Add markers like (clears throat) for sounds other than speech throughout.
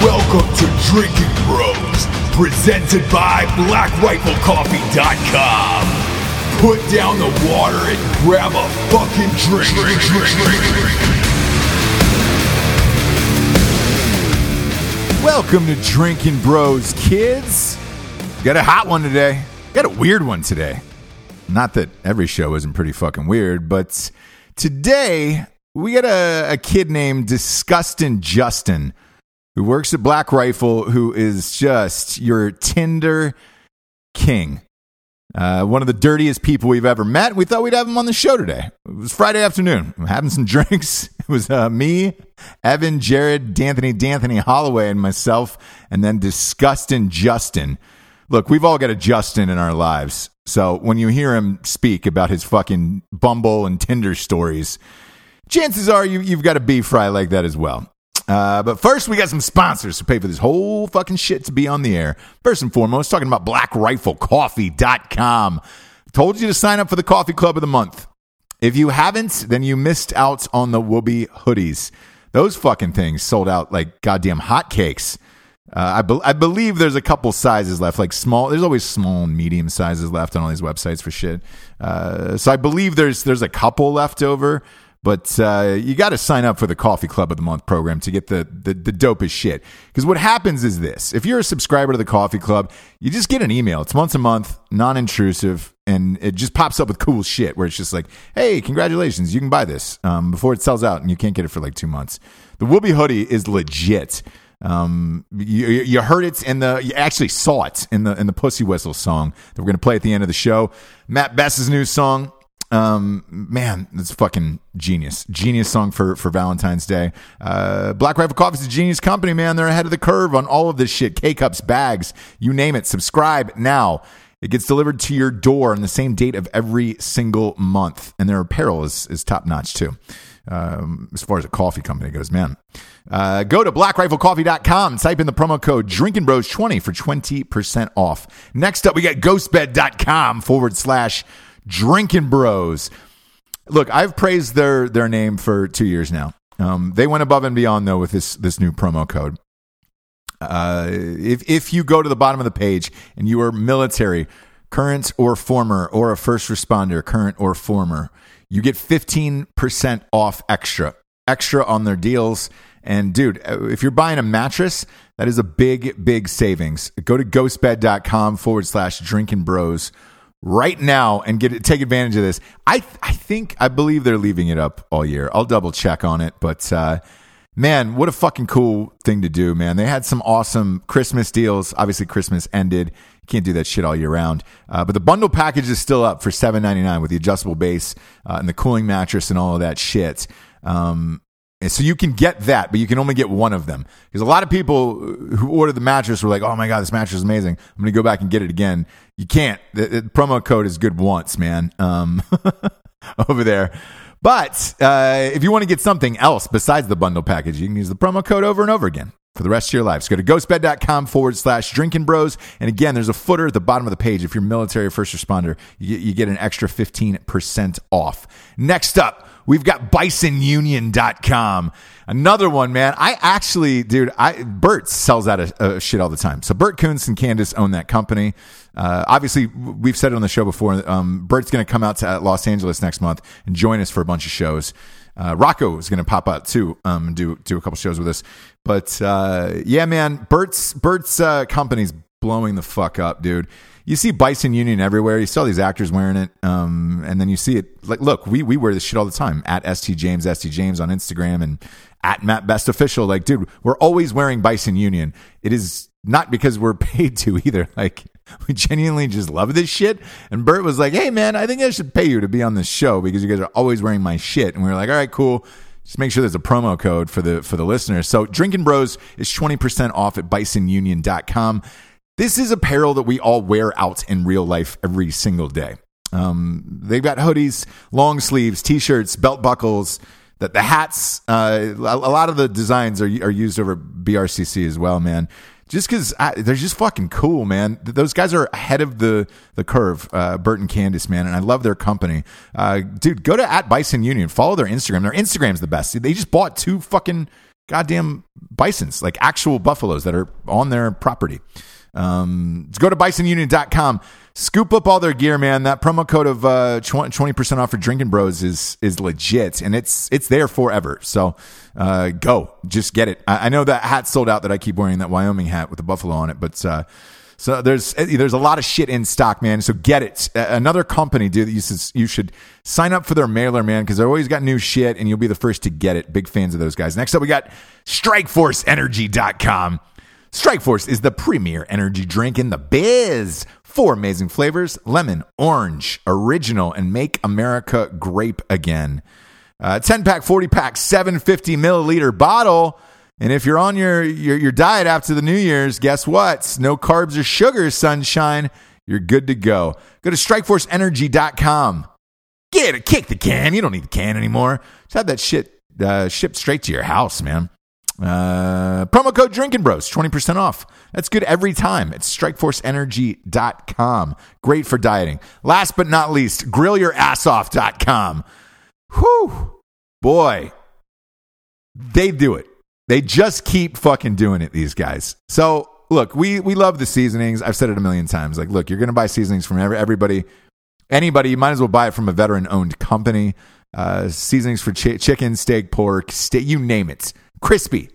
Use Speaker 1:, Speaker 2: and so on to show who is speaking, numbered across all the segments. Speaker 1: Welcome to Drinking Bros, presented by BlackRifleCoffee.com. Put down the water and grab a fucking drink. drink, drink, drink, drink. Welcome to Drinking Bros, kids. Got a hot one today. Got a weird one today. Not that every show isn't pretty fucking weird, but today we got a, a kid named Disgustin Justin who works at Black Rifle, who is just your Tinder king. Uh, one of the dirtiest people we've ever met. We thought we'd have him on the show today. It was Friday afternoon. I'm having some (laughs) drinks. It was uh, me, Evan, Jared, D'Anthony, D'Anthony Holloway, and myself, and then Disgustin Justin. Look, we've all got a Justin in our lives. So when you hear him speak about his fucking Bumble and Tinder stories, chances are you, you've got a beef fry like that as well. Uh, but first, we got some sponsors to pay for this whole fucking shit to be on the air. First and foremost, talking about blackriflecoffee.com. Told you to sign up for the coffee club of the month. If you haven't, then you missed out on the Whoopi hoodies. Those fucking things sold out like goddamn hotcakes. Uh, I, bel I believe there's a couple sizes left, like small. There's always small and medium sizes left on all these websites for shit. Uh, so I believe there's there's a couple left over, but uh, you got to sign up for the Coffee Club of the Month program to get the the, the dopest shit. Because what happens is this: if you're a subscriber to the Coffee Club, you just get an email. It's once a month, non-intrusive, and it just pops up with cool shit where it's just like, "Hey, congratulations, you can buy this um, before it sells out, and you can't get it for like two months." The Whoopi hoodie is legit. Um, you, you heard it in the, you actually saw it in the in the Pussy Whistle song that we're gonna play at the end of the show. Matt Bess's new song. Um, man, it's fucking genius, genius song for for Valentine's Day. Uh, Black Rifle Coffee's a genius company, man. They're ahead of the curve on all of this shit. K cups, bags, you name it. Subscribe now. It gets delivered to your door on the same date of every single month, and their apparel is is top notch too um, as far as a coffee company goes, man. Uh, go to blackriflecoffee.com, type in the promo code Drinking Bros 20 for 20% off. Next up, we got ghostbed.com forward slash Drinking Bros. Look, I've praised their, their name for two years now. Um, they went above and beyond, though, with this, this new promo code. Uh, if, if you go to the bottom of the page and you are military, current or former, or a first responder, current or former, you get 15% off extra, extra on their deals. And dude, uh, if you're buying a mattress, that is a big, big savings. Go to ghostbed.com forward slash drinking bros right now and get it, take advantage of this. I, I think, I believe they're leaving it up all year. I'll double check on it, but, uh, Man, what a fucking cool thing to do, man. They had some awesome Christmas deals. Obviously, Christmas ended. You can't do that shit all year round. Uh, but the bundle package is still up for seven ninety nine with the adjustable base uh, and the cooling mattress and all of that shit. Um, and so you can get that, but you can only get one of them. Because a lot of people who ordered the mattress were like, oh my God, this mattress is amazing. I'm going to go back and get it again. You can't. The, the promo code is good once, man, um, (laughs) over there. But uh, if you want to get something else besides the bundle package, you can use the promo code over and over again for the rest of your lives. Go to ghostbed.com forward slash drinking bros. And again, there's a footer at the bottom of the page. If you're military or first responder, you, you get an extra 15% off. Next up, we've got bisonunion.com. Another one, man. I actually, dude, I Bert sells out of uh, shit all the time. So Bert Koontz and Candace own that company. Uh, obviously, we've said it on the show before. Um, Bert's going to come out to uh, Los Angeles next month and join us for a bunch of shows. Uh, Rocco is going to pop out too, um, and do do a couple shows with us. But uh, yeah, man, Bert's Bert's uh, company's blowing the fuck up, dude. You see Bison Union everywhere. You saw these actors wearing it, um, and then you see it. Like, look, we we wear this shit all the time at St James St James on Instagram and at Matt Best Official. Like, dude, we're always wearing Bison Union. It is not because we're (laughs) paid to either. Like, (laughs) we genuinely just love this shit. And Bert was like, "Hey, man, I think I should pay you to be on this show because you guys are always wearing my shit." And we were like, "All right, cool." Just make sure there's a promo code for the for the listeners. So Drinking Bros is 20% off at bisonunion.com. This is apparel that we all wear out in real life every single day. Um, they've got hoodies, long sleeves, t-shirts, belt buckles. That the hats, uh, a a lot of the designs are are used over BRCC as well, man. Just because they're just fucking cool, man. Th- Those guys are ahead of the the curve, uh, Bert and Candace, man, and I love their company, uh, dude. Go to at Bison Union, follow their Instagram. Their Instagram's the best. They just bought two fucking goddamn bisons, like actual buffaloes that are on their property. Um, go to bisonunion.com. Scoop up all their gear, man. That promo code of uh, 20% off for Drinking Bros is is legit, and it's it's there forever. So uh, go, just get it. I, I know that hat sold out that I keep wearing, that Wyoming hat with the buffalo on it, but uh, so there's eh, there's a lot of shit in stock, man. So get it. Uh, Another company, dude, that you should, you should sign up for their mailer, man, because they always got new shit, and you'll be the first to get it. Big fans of those guys. Next up, we got StrikeForceEnergy.com. Strikeforce is the premier energy drink in the biz. Four amazing flavors: lemon, orange, original, and make America grape again. Uh, 10 pack, 40 pack, 750 milliliter bottle. And if you're on your, your, your diet after the New Year's, guess what? No carbs or sugar, sunshine. You're good to go. Go to strikeforceenergy.com. Get it, kick the can. You don't need the can anymore. Just have that shit uh, shipped straight to your house, man. Uh, promo code Drinking Bros, 20% off. That's good every time. It's strikeforceenergy.com. Great for dieting. Last but not least, grillyourassoff.com. Whew, boy, they do it. They just keep fucking doing it, these guys. So look, we we love the seasonings. I've said it a million times. Like, look, you're gonna buy seasonings from every, everybody, anybody. You might as well buy it from a veteran-owned company. Uh, seasonings for chi- chicken, steak, pork, steak, you name it. Crispy,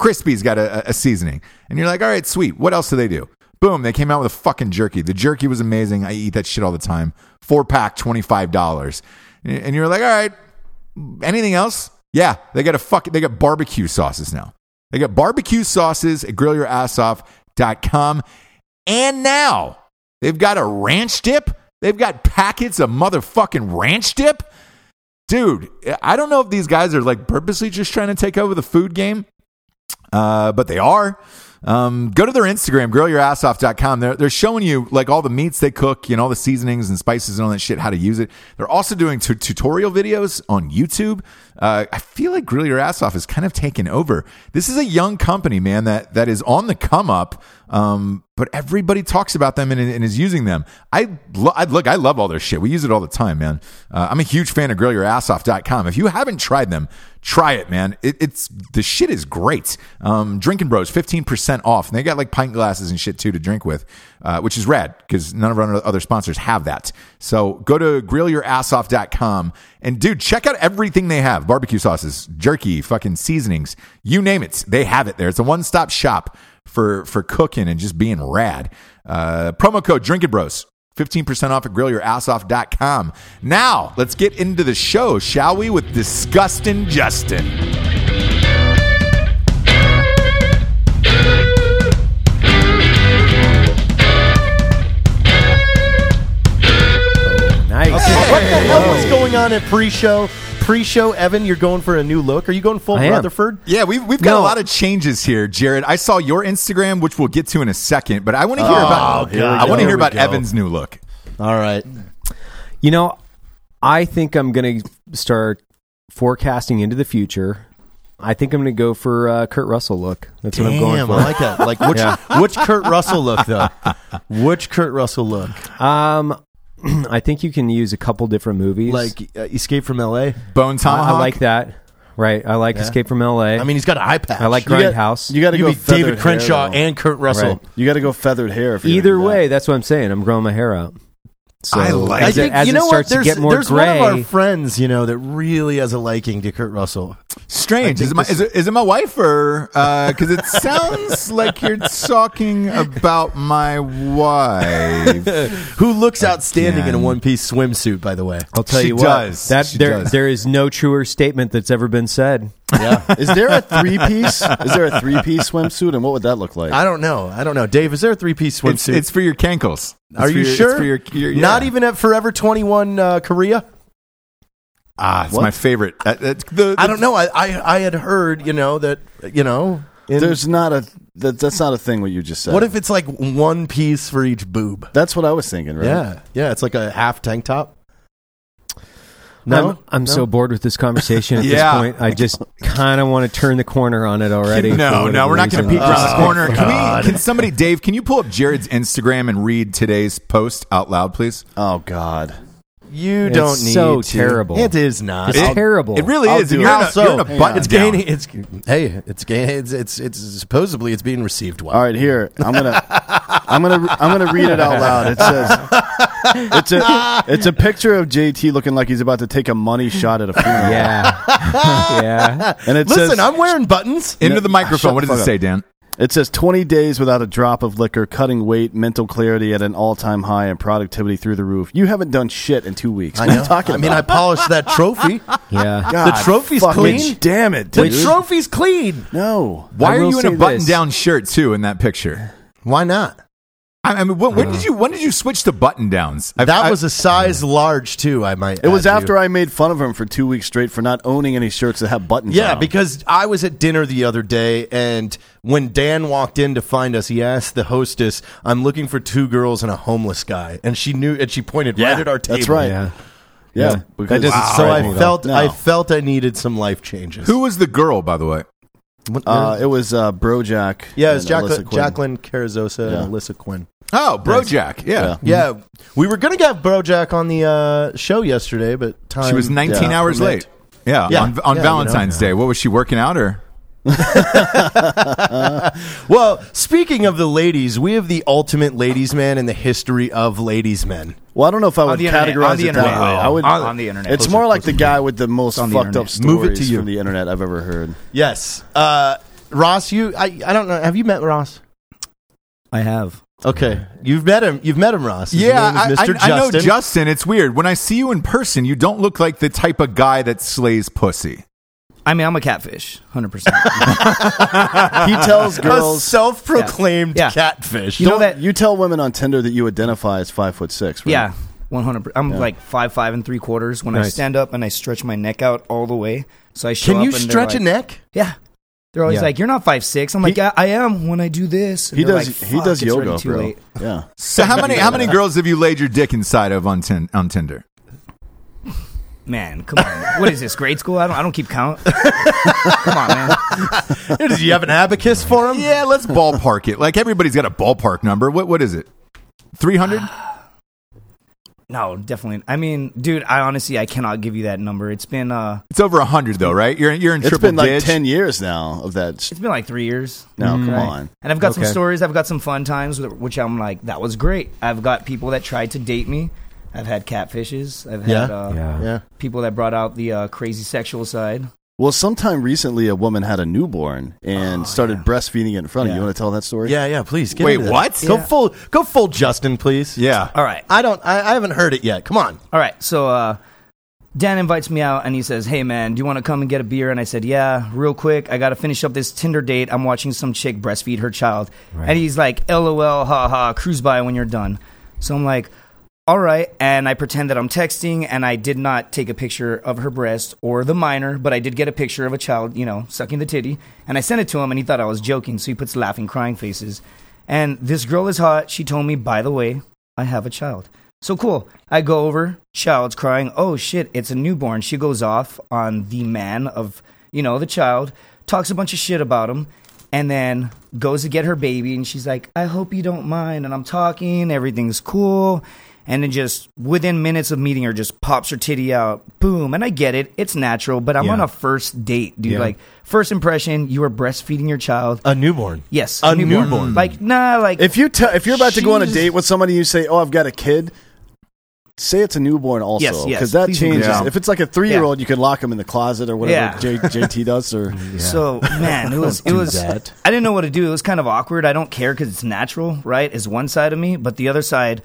Speaker 1: Crispy's got a, a- a seasoning, and you're like, all right, sweet. What else do they do? Boom, they came out with a fucking jerky. The jerky was amazing. I eat that shit all the time. Four pack, twenty five dollars, and you're like, all right, anything else? Yeah, they got a fuck. They got barbecue sauces now. They got barbecue sauces at grillyourassoff.com. And now they've got a ranch dip. They've got packets of motherfucking ranch dip. Dude, I don't know if these guys are like purposely just trying to take over the food game, uh, but they are. Um, go to their Instagram, grillyourassoff.com. They're, they're showing you like all the meats they cook, you know, all the seasonings and spices and all that shit, how to use it. They're also doing tu- tutorial videos on YouTube. Uh, I feel like Grill Your Ass Off is kind of taken over. This is a young company, man, that, that is on the come up. Um, but everybody talks about them and, and is using them. I, lo- I look, I love all their shit. We use it all the time, man. Uh, I'm a huge fan of grillyourassoff.com. If you haven't tried them, try it, man. It, it's the shit is great. Um, Drinking Bros, 15% off. And they got like pint glasses and shit too to drink with, uh, which is rad because none of our other sponsors have that. So go to grillyourassoff.com and dude, check out everything they have barbecue sauces, jerky, fucking seasonings, you name it. They have it there. It's a one stop shop for for cooking and just being rad. Uh, promo code Drinking Bros. 15% off at grillyourassoff.com. Now, let's get into the show, shall we, with Disgusting Justin.
Speaker 2: Nice.
Speaker 3: What the hell was going on at pre-show? Pre-show, Evan, you're going for a new look. Are you going full
Speaker 2: I am.
Speaker 3: Rutherford?
Speaker 1: Yeah, we've, we've got
Speaker 2: No.
Speaker 1: a lot of changes here, Jared. I saw your Instagram, which we'll get to in a second, but I want to hear about
Speaker 3: Oh, here we
Speaker 1: I
Speaker 3: go.
Speaker 1: want to hear
Speaker 3: Here we
Speaker 1: about
Speaker 3: go.
Speaker 1: Evan's new look.
Speaker 3: All right.
Speaker 2: You know, I think I'm going to start forecasting into the future. I think I'm going to go for uh, Kurt Russell look. That's what I'm going
Speaker 3: Damn, I
Speaker 2: for.
Speaker 3: like that. (laughs) Like which which Kurt Russell look though? Which Kurt Russell look?
Speaker 2: Um, (clears throat) I think you can use a couple different movies.
Speaker 3: Like uh, Escape from L.A.
Speaker 1: Bone
Speaker 2: I- I,
Speaker 1: Tomahawk.
Speaker 2: like that. Right. I like Escape from L.A.
Speaker 3: I mean, he's got an eye patch.
Speaker 2: I like
Speaker 4: You got-
Speaker 2: Grindhouse.
Speaker 4: you got to
Speaker 3: you
Speaker 4: go
Speaker 3: be
Speaker 4: feathered
Speaker 3: David Crenshaw
Speaker 4: hair,
Speaker 3: and Kurt Russell.
Speaker 2: Right.
Speaker 4: though. you got to go feathered hair. If you're
Speaker 2: Either
Speaker 4: gonna do
Speaker 2: way, that's what I'm saying. I'm growing my hair out. So
Speaker 1: I like
Speaker 2: as
Speaker 1: it.
Speaker 2: it, as
Speaker 3: you
Speaker 2: it
Speaker 3: know
Speaker 2: starts
Speaker 3: what? There's,
Speaker 2: to get more
Speaker 3: there's
Speaker 2: gray.
Speaker 3: one of our friends, you know, that really has a liking to Kurt Russell.
Speaker 1: Strange. Is it, my, is, it, is it my wife or because it sounds like you're talking
Speaker 3: (laughs)
Speaker 1: about my wife?
Speaker 3: Who looks outstanding in a
Speaker 1: Again.
Speaker 3: one piece swimsuit, by the way.
Speaker 2: I'll tell
Speaker 1: She
Speaker 2: you what.
Speaker 1: does.
Speaker 2: That
Speaker 1: She
Speaker 2: there,
Speaker 1: does.
Speaker 2: there is no truer statement that's ever been said.
Speaker 4: that. Is there a three piece? Is there a three piece swimsuit? And what would that look like?
Speaker 3: I don't know. I don't know. Dave, is there a three piece
Speaker 1: It's,
Speaker 3: swimsuit?
Speaker 1: it's for your cankles. It's
Speaker 3: Are
Speaker 1: for
Speaker 3: you
Speaker 1: your- it's
Speaker 3: sure?
Speaker 1: for your- your- yeah.
Speaker 3: Not even at Forever 21 uh, Korea?
Speaker 1: Ah, it's
Speaker 4: What?
Speaker 1: my favorite. That- that's the-
Speaker 3: I don't know. I, I, I had heard, you know, that, you know. in-
Speaker 4: There's not a that, that's not a thing. What you just said.
Speaker 3: what if it's like one piece for each boob?
Speaker 4: that's what I was thinking? Right?
Speaker 3: Yeah. Yeah. It's like a half tank top. No.
Speaker 2: I'm, I'm
Speaker 3: No?
Speaker 2: so bored with this conversation at
Speaker 1: Yeah.
Speaker 2: this point. I just kind of want to turn the corner on it already.
Speaker 1: (laughs)
Speaker 2: for
Speaker 1: No, no,
Speaker 2: whatever
Speaker 1: we're not going to peek
Speaker 2: reason.
Speaker 1: around the corner. Can, we, can somebody, Dave? Can you pull up Jared's Instagram and read today's post out loud, please?
Speaker 4: Oh God.
Speaker 3: You
Speaker 2: It's
Speaker 3: don't need
Speaker 2: so
Speaker 3: to.
Speaker 2: terrible.
Speaker 3: It is not.
Speaker 2: It's terrible.
Speaker 1: It really
Speaker 3: I'll
Speaker 1: is.
Speaker 3: do
Speaker 1: And
Speaker 3: it.
Speaker 1: you're, in
Speaker 3: How
Speaker 1: a, you're in a
Speaker 3: so?
Speaker 1: button
Speaker 5: It's
Speaker 1: down.
Speaker 5: gaining. It's hey, it's gaining. It's, it's it's supposedly it's being received well.
Speaker 4: All right, here I'm gonna, I'm gonna, I'm gonna read it out loud. It says, "It's a, it's a picture of JT looking like he's about to take a money shot at a funeral."
Speaker 2: yeah, (laughs) yeah.
Speaker 4: and it
Speaker 5: Listen,
Speaker 4: says,
Speaker 5: I'm
Speaker 1: (laughs)
Speaker 5: wearing buttons.
Speaker 1: Into the
Speaker 4: shut
Speaker 1: microphone. What
Speaker 4: the
Speaker 1: does it
Speaker 4: fuck
Speaker 1: say,
Speaker 4: up.
Speaker 1: Dan?
Speaker 4: It says 20 days without a drop of liquor, cutting weight, mental clarity at an all time high, and productivity through the roof. You haven't done shit in two weeks.
Speaker 5: I
Speaker 4: What are you
Speaker 5: know.
Speaker 4: talking
Speaker 5: I mean, I
Speaker 4: about?
Speaker 5: polished that trophy.
Speaker 4: (laughs)
Speaker 2: Yeah.
Speaker 5: the trophy's
Speaker 4: fucking
Speaker 5: clean.
Speaker 4: Damn it,
Speaker 5: The
Speaker 4: dude.
Speaker 5: trophy's clean.
Speaker 4: no.
Speaker 1: Why
Speaker 2: I
Speaker 1: are
Speaker 2: will
Speaker 1: you in a
Speaker 2: say
Speaker 1: button
Speaker 2: this.
Speaker 1: down shirt too in that picture?
Speaker 5: Why not?
Speaker 1: I, I mean, when, when did you when did you switch to button downs? I-
Speaker 5: That
Speaker 1: I-
Speaker 5: was a size large too. I might.
Speaker 4: It was
Speaker 5: add,
Speaker 4: after
Speaker 5: dude.
Speaker 4: I made fun of him for two weeks straight for not owning any shirts that have buttons. on
Speaker 5: Yeah,
Speaker 4: 'em.
Speaker 5: because I was at dinner the other day, and when Dan walked in to find us, he asked the hostess, "I'm looking for two girls and a homeless guy," and she knew, and she pointed right at our table.
Speaker 4: that's right. Yeah,
Speaker 2: Yeah. Yeah.
Speaker 4: because-
Speaker 2: doesn't Wow.
Speaker 5: So
Speaker 2: Right.
Speaker 5: I felt
Speaker 4: No.
Speaker 5: I felt I needed some life changes.
Speaker 1: who was the girl, by the way?
Speaker 5: What-
Speaker 4: Uh, it was uh, Brojack.
Speaker 5: yeah, it was
Speaker 4: and
Speaker 5: Jacqueline,
Speaker 4: Alyssa Quinn.
Speaker 5: Jacqueline Carrizosa
Speaker 4: Yeah.
Speaker 5: and Alyssa Quinn.
Speaker 1: Oh, Brojack. Yeah.
Speaker 5: Yeah, we were gonna get Brojack on the uh, show yesterday, but time
Speaker 1: she was 19
Speaker 5: yeah,
Speaker 1: hours
Speaker 5: permit.
Speaker 1: late. Yeah,
Speaker 5: Yeah.
Speaker 1: on, on
Speaker 5: Yeah, you
Speaker 1: Valentine's Day. What was she working out or?
Speaker 5: Well, speaking of the ladies, we have the ultimate ladies' man in the history of ladies' men.
Speaker 4: Well, I don't know if I would
Speaker 6: the
Speaker 4: categorize
Speaker 6: internet, on the
Speaker 4: it that
Speaker 6: internet.
Speaker 4: way. I would,
Speaker 6: On- on the internet.
Speaker 4: It's
Speaker 6: Closer,
Speaker 4: more like
Speaker 6: closer.
Speaker 4: the guy with the most
Speaker 6: on
Speaker 4: fucked
Speaker 6: the
Speaker 4: up
Speaker 6: internet.
Speaker 4: stories
Speaker 5: Move it to you.
Speaker 4: from the internet I've ever heard.
Speaker 5: Yes, uh, Ross, you I, I don't know. Have you met Ross?
Speaker 6: I have.
Speaker 5: Okay, you've met him. You've met him, Ross. His
Speaker 1: yeah,
Speaker 5: name is
Speaker 1: I,
Speaker 5: Mr.
Speaker 1: I- I know
Speaker 5: Justin.
Speaker 1: Justin. It's weird when I see you in person. You don't look like the type of guy that slays pussy.
Speaker 6: I mean, I'm a catfish,
Speaker 4: (laughs)
Speaker 6: hundred percent.
Speaker 4: He tells
Speaker 5: a
Speaker 4: girls.
Speaker 5: self-proclaimed
Speaker 6: Yeah. Yeah.
Speaker 5: catfish.
Speaker 6: You know
Speaker 4: don't-
Speaker 6: that?
Speaker 4: you tell women on Tinder that you identify as five foot six. Right?
Speaker 6: Yeah, one hundred. I'm like five five and three quarters. When I
Speaker 2: Nice.
Speaker 6: stand up and I stretch my neck out all the way, so I show
Speaker 5: Can
Speaker 6: up
Speaker 5: you
Speaker 6: and they're
Speaker 5: stretch
Speaker 6: like-
Speaker 5: a neck?
Speaker 6: Yeah. They're always
Speaker 2: Yeah.
Speaker 6: like, "You're not five six. I'm like, "Yeah, I am." When I do this, And
Speaker 4: he
Speaker 6: they're
Speaker 4: does.
Speaker 6: like,
Speaker 4: he
Speaker 6: "Fuck,
Speaker 4: does
Speaker 6: it's already
Speaker 4: yoga,
Speaker 6: too
Speaker 4: bro.
Speaker 6: late."
Speaker 4: Yeah,
Speaker 1: So how many how many girls have you laid your dick inside of on, tin, on Tinder?
Speaker 6: Man,
Speaker 4: (laughs)
Speaker 6: come on. what is this grade school? I don't. I don't keep count. come on, man.
Speaker 5: Do you have an abacus for him?
Speaker 1: Yeah, let's ballpark it. Like everybody's got a ballpark number. What what is it? Three hundred?
Speaker 6: No, definitely. I mean, dude, I honestly I cannot give you that number. It's been uh,
Speaker 1: It's over hundred though, right? You're you're in
Speaker 4: it's
Speaker 1: triple
Speaker 4: been like
Speaker 1: digits.
Speaker 4: ten years now of that. s-
Speaker 6: it's been like three years.
Speaker 4: No, come
Speaker 6: Okay.
Speaker 4: on.
Speaker 6: And I've got some
Speaker 2: Okay.
Speaker 6: stories. I've got some fun times, with- which I'm like, that was great. I've got people that tried to date me. I've had catfishes. I've had
Speaker 5: Yeah.
Speaker 6: Uh,
Speaker 2: Yeah.
Speaker 5: Yeah.
Speaker 6: people that brought out the uh, crazy sexual side.
Speaker 4: Well, sometime recently, a woman had a newborn and started breastfeeding it in front of you. You
Speaker 6: Yeah.
Speaker 4: want to tell that story?
Speaker 5: Yeah, yeah, please. Get
Speaker 1: Wait,
Speaker 5: into that.
Speaker 1: what?
Speaker 5: Go
Speaker 6: Yeah.
Speaker 5: full, go full, Justin, please.
Speaker 1: Yeah.
Speaker 6: All right.
Speaker 5: I don't. I, I haven't heard it yet. Come on.
Speaker 6: All right. So uh, Dan invites me out and he says, Hey, man, do you want to come and get a beer? And I said, Yeah, real quick. I got to finish up this Tinder date. I'm watching some chick breastfeed her child. And he's like, LOL, ha ha, cruise by when you're done. So I'm like, All right. And I pretend that I'm texting and I did not take a picture of her breast or the minor, but I did get a picture of a child, you know, sucking the titty. And I sent it to him and he thought I was joking. So he puts laughing, crying faces. And this girl is hot. She told me, By the way, I have a child. So cool. I go over, child's crying. Oh shit, it's a newborn. She goes off on the man of, you know, the child, talks a bunch of shit about him, and then goes to get her baby. And she's like, I hope you don't mind. And I'm talking, everything's cool. And then just within minutes of meeting her, just pops her titty out. Boom. And I get it. It's natural, but I'm
Speaker 2: Yeah.
Speaker 6: on a first date, dude.
Speaker 2: Yeah.
Speaker 6: Like, first impression, you are breastfeeding your child.
Speaker 5: A newborn.
Speaker 6: Yes.
Speaker 5: A newborn.
Speaker 6: Like, nah, like.
Speaker 4: If you te- if you're about to go on a
Speaker 6: She's-
Speaker 4: date with somebody, you say, "Oh, I've got a kid." Say it's a newborn also,
Speaker 6: Yes,
Speaker 4: because
Speaker 6: yes.
Speaker 4: that
Speaker 6: Please
Speaker 4: changes.
Speaker 1: include- Yeah.
Speaker 4: If it's like a three year old, you can lock him in the closet or whatever
Speaker 6: Yeah.
Speaker 4: J- JT does. Or
Speaker 6: So man, it was it was.
Speaker 4: that.
Speaker 6: I didn't know what to do. It was kind of awkward. I don't care because it's natural, right? Is one side of me, but the other side,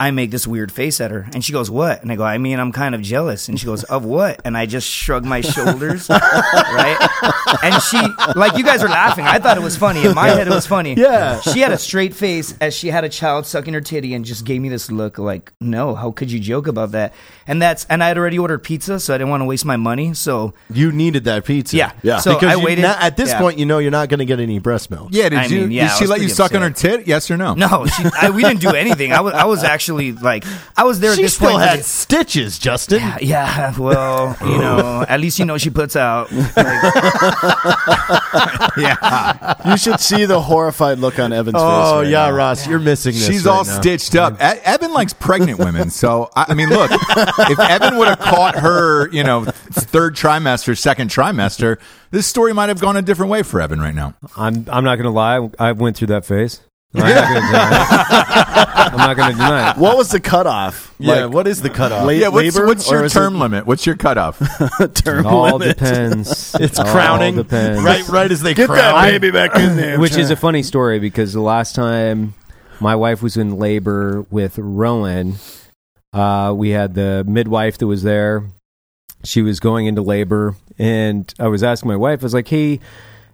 Speaker 6: I make this weird face at her, and she goes, "What?" And I go, "I mean, I'm kind of jealous." And she goes, "Of what?" And I just shrug
Speaker 4: (laughs)
Speaker 6: my shoulders, right? And she, like, you guys are laughing. I thought it was funny. In my head, it was funny.
Speaker 4: Yeah.
Speaker 6: She had a straight face as she had a child sucking her titty, and just gave me this look like, "No, how could you joke about that?" And that's and I had already ordered pizza, so I didn't want to waste my money. So
Speaker 5: You needed that pizza.
Speaker 6: Yeah. Yeah. So
Speaker 5: because
Speaker 6: I
Speaker 5: you
Speaker 6: waited-
Speaker 5: not- at this
Speaker 6: yeah.
Speaker 5: point, you know you're not going to get any breast milk.
Speaker 1: Yeah, did
Speaker 6: I
Speaker 1: you
Speaker 6: mean, yeah,
Speaker 1: did
Speaker 6: I
Speaker 1: she
Speaker 6: was
Speaker 1: let you
Speaker 6: pretty
Speaker 1: suck on her
Speaker 6: upset.
Speaker 1: tit? Yes or no?
Speaker 6: No, she, I, we didn't do anything. I was, I was actually like I was there. at
Speaker 5: she
Speaker 6: this
Speaker 5: still
Speaker 6: point
Speaker 5: had stitches, Justin.
Speaker 6: Yeah, well, you know, at least you know she puts
Speaker 2: (laughs)
Speaker 6: out.
Speaker 5: (laughs)
Speaker 1: yeah.
Speaker 4: You should see the horrified look on Evan's face.
Speaker 5: Oh
Speaker 4: right
Speaker 5: yeah,
Speaker 4: now.
Speaker 5: Ross, you're missing this.
Speaker 1: She's
Speaker 5: right
Speaker 1: all
Speaker 5: now.
Speaker 1: stitched up. E- Evan likes pregnant women, so I, I mean, look, if Evan would have caught her, you know, third trimester, second trimester, this story might have gone a different way for Evan right now.
Speaker 2: I'm I'm not gonna lie. I went through that phase. I'm not gonna deny it. I'm not gonna deny it.
Speaker 4: What was the cutoff?
Speaker 5: Yeah, what is the cutoff?
Speaker 4: late
Speaker 1: Yeah, what's,
Speaker 4: labor?
Speaker 1: what's
Speaker 4: or
Speaker 1: your
Speaker 4: is it
Speaker 1: term limit? What's your cutoff?
Speaker 4: term
Speaker 2: It all
Speaker 4: limit?
Speaker 2: depends. It
Speaker 5: It's
Speaker 2: all
Speaker 5: crowning.
Speaker 2: depends.
Speaker 5: Right, right as they
Speaker 4: Get
Speaker 5: crown.
Speaker 4: that baby back in there.
Speaker 2: Which is a funny story because the last time my wife was in labor with Rowan, uh, we had the midwife that was there. She was going into labor, and I was asking my wife, I was like, hey,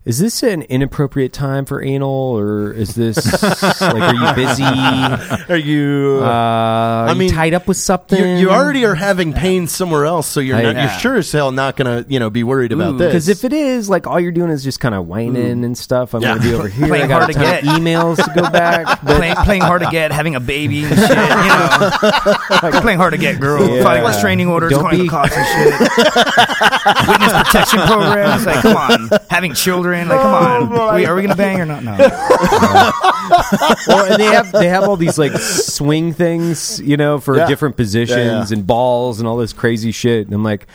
Speaker 2: is this an inappropriate time for anal, or is
Speaker 5: (laughs)
Speaker 2: this like, are you busy? Uh,
Speaker 5: Are you?
Speaker 2: I
Speaker 5: mean,
Speaker 2: tied up with something?
Speaker 5: you, you already are having pain somewhere else, so you're
Speaker 2: I-
Speaker 5: not,
Speaker 6: Yeah.
Speaker 5: you're sure as hell not gonna you know be worried about
Speaker 6: Ooh,
Speaker 5: this.
Speaker 2: Because if it is, like, all you're doing is just kind of whining and stuff. I'm
Speaker 5: Mm. Yeah.
Speaker 2: going to be
Speaker 5: (laughs)
Speaker 2: over here.
Speaker 6: Playing
Speaker 2: I got
Speaker 6: hard
Speaker 2: a
Speaker 6: to
Speaker 2: ton of
Speaker 6: get.
Speaker 2: emails to go back. But
Speaker 6: playing, playing hard to get, having a baby and shit. You
Speaker 2: (laughs)
Speaker 6: know, playing hard to get, girl.
Speaker 2: Yeah.
Speaker 6: Filing restraining orders,
Speaker 2: Don't
Speaker 6: going
Speaker 2: be-
Speaker 6: to cops and
Speaker 2: (laughs)
Speaker 6: shit. Witness protection programs. Like, come on, having children. Like, come
Speaker 2: Oh
Speaker 6: on. Wait, are we gonna bang or
Speaker 2: (laughs)
Speaker 6: not? No.
Speaker 2: well, Oh, and they have they have all these like swing things, you know, for
Speaker 4: Yeah.
Speaker 2: different positions
Speaker 4: Yeah, yeah.
Speaker 2: and balls and all this crazy shit. And I'm like,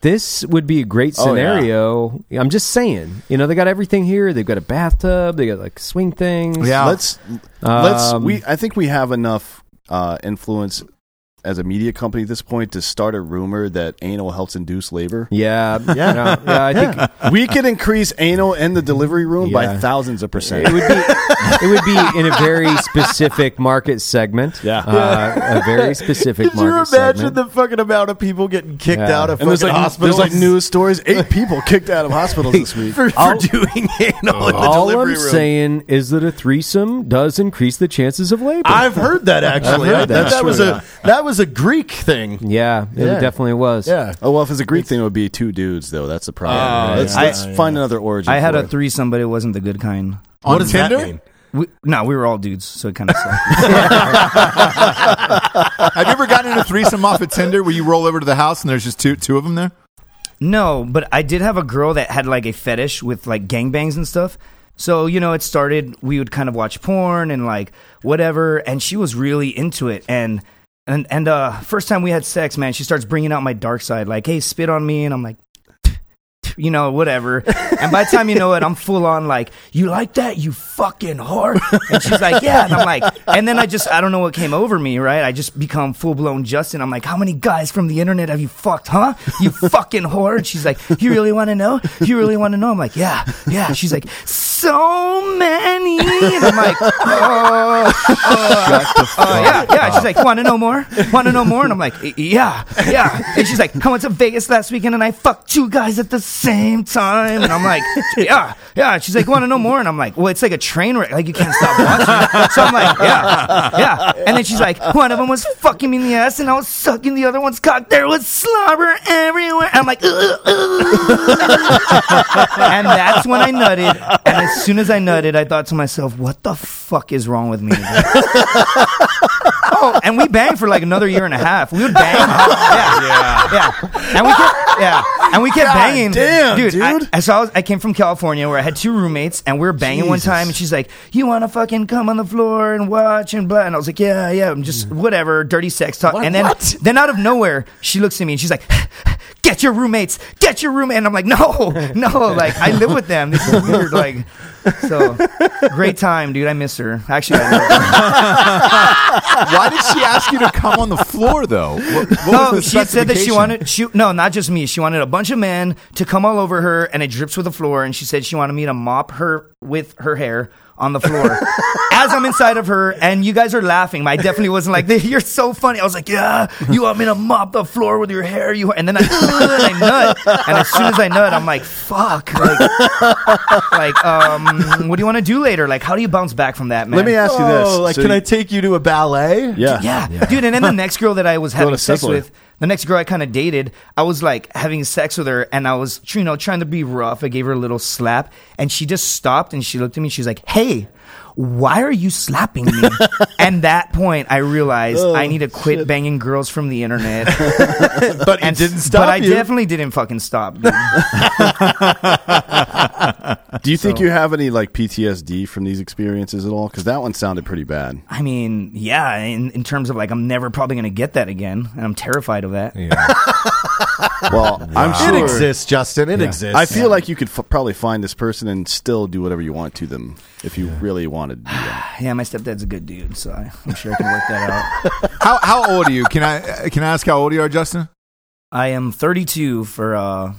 Speaker 2: this would be a great
Speaker 4: Oh, yeah.
Speaker 2: scenario. I'm just saying, you know, they got everything here. They've got a bathtub. They got like swing things.
Speaker 1: Yeah.
Speaker 4: Let's let's
Speaker 2: Um,
Speaker 4: we. I think we have enough uh, influence as a media company at this point to start a rumor that anal helps induce labor.
Speaker 2: Yeah, yeah, yeah. I think
Speaker 4: we could increase anal in the delivery room by
Speaker 2: Yeah.
Speaker 4: thousands of
Speaker 2: it
Speaker 4: percent.
Speaker 2: would be it would be in a very specific market segment.
Speaker 4: Yeah.
Speaker 2: uh, a very specific.
Speaker 5: Could you imagine
Speaker 2: market segment.
Speaker 5: the fucking amount of people getting kicked
Speaker 2: Yeah.
Speaker 5: out of
Speaker 4: And there's
Speaker 5: fucking
Speaker 4: like,
Speaker 5: hospitals
Speaker 4: there's like news stories. Eight people kicked out of hospitals this
Speaker 5: (laughs)
Speaker 4: week.
Speaker 5: for, for doing (laughs) anal in the
Speaker 2: all I'm
Speaker 5: delivery room?
Speaker 2: saying is that a threesome does increase the chances of labor.
Speaker 5: I've heard that actually.
Speaker 2: heard that.
Speaker 5: that, was
Speaker 4: True,
Speaker 5: a that was a Greek thing.
Speaker 2: yeah, it
Speaker 5: Yeah.
Speaker 2: definitely was.
Speaker 5: Yeah.
Speaker 4: Oh well, if it's a Greek thing, it would be two dudes though. That's the problem.
Speaker 5: Yeah,
Speaker 4: let's
Speaker 5: yeah,
Speaker 4: let's
Speaker 5: yeah.
Speaker 4: find another origin.
Speaker 6: I had
Speaker 4: for
Speaker 6: a
Speaker 4: it.
Speaker 6: threesome, but it wasn't the good kind.
Speaker 5: What does that
Speaker 1: Tinder?
Speaker 5: mean?
Speaker 6: We, no, we were all dudes, so it kind of sucked.
Speaker 1: Have you ever gotten in a threesome off of Tinder where you roll over to the house and there's just two two of them there?
Speaker 6: No, but I did have a girl that had like a fetish with like gangbangs and stuff. So, you know, it started we would kind of watch porn and like whatever and she was really into it and and and uh first time we had sex, man, she starts bringing out my dark side like, "Hey, spit on me." And I'm like you know, whatever. And by the time you know it, I'm full on like, you like that, you fucking whore. And she's like, yeah. And I'm like, and then I just, I don't know what came over me, right? I just become full blown Justin. I'm like, how many guys from the internet have you fucked, huh? You fucking whore. And she's like, you really want to know? You really want to know? I'm like, yeah, yeah. She's like, so many. And I'm like, oh, (laughs) uh, yeah, yeah. She's like, want to know more? Want to know more? And I'm like, "Y- yeah, yeah. And she's like, I went to Vegas last weekend and I fucked two guys at the same time. And I'm like, yeah, yeah. And she's like, want to know more? And I'm like, well, it's like a train wreck. Like you can't stop watching. So I'm like, yeah, yeah. And then she's like, one of them was fucking me in the ass and I was sucking the other one's cock. There was slobber everywhere. I'm like, "Ugh, ugh." and that's when I nutted. And as soon as I nutted, I thought to myself, what the fuck is wrong with me? today?" Oh, and we banged for like another year and a half. We
Speaker 4: (laughs)
Speaker 6: would bang. yeah. yeah. And we kept, yeah. And we kept banging.
Speaker 4: damn,
Speaker 6: I-
Speaker 4: dude.
Speaker 6: I, so I, was, I came from California where I had two roommates and we were banging one time and she's like, You want to fucking come on the floor and watch and blah. And I was like, Yeah, yeah. I'm just
Speaker 4: Mm.
Speaker 6: whatever, dirty sex talk. and then, then out of nowhere, she looks at me and she's like, (sighs) Get your roommates. Get your roommate. And I'm
Speaker 4: (laughs)
Speaker 6: like, No, no. Like, I live with them. This is weird. Like, so great time, dude. I miss her. Actually, I miss her.
Speaker 1: Why did she ask you to come on the floor though? What, what was
Speaker 6: No,
Speaker 1: the
Speaker 6: Um, she said that she
Speaker 1: specification?
Speaker 6: wanted she no, not just me. She wanted a bunch of men to come all over her, and it drips with the floor. And she said she wanted me to mop her with her hair on the floor
Speaker 1: (laughs)
Speaker 6: as I'm inside of her. And you guys are laughing. I definitely wasn't like, (laughs) "You're so funny." I was like, "Yeah, you want me to mop the floor with your hair?" You and then I, (laughs) and I nut, and as soon as I nut, I'm like, "Fuck!" Like, like, um, what do you want to do later? Like, how do you bounce back from that, man?
Speaker 4: Let me ask you this.
Speaker 5: Oh, like
Speaker 4: So
Speaker 5: can
Speaker 4: you-
Speaker 5: I take you to a ballet?
Speaker 4: Yeah.
Speaker 6: (laughs) Yeah. dude. And then the next girl that I was
Speaker 4: to
Speaker 6: having sex
Speaker 4: Sicily.
Speaker 6: with, The next girl I kind of dated, I was like having sex with her and I was, you know, trying to be rough. I gave her a little slap and she just stopped and she looked at me. She's like, hey, why are you
Speaker 5: (laughs)
Speaker 6: slapping me? and that point, I realized I
Speaker 5: Oh,
Speaker 6: need to quit banging girls from the internet.
Speaker 5: (laughs) But it
Speaker 6: and
Speaker 5: didn't stop
Speaker 6: But I
Speaker 5: you.
Speaker 6: definitely didn't fucking
Speaker 5: (laughs)
Speaker 6: stop. dude.
Speaker 4: Do you think you have any like PTSD from these experiences at all? Because that one sounded pretty bad.
Speaker 6: I mean, yeah, in, in terms of like, I'm never probably going to get that again. And I'm terrified of that.
Speaker 4: Well,
Speaker 5: (laughs)
Speaker 4: I'm
Speaker 5: It
Speaker 4: sure
Speaker 5: exists, Justin. It exists.
Speaker 4: I feel like you could f- probably find this person and still do whatever you want to them if you really wanted. To
Speaker 5: (sighs)
Speaker 4: do that.
Speaker 6: Yeah, my stepdad's a good dude, so I, I'm sure I can work that out.
Speaker 1: How how old are you? Can I uh, can I ask how old you are, Justin?
Speaker 6: I am 32 for, uh,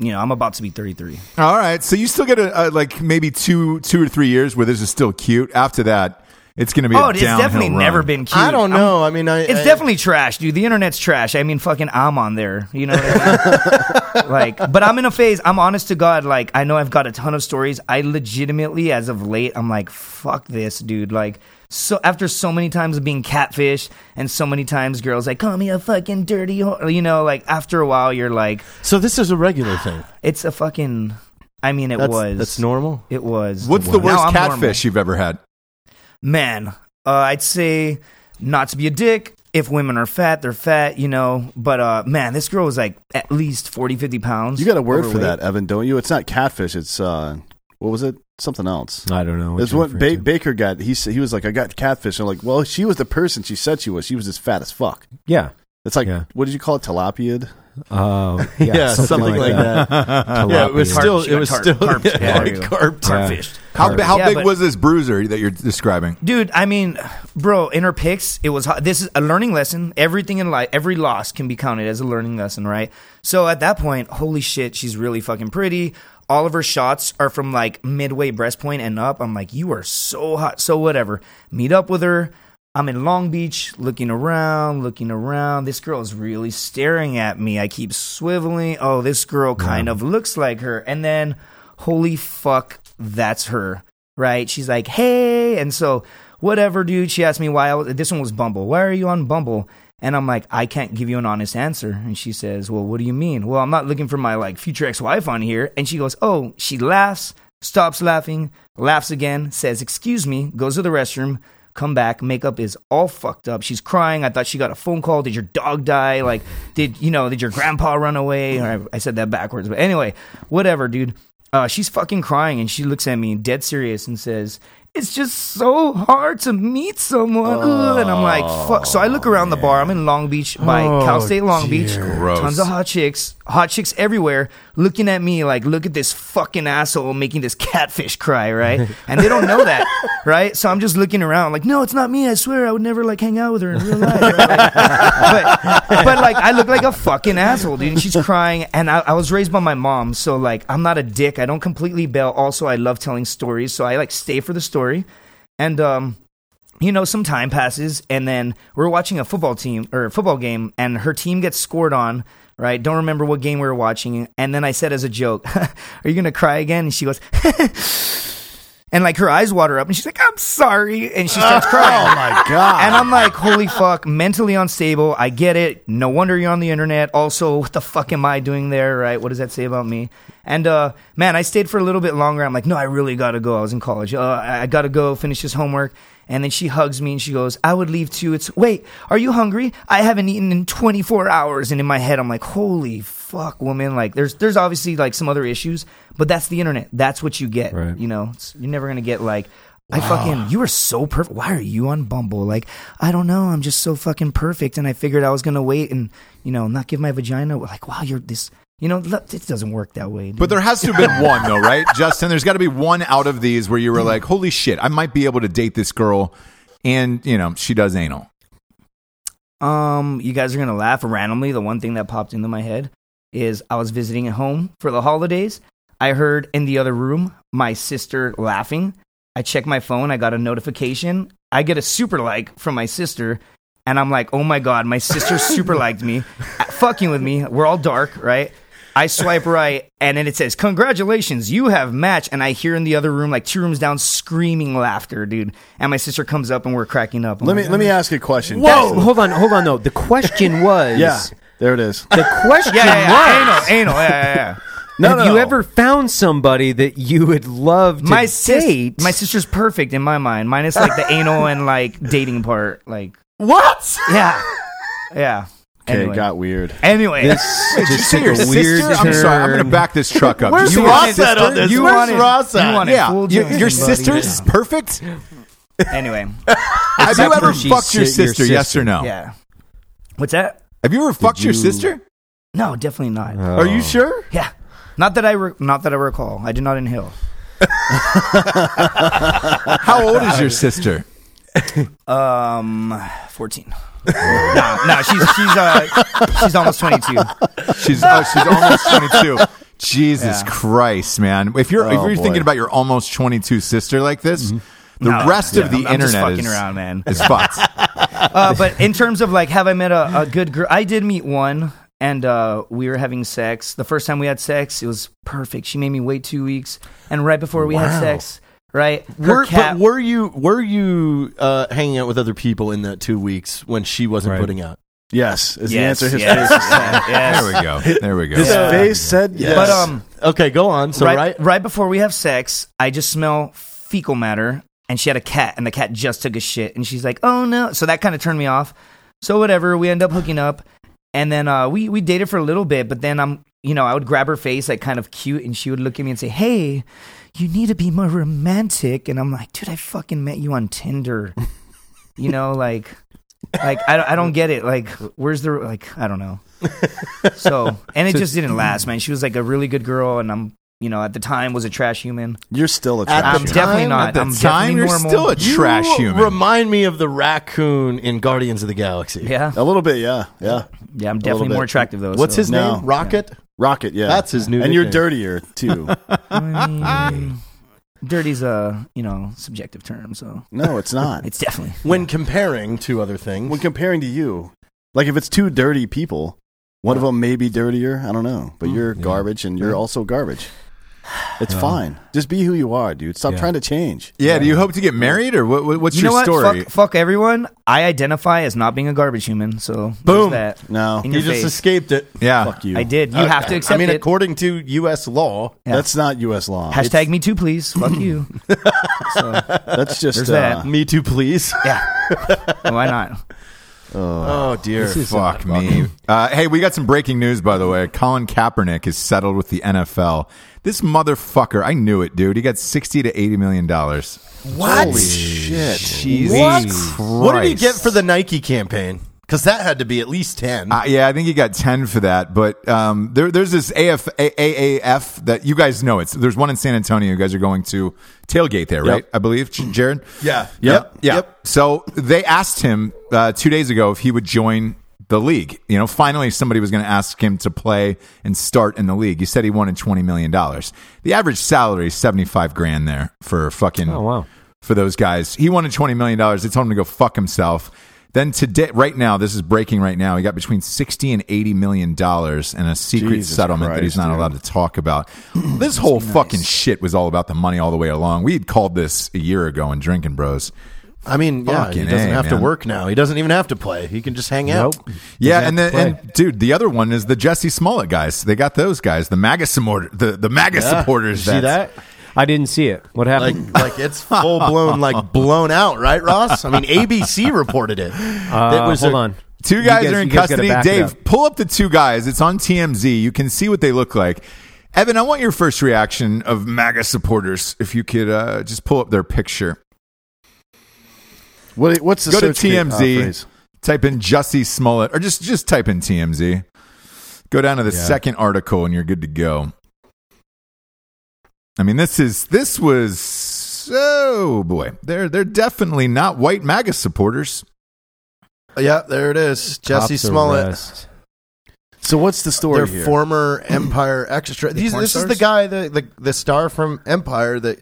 Speaker 6: you know, I'm about to be 33.
Speaker 1: All right, so you still get a, a like maybe two two or three years where this is still cute. After that, it's going to be.
Speaker 6: oh,
Speaker 1: a
Speaker 6: it's
Speaker 1: downhill
Speaker 6: definitely
Speaker 1: run.
Speaker 6: never been cute.
Speaker 5: I don't
Speaker 6: I'm-
Speaker 5: know. Uh, i mean, I,
Speaker 6: it's
Speaker 5: I-
Speaker 6: definitely trash, dude. The internet's trash. I mean, fucking, I'm on there. You know what I
Speaker 5: (laughs)
Speaker 6: mean? like, but I'm in a phase, I'm honest to God, like, I know I've got a ton of stories. I legitimately, as of late, I'm like, fuck this, dude. Like, so after so many times of being catfished and so many times girls like call me a fucking dirty whore, you know, like after a while you're like,
Speaker 5: So this is a regular thing.
Speaker 6: it's a fucking. I mean, it
Speaker 5: That's,
Speaker 6: was.
Speaker 5: that's normal.
Speaker 6: It was.
Speaker 1: What's the
Speaker 6: Now
Speaker 1: worst
Speaker 6: I'm
Speaker 1: catfish
Speaker 6: normal.
Speaker 1: you've ever had?
Speaker 6: Man, uh, I'd say not to be a dick. If women are fat, they're fat, you know. But uh, man, this girl was like at least 40, 50 pounds.
Speaker 4: You got a word for
Speaker 6: overweight.
Speaker 4: that, Evan, don't you? It's not catfish. It's uh, what was it? Something else.
Speaker 2: I don't know.
Speaker 4: It's
Speaker 2: you're
Speaker 4: what ba-
Speaker 2: referring to.
Speaker 4: Baker got. He s- he was like, I got catfish. And I'm like, well, she was the person she said she was. She was just fat as fuck.
Speaker 2: yeah.
Speaker 4: It's like,
Speaker 2: Yeah.
Speaker 4: what did you call it? Tilapia?
Speaker 2: Oh, (laughs)
Speaker 5: Yeah, something, like that. yeah, it was
Speaker 6: Carp-
Speaker 5: still.
Speaker 6: she
Speaker 5: It
Speaker 6: got
Speaker 5: was
Speaker 6: carp-
Speaker 5: still. (laughs)
Speaker 6: carp-
Speaker 5: yeah, Oh
Speaker 6: yeah, there you go.
Speaker 5: carp-
Speaker 2: Yeah.
Speaker 6: Fished.
Speaker 1: How bi- how
Speaker 6: Yeah,
Speaker 1: big
Speaker 6: but-
Speaker 1: was this bruiser that you're describing?
Speaker 6: Dude, I mean, bro, in her picks, it was hot. This is a learning lesson. Everything in life, every loss can be counted as a learning lesson, right? So at that point, holy shit, she's really fucking pretty. All of her shots are from like midway breast point and up. I'm like, you are so hot. So whatever. Meet up with her. I'm in Long Beach, looking around, looking around. This girl is really staring at me. I keep swiveling. Oh, this girl kind of looks like her. And then, holy fuck, that's her right? She's like, hey. And so, whatever, dude. She asked me why I was, this one was Bumble. Why are you on Bumble? And I'm like, I can't give you an honest answer. And she says, well, what do you mean? Well, I'm not looking for my like future ex wife on here. And she goes, oh, she laughs, stops laughing, laughs again, says, excuse me, goes to the restroom. Come back, makeup is all fucked up. She's crying. I thought she got a phone call. Did your dog die? Like, did you know? Did your grandpa run away? Or I, I said that backwards, but anyway, whatever, dude uh, she's fucking crying and she looks at me dead serious and says it's just so hard to meet someone Ugh. and i'm like fuck so i look around the bar i'm in long beach by cal state long beach tons of hot chicks hot chicks everywhere looking at me like look at this fucking asshole making this catfish cry right and they don't know that right so i'm just looking around like no it's not me i swear i would never like hang out with her in real life right? Like, but, but like I look like a fucking asshole, dude. And she's crying. And I, I was raised by my mom, so like I'm not a dick. I don't completely bail. Also, I love telling stories, so I like stay for the story. And um, you know, some time passes, and then we're watching a football team or a football game, and her team gets scored on. Right, don't remember what game we were watching, and then I said as a joke, (laughs) "Are you gonna cry again?" And she goes, (laughs) and like her eyes water up, and she's like, "I'm sorry," and she starts crying.
Speaker 4: My God.
Speaker 6: And I'm like, holy fuck, mentally unstable. I get it. No wonder you're on the internet. Also, what the fuck am I doing there, right? What does that say about me? And uh, man, I stayed for a little bit longer. I'm like, no, I really gotta go. I was in college. Uh, I I gotta go finish this homework. And then she hugs me and she goes, I would leave too. It's, wait, are you hungry? I haven't eaten in 24 hours. And in my head, I'm like, holy fuck, woman. Like, there's, there's obviously like some other issues, but that's the internet. That's what you get.
Speaker 2: Right.
Speaker 6: You know, it's, you're never gonna get like, I fucking, you are so perfect. Why are you on Bumble? Like, I don't know. I'm just so fucking perfect. And I figured I was going to wait and, you know, not give my vagina. Like, wow, you're this, you know, look, it doesn't work that way. dude.
Speaker 1: But there has to have been one though,
Speaker 6: (laughs)
Speaker 1: right, Justin? There's got to be one out of these where you were like, "Holy shit, I might be able to date this girl," and you know she does anal.
Speaker 6: um, you guys are going to laugh randomly. The one thing that popped into my head is I was visiting at home for the holidays. I heard in the other room my sister laughing. I check my phone. I got a notification. I get a super like from my sister. And I'm like, oh my God,
Speaker 4: (laughs)
Speaker 6: my sister super liked me, fucking with me. We're all dark, right? I swipe right, and then it says, Congratulations, you have match. And I hear in the other room, like two rooms down, screaming laughter, dude. And my sister comes up, and we're cracking up. I'm
Speaker 4: let
Speaker 6: like,
Speaker 4: me let me ask you a question.
Speaker 2: (laughs) Whoa! Hold on, hold on. Though the question was,
Speaker 4: Yeah. There it is.
Speaker 2: The question
Speaker 6: (laughs) Yeah, yeah, yeah.
Speaker 2: was,
Speaker 6: anal, anal, yeah, yeah, yeah.
Speaker 4: No,
Speaker 2: have
Speaker 4: no,
Speaker 2: you
Speaker 4: no.
Speaker 2: ever found somebody that you would love to
Speaker 6: my sis,
Speaker 2: date?
Speaker 6: my sister's perfect in my mind, minus like the anal and like dating part. Like
Speaker 1: What?
Speaker 6: yeah, yeah.
Speaker 4: Okay,
Speaker 6: anyway,
Speaker 4: got weird.
Speaker 6: anyway,
Speaker 2: (laughs) this
Speaker 1: Wait, did you
Speaker 2: just
Speaker 1: say
Speaker 2: took
Speaker 1: your
Speaker 2: a weird
Speaker 1: sister? I'm sorry. I'm going to
Speaker 2: turn.
Speaker 1: back this truck up.
Speaker 6: Where's
Speaker 1: Did you
Speaker 6: Ross
Speaker 1: want
Speaker 6: at on Oh, this?
Speaker 1: You
Speaker 6: Where's
Speaker 1: wanted-
Speaker 6: Ross
Speaker 1: you
Speaker 6: at?
Speaker 1: wanted
Speaker 6: Yeah.
Speaker 1: full
Speaker 6: Your-
Speaker 1: Johnson,
Speaker 6: your
Speaker 1: buddy.
Speaker 6: sister's
Speaker 1: Yeah. perfect.
Speaker 6: anyway,
Speaker 1: Have you
Speaker 2: Except
Speaker 1: ever
Speaker 2: for she's
Speaker 1: fucked your
Speaker 2: si- your
Speaker 1: sister? Yes
Speaker 2: sister.
Speaker 1: or no?
Speaker 6: yeah. What's that?
Speaker 1: Have you ever fucked your
Speaker 4: you-
Speaker 1: sister?
Speaker 6: No, definitely not.
Speaker 1: Are you sure?
Speaker 6: yeah, not that I re- not that I recall. I did not inhale.
Speaker 1: How old is your sister?
Speaker 6: Um, fourteen. (laughs) no, no, she's she's uh she's almost twenty two.
Speaker 1: She's oh, she's
Speaker 6: (laughs)
Speaker 1: almost 22. Jesus
Speaker 6: Yeah.
Speaker 1: Christ, man! If you're if
Speaker 4: Oh,
Speaker 1: you're
Speaker 4: boy.
Speaker 1: thinking about your almost 22 sister like this, the
Speaker 6: Mm-hmm. No,
Speaker 1: rest
Speaker 6: yeah,
Speaker 1: of the
Speaker 6: I'm- I'm just
Speaker 1: internet
Speaker 6: fucking
Speaker 1: is
Speaker 6: around, man.
Speaker 1: is
Speaker 6: (laughs)
Speaker 1: fucked.
Speaker 6: Uh, but in terms of like, have I met a, a good girl? I did meet one, and uh, we were having sex. The first time we had sex, it was perfect. She made me wait two weeks, and right before we had sex, right, her
Speaker 5: Were,
Speaker 6: cat-
Speaker 5: but were you were you uh, hanging out with other people in that two weeks when she wasn't
Speaker 2: Right.
Speaker 5: putting out?
Speaker 4: Yes, is
Speaker 6: Yes,
Speaker 4: the answer. His
Speaker 6: yes,
Speaker 4: face.
Speaker 6: yes, yes.
Speaker 1: There we go. There we go.
Speaker 4: His face said yes.
Speaker 6: But um,
Speaker 5: Okay, go on. So
Speaker 6: right,
Speaker 5: right,
Speaker 6: right, before we have sex, I just smell fecal matter, and she had a cat, and the cat just took a shit, and she's like, "Oh no!" So that kind of turned me off. So whatever, we end up hooking up, and then uh, we we dated for a little bit, but then I'm, you know, I would grab her face like kind of cute, and she would look at me and say, "Hey, you need to be more romantic," and I'm like, "Dude, I fucking met you on Tinder," (laughs) you know, like. Like I, don't- I don't get it. Like where's the like I don't know. So and it just didn't last, man. She was like a really good girl, and I'm you know at the time was a trash human.
Speaker 4: You're still a
Speaker 5: At
Speaker 4: trash.
Speaker 5: the
Speaker 6: I'm
Speaker 4: human.
Speaker 6: definitely
Speaker 5: time-
Speaker 6: not.
Speaker 1: At the time,
Speaker 6: I'm definitely
Speaker 1: you're
Speaker 6: normal.
Speaker 1: still a
Speaker 5: You
Speaker 1: trash human.
Speaker 5: Remind me of the raccoon in Guardians of the Galaxy.
Speaker 6: (laughs) Yeah,
Speaker 4: a little bit, yeah, yeah.
Speaker 6: yeah. I'm definitely
Speaker 5: bit.
Speaker 6: more attractive though.
Speaker 5: What's
Speaker 6: so.
Speaker 5: his
Speaker 4: No.
Speaker 5: name? Rocket.
Speaker 4: Rocket, yeah.
Speaker 5: That's his new
Speaker 4: And you're
Speaker 5: nickname.
Speaker 4: dirtier
Speaker 5: (laughs)
Speaker 4: too.
Speaker 6: I mean, dirty's a you know subjective term, so
Speaker 4: no, it's not.
Speaker 6: it's definitely
Speaker 5: When comparing to other things,
Speaker 4: when comparing to you, like if it's two dirty people, one of them may be dirtier. I don't know, but you're garbage, and you're also garbage. It's fine. Just be who you are, dude. Stop
Speaker 2: Yeah.
Speaker 4: trying to change.
Speaker 1: yeah. Do you hope to get married or what, what- what's
Speaker 6: you
Speaker 1: your
Speaker 6: know what?
Speaker 1: story?
Speaker 6: Fuck, fuck everyone. I identify as not being a garbage human. So there's
Speaker 5: Boom.
Speaker 6: that
Speaker 4: No,
Speaker 6: in
Speaker 5: you
Speaker 6: your
Speaker 5: just
Speaker 6: face.
Speaker 5: escaped it.
Speaker 1: Yeah.
Speaker 4: fuck you.
Speaker 6: I did. You have to
Speaker 5: Okay.
Speaker 6: accept
Speaker 5: I mean,
Speaker 6: it.
Speaker 5: according to U.S. law,
Speaker 6: Yeah.
Speaker 4: That's not U.S. law.
Speaker 6: Hashtag me too, please. Fuck
Speaker 5: (laughs)
Speaker 6: you. so,
Speaker 4: That's just
Speaker 6: There's
Speaker 4: uh, (laughs)
Speaker 6: that.
Speaker 5: me too, please.
Speaker 6: yeah. Why not?
Speaker 5: (laughs) Oh dear.
Speaker 1: Fuck me. (laughs) Uh, hey, we got some breaking news, by the way. Colin Kaepernick is settled with the NFL. This motherfucker, I knew it, dude. He got sixty to eighty million dollars.
Speaker 5: What?
Speaker 4: shit.
Speaker 1: Jesus
Speaker 5: What?
Speaker 1: Christ.
Speaker 5: What did he get for the Nike campaign? Because that had to be at least ten.
Speaker 1: Uh, yeah, I think he got ten for that. But um, there, there's this AF, A- AAF that you guys know. It's there's one in San Antonio. You guys are going to tailgate there, right? I believe, J- Jared.
Speaker 5: Yeah.
Speaker 1: Yep.
Speaker 5: Yep.
Speaker 1: Yeah.
Speaker 5: Yep.
Speaker 1: So they asked him uh, two days ago if he would join the league. You know, finally somebody was going to ask him to play and start in the league. He said he wanted twenty million dollars. The average salary is seventy five grand there for fucking
Speaker 2: Oh, wow.
Speaker 1: for those guys. He wanted twenty million dollars. They told him to go fuck himself. Then today, right now, this is breaking right now. He got between sixty and eighty million dollars in a secret
Speaker 4: Jesus
Speaker 1: settlement that he's
Speaker 4: Christ,
Speaker 1: not
Speaker 4: dude.
Speaker 1: allowed to talk about. This whole fucking shit was all about the money all the way along. We had called this a year ago in Drinking Bros.
Speaker 5: I mean, yeah, he
Speaker 1: Fucking
Speaker 5: doesn't
Speaker 1: A,
Speaker 5: have to
Speaker 1: man.
Speaker 5: work now. He doesn't even have to play. He can just hang out.
Speaker 1: Yeah,
Speaker 2: have
Speaker 1: and
Speaker 2: to
Speaker 1: then
Speaker 2: play.
Speaker 1: and dude, the other one is the Jesse Smollett guys. They got those guys, the MAGA supporter, the the MAGA supporters.
Speaker 5: See
Speaker 1: that's-
Speaker 5: that?
Speaker 2: I didn't see it. What
Speaker 5: Like,
Speaker 2: happened?
Speaker 5: like it's full blown, like blown out, right, Ross? I mean, ABC reported it.
Speaker 2: uh,
Speaker 5: That was
Speaker 2: hold
Speaker 5: a-
Speaker 2: on.
Speaker 1: Two
Speaker 2: You
Speaker 1: guys, are in
Speaker 2: you gotta
Speaker 1: custody.
Speaker 2: back it
Speaker 1: Dave,
Speaker 2: up.
Speaker 1: pull up the two guys. It's on TMZ. You can see what they look like. Evan, I want your first reaction of MAGA supporters. If you could uh, just pull up their picture,
Speaker 4: What, what's the
Speaker 1: Go to
Speaker 4: search ca- uh,
Speaker 1: TMZ.
Speaker 4: phrase?
Speaker 1: type in Jussie Smollett, or just just type in TMZ. Go down to the second article, and you're good to go. I mean, this is this was oh boy, they're they're definitely not white MAGA supporters.
Speaker 5: Yeah, there it is. Jesse
Speaker 2: Cops
Speaker 5: Smollett,
Speaker 2: arrest.
Speaker 4: So what's the story
Speaker 5: their
Speaker 4: here?
Speaker 5: former Empire extra. These,
Speaker 4: porn
Speaker 5: this is the
Speaker 4: stars?
Speaker 5: guy, the, the the star from Empire that.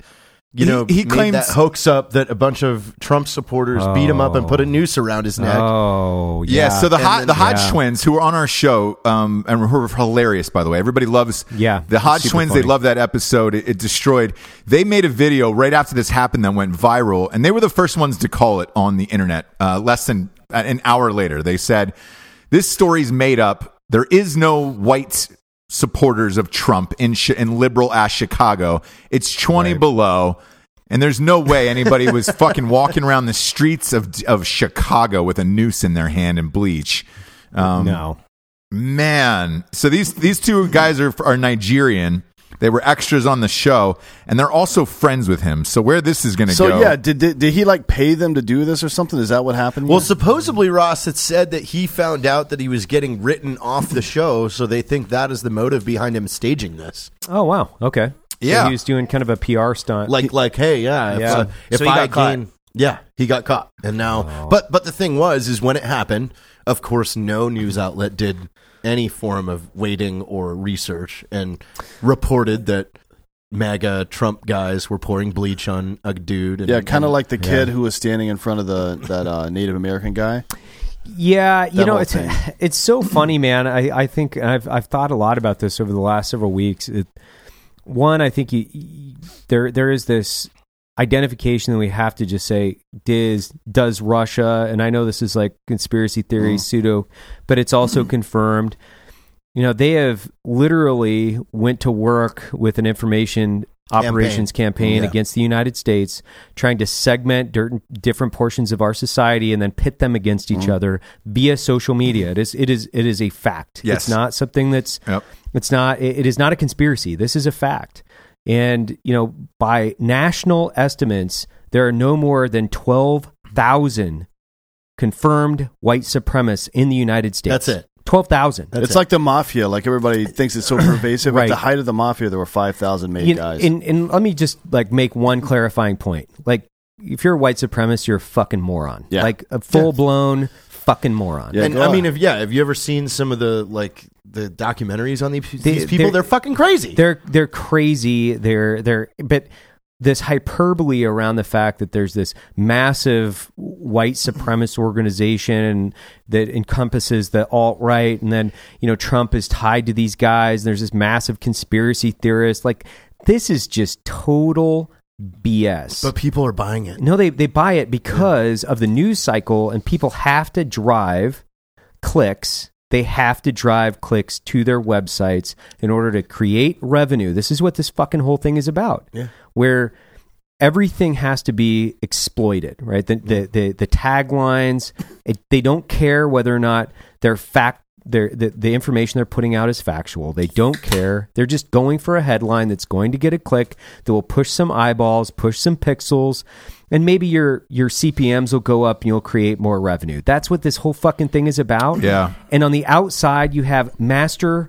Speaker 5: You
Speaker 1: He-
Speaker 5: know,
Speaker 1: he
Speaker 5: made
Speaker 1: claims-
Speaker 5: that hoax up that a bunch of Trump supporters beat him up and put a noose around his neck.
Speaker 2: Oh
Speaker 1: Yeah.
Speaker 2: yeah.
Speaker 1: so the
Speaker 5: And
Speaker 1: Hod-
Speaker 5: then-
Speaker 1: the Hodge
Speaker 2: yeah.
Speaker 1: twins who were on our show um, and who were hilarious by the way. Everybody loves
Speaker 2: Yeah,
Speaker 1: the Hodge
Speaker 2: super
Speaker 1: twins. They
Speaker 2: funny.
Speaker 1: love that episode. It, it destroyed. They made a video right after this happened that went viral, and they were the first ones to call uh, it on the internet. Uh, less than an hour later, they said this story's made up. There is no white supporters of Trump in Chi- in liberal ass Chicago. It's twenty below, and there's no way anybody
Speaker 2: (laughs)
Speaker 1: was fucking walking around the streets of of Chicago with a noose in their hand and bleach. Um,
Speaker 2: no.
Speaker 1: Man, so these these two guys are are Nigerian. They were extras on the show, and they're also friends with him. So where this is going to
Speaker 4: So
Speaker 1: go?
Speaker 4: yeah, did, did did he like pay them to do this or something? Is that what happened?
Speaker 5: Well,
Speaker 4: here?
Speaker 5: supposedly Ross had said that he found out that he was getting written off the show, so they think that is the motive behind him staging this.
Speaker 2: Oh wow. Okay. So
Speaker 1: Yeah.
Speaker 2: he was doing kind of a PR stunt.
Speaker 5: (laughs) Like, like, hey, yeah, if,
Speaker 2: Yeah.
Speaker 5: uh, if
Speaker 6: So he
Speaker 5: I
Speaker 6: got caught.
Speaker 5: gain, yeah, he got caught, and
Speaker 2: Oh.
Speaker 5: now, but but the thing was, is when it happened, of course, no news outlet did any form of waiting or research, and reported that MAGA Trump guys were pouring bleach on a dude. And,
Speaker 4: yeah, kind of
Speaker 5: and-
Speaker 4: like the kid who was standing in front of the that uh, Native American guy.
Speaker 2: Yeah, you
Speaker 4: That
Speaker 2: know
Speaker 4: whole
Speaker 2: it's
Speaker 4: thing.
Speaker 2: (laughs) it's so funny, man. I I think and I've I've thought a lot about this over the last several weeks. It, one, I think you, you- there there is this identification that we have to just say does does Russia and I know this is like conspiracy theory pseudo, but it's also confirmed. You know they have literally went to work with an information operations campaign
Speaker 5: Yeah.
Speaker 2: against the United States, trying to segment dirt, different portions of our society and then pit them against
Speaker 5: Mm-hmm.
Speaker 2: each other via social media. It is it is it is a fact.
Speaker 1: Yes.
Speaker 2: It's not something that's
Speaker 1: Yep.
Speaker 2: it's not it- it is not a conspiracy. This is a fact. And you know, by national estimates, there are no more than 12,000 confirmed white supremacists in the United States.
Speaker 5: That's it.
Speaker 2: 12,000.
Speaker 5: That's
Speaker 4: it's
Speaker 5: it.
Speaker 4: like the mafia. Like everybody
Speaker 2: (coughs)
Speaker 4: thinks it's so pervasive.
Speaker 2: Right.
Speaker 4: At the height of the mafia, there were five thousand made
Speaker 2: You-
Speaker 4: guys.
Speaker 2: And, and let me just like make one clarifying point. Like, if you're a white supremacist, you're a fucking moron.
Speaker 4: Yeah.
Speaker 2: Like a full blown fucking moron.
Speaker 4: Yeah,
Speaker 5: and
Speaker 4: go
Speaker 5: I
Speaker 4: on.
Speaker 5: mean, if yeah, have you ever seen some of the like the documentaries on these,
Speaker 2: They-
Speaker 5: these people?
Speaker 2: they're-
Speaker 5: They're, fucking crazy.
Speaker 2: They're they're crazy. They're they're but this hyperbole around the fact that there's this massive white supremacist organization that encompasses the alt right, and then you know Trump is tied to these guys. And there's this massive conspiracy theorist. Like this is just total BS.
Speaker 5: but people are buying it.
Speaker 2: No, they they buy it because of the news cycle, and people have to drive clicks. They have to drive clicks to their websites in order to create revenue. This is what this fucking whole thing is about.
Speaker 5: Yeah.
Speaker 2: Where everything has to be exploited, right? The the the, the taglines, it, they don't care whether or not they're fact their the, the information they're putting out is factual. They don't care. They're just going for a headline that's going to get a click that will push some eyeballs, push some pixels, and maybe your your CPMs will go up and you'll create more revenue. That's what this whole fucking thing is about.
Speaker 1: Yeah.
Speaker 2: And on the outside you have master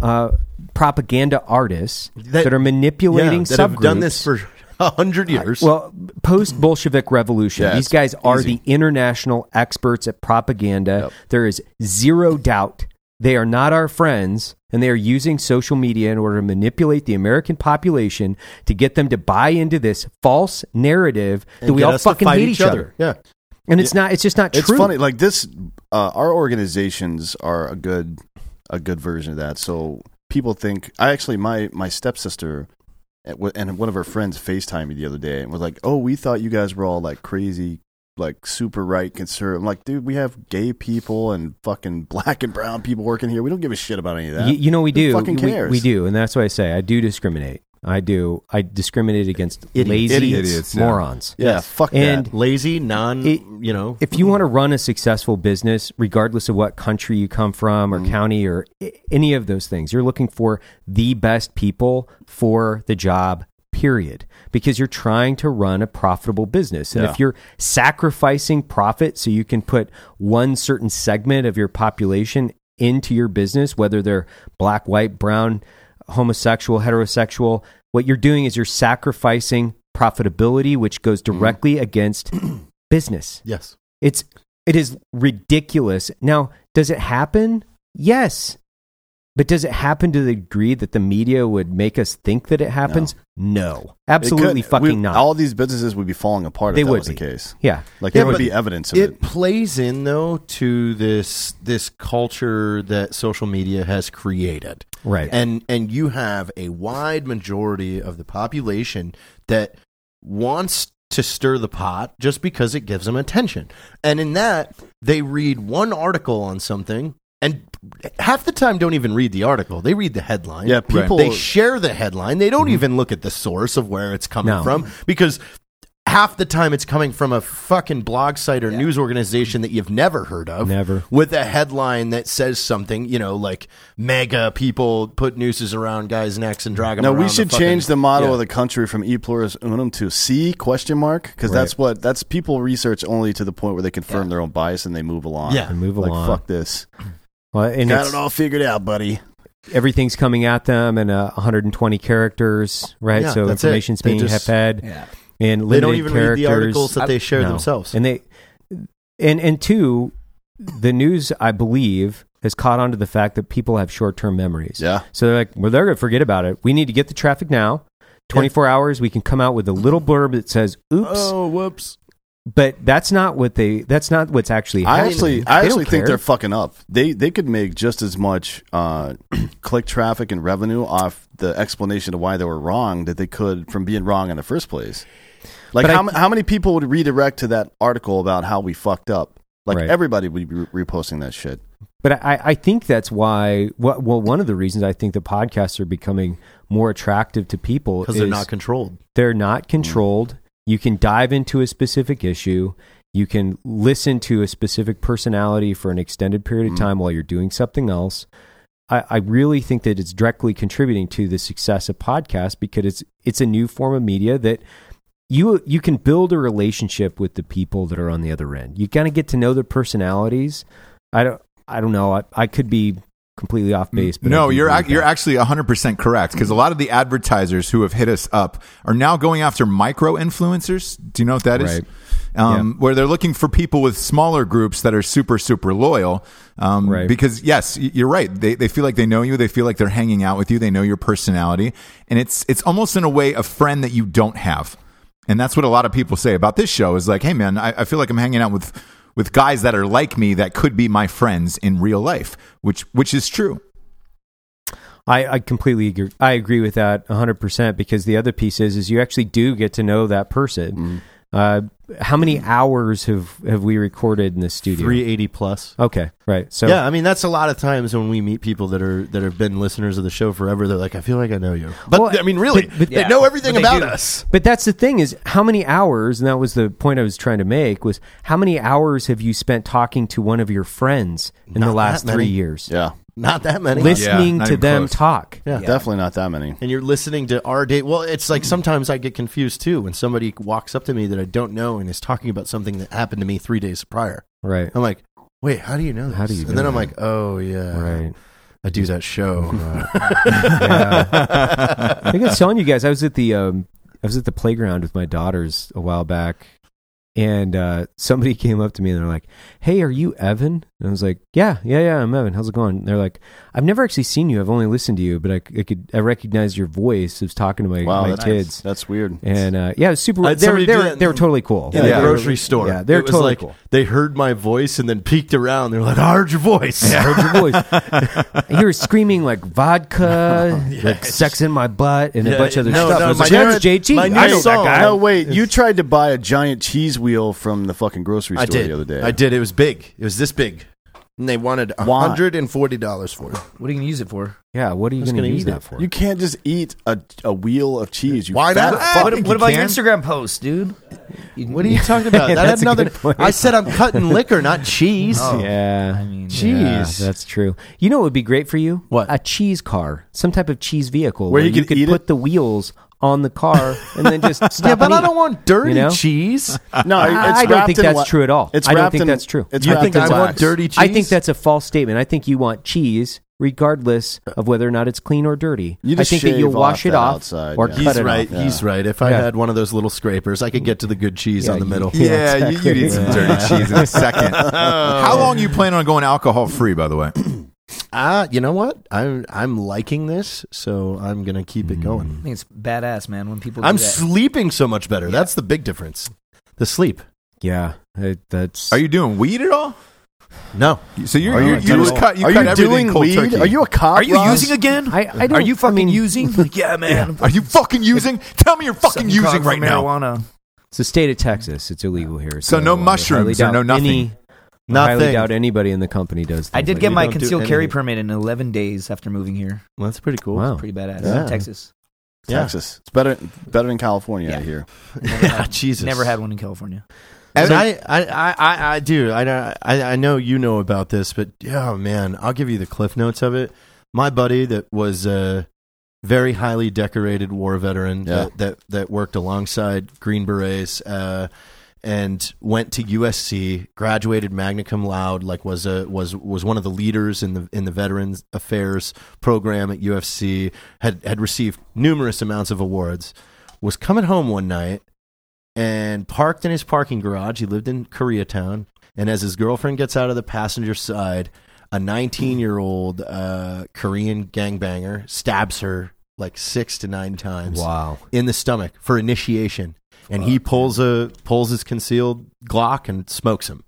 Speaker 2: uh, propaganda artists that,
Speaker 5: That-
Speaker 2: are manipulating
Speaker 5: yeah, that
Speaker 2: subgroups.
Speaker 5: have done this for (laughs) a hundred years.
Speaker 2: Well, post Bolshevik revolution,
Speaker 4: Yeah,
Speaker 2: these
Speaker 4: it's
Speaker 2: guys are the international experts at propaganda. There is zero doubt they are not our friends, and they are using social media in order to manipulate the American population to get them to buy into this false narrative that
Speaker 5: And
Speaker 2: we
Speaker 5: get
Speaker 2: all
Speaker 5: us to
Speaker 2: fucking
Speaker 5: fight
Speaker 2: hate each other.
Speaker 5: Yeah,
Speaker 2: And it's not. It's just not
Speaker 4: it's
Speaker 2: true.
Speaker 4: funny. Like this, uh, our organizations are a good a good version of that. So people think. I actually my my stepsister and wa- and one of her friends FaceTimed me the other day and was like, "Oh, we thought you guys were all like crazy." Like super right conservative. I'm like, dude, we have gay people and fucking (laughs) black and brown people working here. We don't give a shit about any of that.
Speaker 2: You, you know we
Speaker 4: Who
Speaker 2: do.
Speaker 4: fucking
Speaker 2: We-
Speaker 4: cares?
Speaker 2: We, do, and that's why I say I do discriminate. I do. I discriminate against lazy
Speaker 1: Idiots. Idiots, yeah.
Speaker 2: morons.
Speaker 4: Yeah, fuck
Speaker 2: And-
Speaker 4: that.
Speaker 5: lazy, non,
Speaker 2: It-
Speaker 5: you know,
Speaker 2: if you want to run a successful business, regardless of what country you come from or county or i- any of those things, you're looking for the best people for the job, period. Because you're trying to run a profitable business. And if you're sacrificing profit so you can put one certain segment of your population into your business, whether they're black, white, brown, homosexual, heterosexual, what you're doing is you're sacrificing profitability, which goes directly against business.
Speaker 5: yes,
Speaker 2: It's it is ridiculous. Now, does it happen? Yes. But does it happen to the degree that the media would make us think that it happens? No.
Speaker 4: It
Speaker 2: Absolutely
Speaker 4: could-
Speaker 2: fucking
Speaker 4: we-
Speaker 2: not.
Speaker 4: All these businesses would be falling apart.
Speaker 2: They
Speaker 4: if that
Speaker 2: would
Speaker 4: was
Speaker 2: be.
Speaker 4: the case.
Speaker 2: yeah.
Speaker 4: Like
Speaker 5: Yeah,
Speaker 4: there would
Speaker 5: but
Speaker 4: be evidence of it.
Speaker 5: it plays in though to this this culture that social media has created.
Speaker 2: Right.
Speaker 5: and and you have a wide majority of the population that wants to stir the pot just because it gives them attention and in that they read one article on something and half the time don't even read the article. They read the headline.
Speaker 4: Yeah, people-
Speaker 5: They Mm-hmm. share the headline. They don't even look at the source of where it's coming
Speaker 2: No.
Speaker 5: from because half the time it's coming from a fucking blog site or news organization that you've never heard of.
Speaker 2: Never.
Speaker 5: With a headline that says something, you know, like mega people put nooses around guys' necks and drag them
Speaker 4: No,
Speaker 5: around
Speaker 4: we should
Speaker 5: fucking-
Speaker 4: change the motto
Speaker 5: Yeah.
Speaker 4: of the country from E pluribus unum to C question mark because that's what that's people research only to the point where they confirm their own bias and they move along.
Speaker 5: Yeah.
Speaker 2: And move
Speaker 4: like
Speaker 2: along.
Speaker 4: fuck this.
Speaker 2: Well, and
Speaker 4: Got
Speaker 2: it's-
Speaker 4: it all figured out, buddy.
Speaker 2: everything's coming at them in uh, 120 characters, right?
Speaker 5: Yeah,
Speaker 2: so
Speaker 5: that's it.
Speaker 2: information's
Speaker 5: They
Speaker 2: being
Speaker 5: just-
Speaker 2: fed
Speaker 6: Yeah.
Speaker 2: and
Speaker 5: They
Speaker 2: limited
Speaker 5: don't even read
Speaker 2: characters.
Speaker 5: the articles that they share
Speaker 2: No.
Speaker 5: themselves.
Speaker 2: And they and and two, the news I believe has caught on to the fact that people have short-term memories.
Speaker 4: Yeah.
Speaker 2: So they're like, well, they're going to forget about it. We need to get the traffic now. 24 hours, we can come out with a little blurb that says, oops.
Speaker 5: Oh.
Speaker 4: Oh,
Speaker 5: whoops.
Speaker 2: But that's not what they, that's not what's actually
Speaker 4: I
Speaker 2: happening.
Speaker 4: actually,
Speaker 2: They
Speaker 4: I
Speaker 2: don't
Speaker 4: actually think
Speaker 2: care.
Speaker 4: they're fucking up. They they could make just as much uh, (clears throat) click traffic and revenue off the explanation of why they were wrong that they could from being wrong in the first place. Like
Speaker 2: But I-
Speaker 4: how, m- how many people would redirect to that article about how we fucked up? Like
Speaker 2: Right.
Speaker 4: everybody would be re- reposting that shit.
Speaker 2: But I, I think that's why. Well, well, one of the reasons I think the podcasts are becoming more attractive to people
Speaker 5: Because
Speaker 2: is
Speaker 5: they're not controlled.
Speaker 2: they're
Speaker 1: Hmm.
Speaker 2: not controlled. You can dive into a specific issue. You can listen to a specific personality for an extended period
Speaker 1: Hmm.
Speaker 2: of time while you're doing something else. I, I really think that it's directly contributing to the success of podcasts because it's it's a new form of media that you you can build a relationship with the people that are on the other end. You kind of get to know their personalities. I don't I don't know. I, I could be completely off base. But I
Speaker 1: Mm, No,
Speaker 2: do
Speaker 1: you're
Speaker 2: believe
Speaker 1: ac- you're
Speaker 2: that.
Speaker 1: actually 100% correct because a lot of the advertisers who have hit us up are now going after micro influencers. Do you know what that is?
Speaker 2: Right.
Speaker 1: Um, Where they're looking for people with smaller groups that are super super loyal. Um,
Speaker 2: Right.
Speaker 1: Because yes, y- you're right. They they feel like they know you. They feel like they're hanging out with you. They know your personality, and it's it's almost in a way a friend that you don't have. And that's what a lot of people say about this show is like, hey man, I, I feel like I'm hanging out with with guys that are like me that could be my friends in real life, which which is true.
Speaker 2: I, I completely agree. I agree with that 100% because the other piece is is you actually do get to know that person. Uh, how many hours have, have we recorded in the studio?
Speaker 5: 380 plus.
Speaker 2: Okay, right. So
Speaker 5: yeah, I mean that's a lot of times when we meet people that are that have been listeners of the show forever. They're like, I feel like I know you, but
Speaker 2: Well,
Speaker 5: I mean, really,
Speaker 2: but- but-
Speaker 5: they
Speaker 6: Yeah.
Speaker 5: know everything
Speaker 6: But they
Speaker 5: about
Speaker 6: do.
Speaker 5: us.
Speaker 2: But that's the thing is how many hours, and that was the point I was trying to make, was how many hours have you spent talking to one of your friends in
Speaker 5: Not
Speaker 2: the last
Speaker 5: that
Speaker 2: three
Speaker 5: many.
Speaker 2: years?
Speaker 4: Yeah,
Speaker 5: Not that many.
Speaker 1: Yeah,
Speaker 2: Listening
Speaker 1: not
Speaker 2: to
Speaker 1: even
Speaker 2: them
Speaker 1: close.
Speaker 2: talk.
Speaker 5: Yeah.
Speaker 4: definitely not that many.
Speaker 5: and you're listening to our date. Well, it's like sometimes I get confused too when somebody walks up to me that I don't know and is talking about something that happened to me three days prior.
Speaker 2: Right.
Speaker 5: I'm like, wait, how do you know? This?
Speaker 2: How do you
Speaker 5: And
Speaker 2: know
Speaker 5: then I'm
Speaker 2: that?
Speaker 5: like, oh yeah,
Speaker 2: Right.
Speaker 5: I do that
Speaker 2: (laughs)
Speaker 5: show.
Speaker 2: I think I was telling you guys I was at the um, I was at the playground with my daughters a while back, and uh, somebody (laughs) came up to me and they're like, "Hey, are you Evan?" And I was like, "Yeah, yeah, yeah, I'm Evan. How's it going?" And they're like, "I've never actually seen you. I've only listened to you, but I, c- I could I recognize your voice. I was talking to my,
Speaker 4: Wow,
Speaker 2: my
Speaker 4: that's
Speaker 2: kids."
Speaker 4: That's weird.
Speaker 2: And uh, yeah, it was super.
Speaker 5: I
Speaker 2: They
Speaker 5: had
Speaker 2: were,
Speaker 5: somebody
Speaker 2: they,
Speaker 5: do
Speaker 2: were,
Speaker 5: that
Speaker 2: they were
Speaker 5: in-
Speaker 2: totally cool.
Speaker 5: in
Speaker 1: Yeah.
Speaker 5: the grocery store.
Speaker 2: Yeah, they're
Speaker 5: It was
Speaker 2: totally
Speaker 5: like,
Speaker 2: cool.
Speaker 5: They heard my voice and then peeked around. They were like, I heard your voice.
Speaker 2: (laughs) I heard your voice.
Speaker 5: (laughs)
Speaker 2: you were screaming like vodka, like
Speaker 5: Yes.
Speaker 2: sex in my butt, and a
Speaker 5: Yeah,
Speaker 2: bunch of other
Speaker 5: no,
Speaker 2: stuff.
Speaker 5: no,
Speaker 2: I was
Speaker 5: my
Speaker 2: like, "That's
Speaker 5: Jared-
Speaker 2: JG.
Speaker 5: my
Speaker 2: I
Speaker 5: new
Speaker 2: know that
Speaker 5: song-
Speaker 2: guy."
Speaker 4: no, wait, you tried to buy a giant cheese wheel from the fucking grocery store
Speaker 5: I did.
Speaker 4: the other day.
Speaker 5: I did. It was big. It was this big. And they wanted a
Speaker 4: Why?
Speaker 2: (laughs)
Speaker 5: $140 for it.
Speaker 6: What are you gonna use it for?
Speaker 2: Yeah, what are you
Speaker 5: was
Speaker 2: going to
Speaker 5: gonna
Speaker 2: use
Speaker 5: eat
Speaker 2: that
Speaker 5: it.
Speaker 2: for?
Speaker 4: You can't just eat a, a wheel of cheese. You
Speaker 5: Why
Speaker 4: fat
Speaker 5: not? Ah,
Speaker 4: fuck.
Speaker 1: I
Speaker 6: What,
Speaker 1: think
Speaker 6: what
Speaker 1: you
Speaker 6: about your
Speaker 1: can.
Speaker 6: Instagram post, dude? You-
Speaker 5: What are
Speaker 6: (laughs)
Speaker 5: you talking
Speaker 2: (laughs)
Speaker 5: about? That
Speaker 2: That's
Speaker 5: had
Speaker 2: a
Speaker 5: nothing.
Speaker 2: good point. Oh.
Speaker 5: I said I'm cutting liquor, not cheese.
Speaker 2: yeah.
Speaker 6: I mean,
Speaker 5: Jeez.
Speaker 2: Yeah, that's true. You know what would be great for you?
Speaker 5: What?
Speaker 2: A cheese car, some type of cheese vehicle
Speaker 4: Where you could
Speaker 2: could
Speaker 4: eat
Speaker 2: put
Speaker 4: it?
Speaker 2: the wheels on the car and then just stop
Speaker 5: Yeah, but
Speaker 2: and
Speaker 5: I
Speaker 2: eat.
Speaker 5: don't want dirty
Speaker 2: You know? (laughs)
Speaker 5: cheese.
Speaker 4: No,
Speaker 2: I-
Speaker 4: it's
Speaker 2: I don't
Speaker 4: wrapped
Speaker 2: think
Speaker 4: in
Speaker 2: that's
Speaker 4: wa-
Speaker 2: true at all.
Speaker 4: It's
Speaker 2: I don't
Speaker 4: wrapped
Speaker 2: think
Speaker 4: in-
Speaker 2: that's true.
Speaker 4: It's
Speaker 5: You
Speaker 4: wrapped
Speaker 5: think
Speaker 4: in
Speaker 5: I
Speaker 4: wax.
Speaker 5: want dirty cheese?
Speaker 2: I think that's a false statement. I think you want cheese regardless of whether or not it's clean or dirty.
Speaker 4: You just
Speaker 2: I think that you'll
Speaker 4: shave
Speaker 2: wash
Speaker 4: off
Speaker 2: it
Speaker 4: that
Speaker 2: off
Speaker 4: outside,
Speaker 2: or
Speaker 4: yeah.
Speaker 2: cut
Speaker 5: He's
Speaker 2: it
Speaker 5: right.
Speaker 2: off.
Speaker 5: He's right. If I
Speaker 2: Yeah.
Speaker 5: had one of those little scrapers, I could get to the good cheese on the middle.
Speaker 1: Yeah,
Speaker 2: (laughs) Yeah,
Speaker 1: you, you need some dirty cheese in a
Speaker 4: (laughs)
Speaker 1: second. How long you plan on going alcohol free? By the way,
Speaker 5: Ah, you know what? I'm I'm liking this, so I'm gonna keep it
Speaker 6: I
Speaker 5: going.
Speaker 6: think it's badass, man. When people
Speaker 5: I'm
Speaker 6: do that.
Speaker 5: sleeping so much better. That's the big difference. The sleep.
Speaker 2: Yeah, it- that's.
Speaker 1: are you doing weed at all?
Speaker 5: No,
Speaker 1: So you're,
Speaker 4: Are
Speaker 1: you
Speaker 4: you
Speaker 1: you just
Speaker 4: doing-
Speaker 1: cut you
Speaker 4: are
Speaker 1: cut
Speaker 4: you
Speaker 1: everything
Speaker 4: doing
Speaker 1: cold
Speaker 4: weed?
Speaker 1: turkey.
Speaker 4: Are you a cop?
Speaker 6: Are you
Speaker 4: Ross?
Speaker 6: using again?
Speaker 2: I- I
Speaker 6: Are
Speaker 2: don't-
Speaker 6: you
Speaker 2: I
Speaker 6: fucking
Speaker 2: mean- (laughs)
Speaker 6: using? Like, yeah, man.
Speaker 1: Are you fucking using? Tell me you're fucking
Speaker 6: Sucking cock
Speaker 1: using
Speaker 6: for
Speaker 1: right now.
Speaker 6: marijuana.
Speaker 2: It's the state of Texas. It's illegal here.
Speaker 1: So no
Speaker 2: I highly
Speaker 1: mushrooms or
Speaker 2: doubt
Speaker 1: no nothing.
Speaker 2: any- I highly
Speaker 5: Nothing.
Speaker 2: doubt anybody in the company does.
Speaker 6: I
Speaker 2: things
Speaker 6: did
Speaker 2: like
Speaker 6: get
Speaker 2: that.
Speaker 6: my
Speaker 5: don't do
Speaker 6: concealed carry
Speaker 5: anything.
Speaker 6: permit in 11 days after moving here.
Speaker 5: Well, that's pretty cool.
Speaker 2: Wow.
Speaker 6: Pretty badass.
Speaker 4: Yeah.
Speaker 6: In Texas.
Speaker 5: Yeah.
Speaker 4: Texas. It's better better than California
Speaker 6: Yeah.
Speaker 4: out here.
Speaker 5: (laughs)
Speaker 6: Never
Speaker 5: Yeah,
Speaker 6: had-
Speaker 5: Jesus.
Speaker 6: Never had one in California.
Speaker 5: And I, I, I, I, I do. I, know- I, I know you know about this, but yeah, man, I'll give you the cliff notes of it. My buddy that was a very highly decorated war veteran
Speaker 4: Yeah.
Speaker 5: that, that that worked alongside Green Berets uh, and went to USC, graduated magna cum laude, like was a was was one of the leaders in the in the Veterans Affairs program at UFC. Had had received numerous amounts of awards. Was coming home one night and parked in his parking garage. He lived in Koreatown. And as his girlfriend gets out of the passenger side, a 19 year old uh, Korean gangbanger stabs her like six to nine times
Speaker 2: Wow.
Speaker 5: in the stomach for initiation. And he pulls a pulls his concealed Glock and smokes him.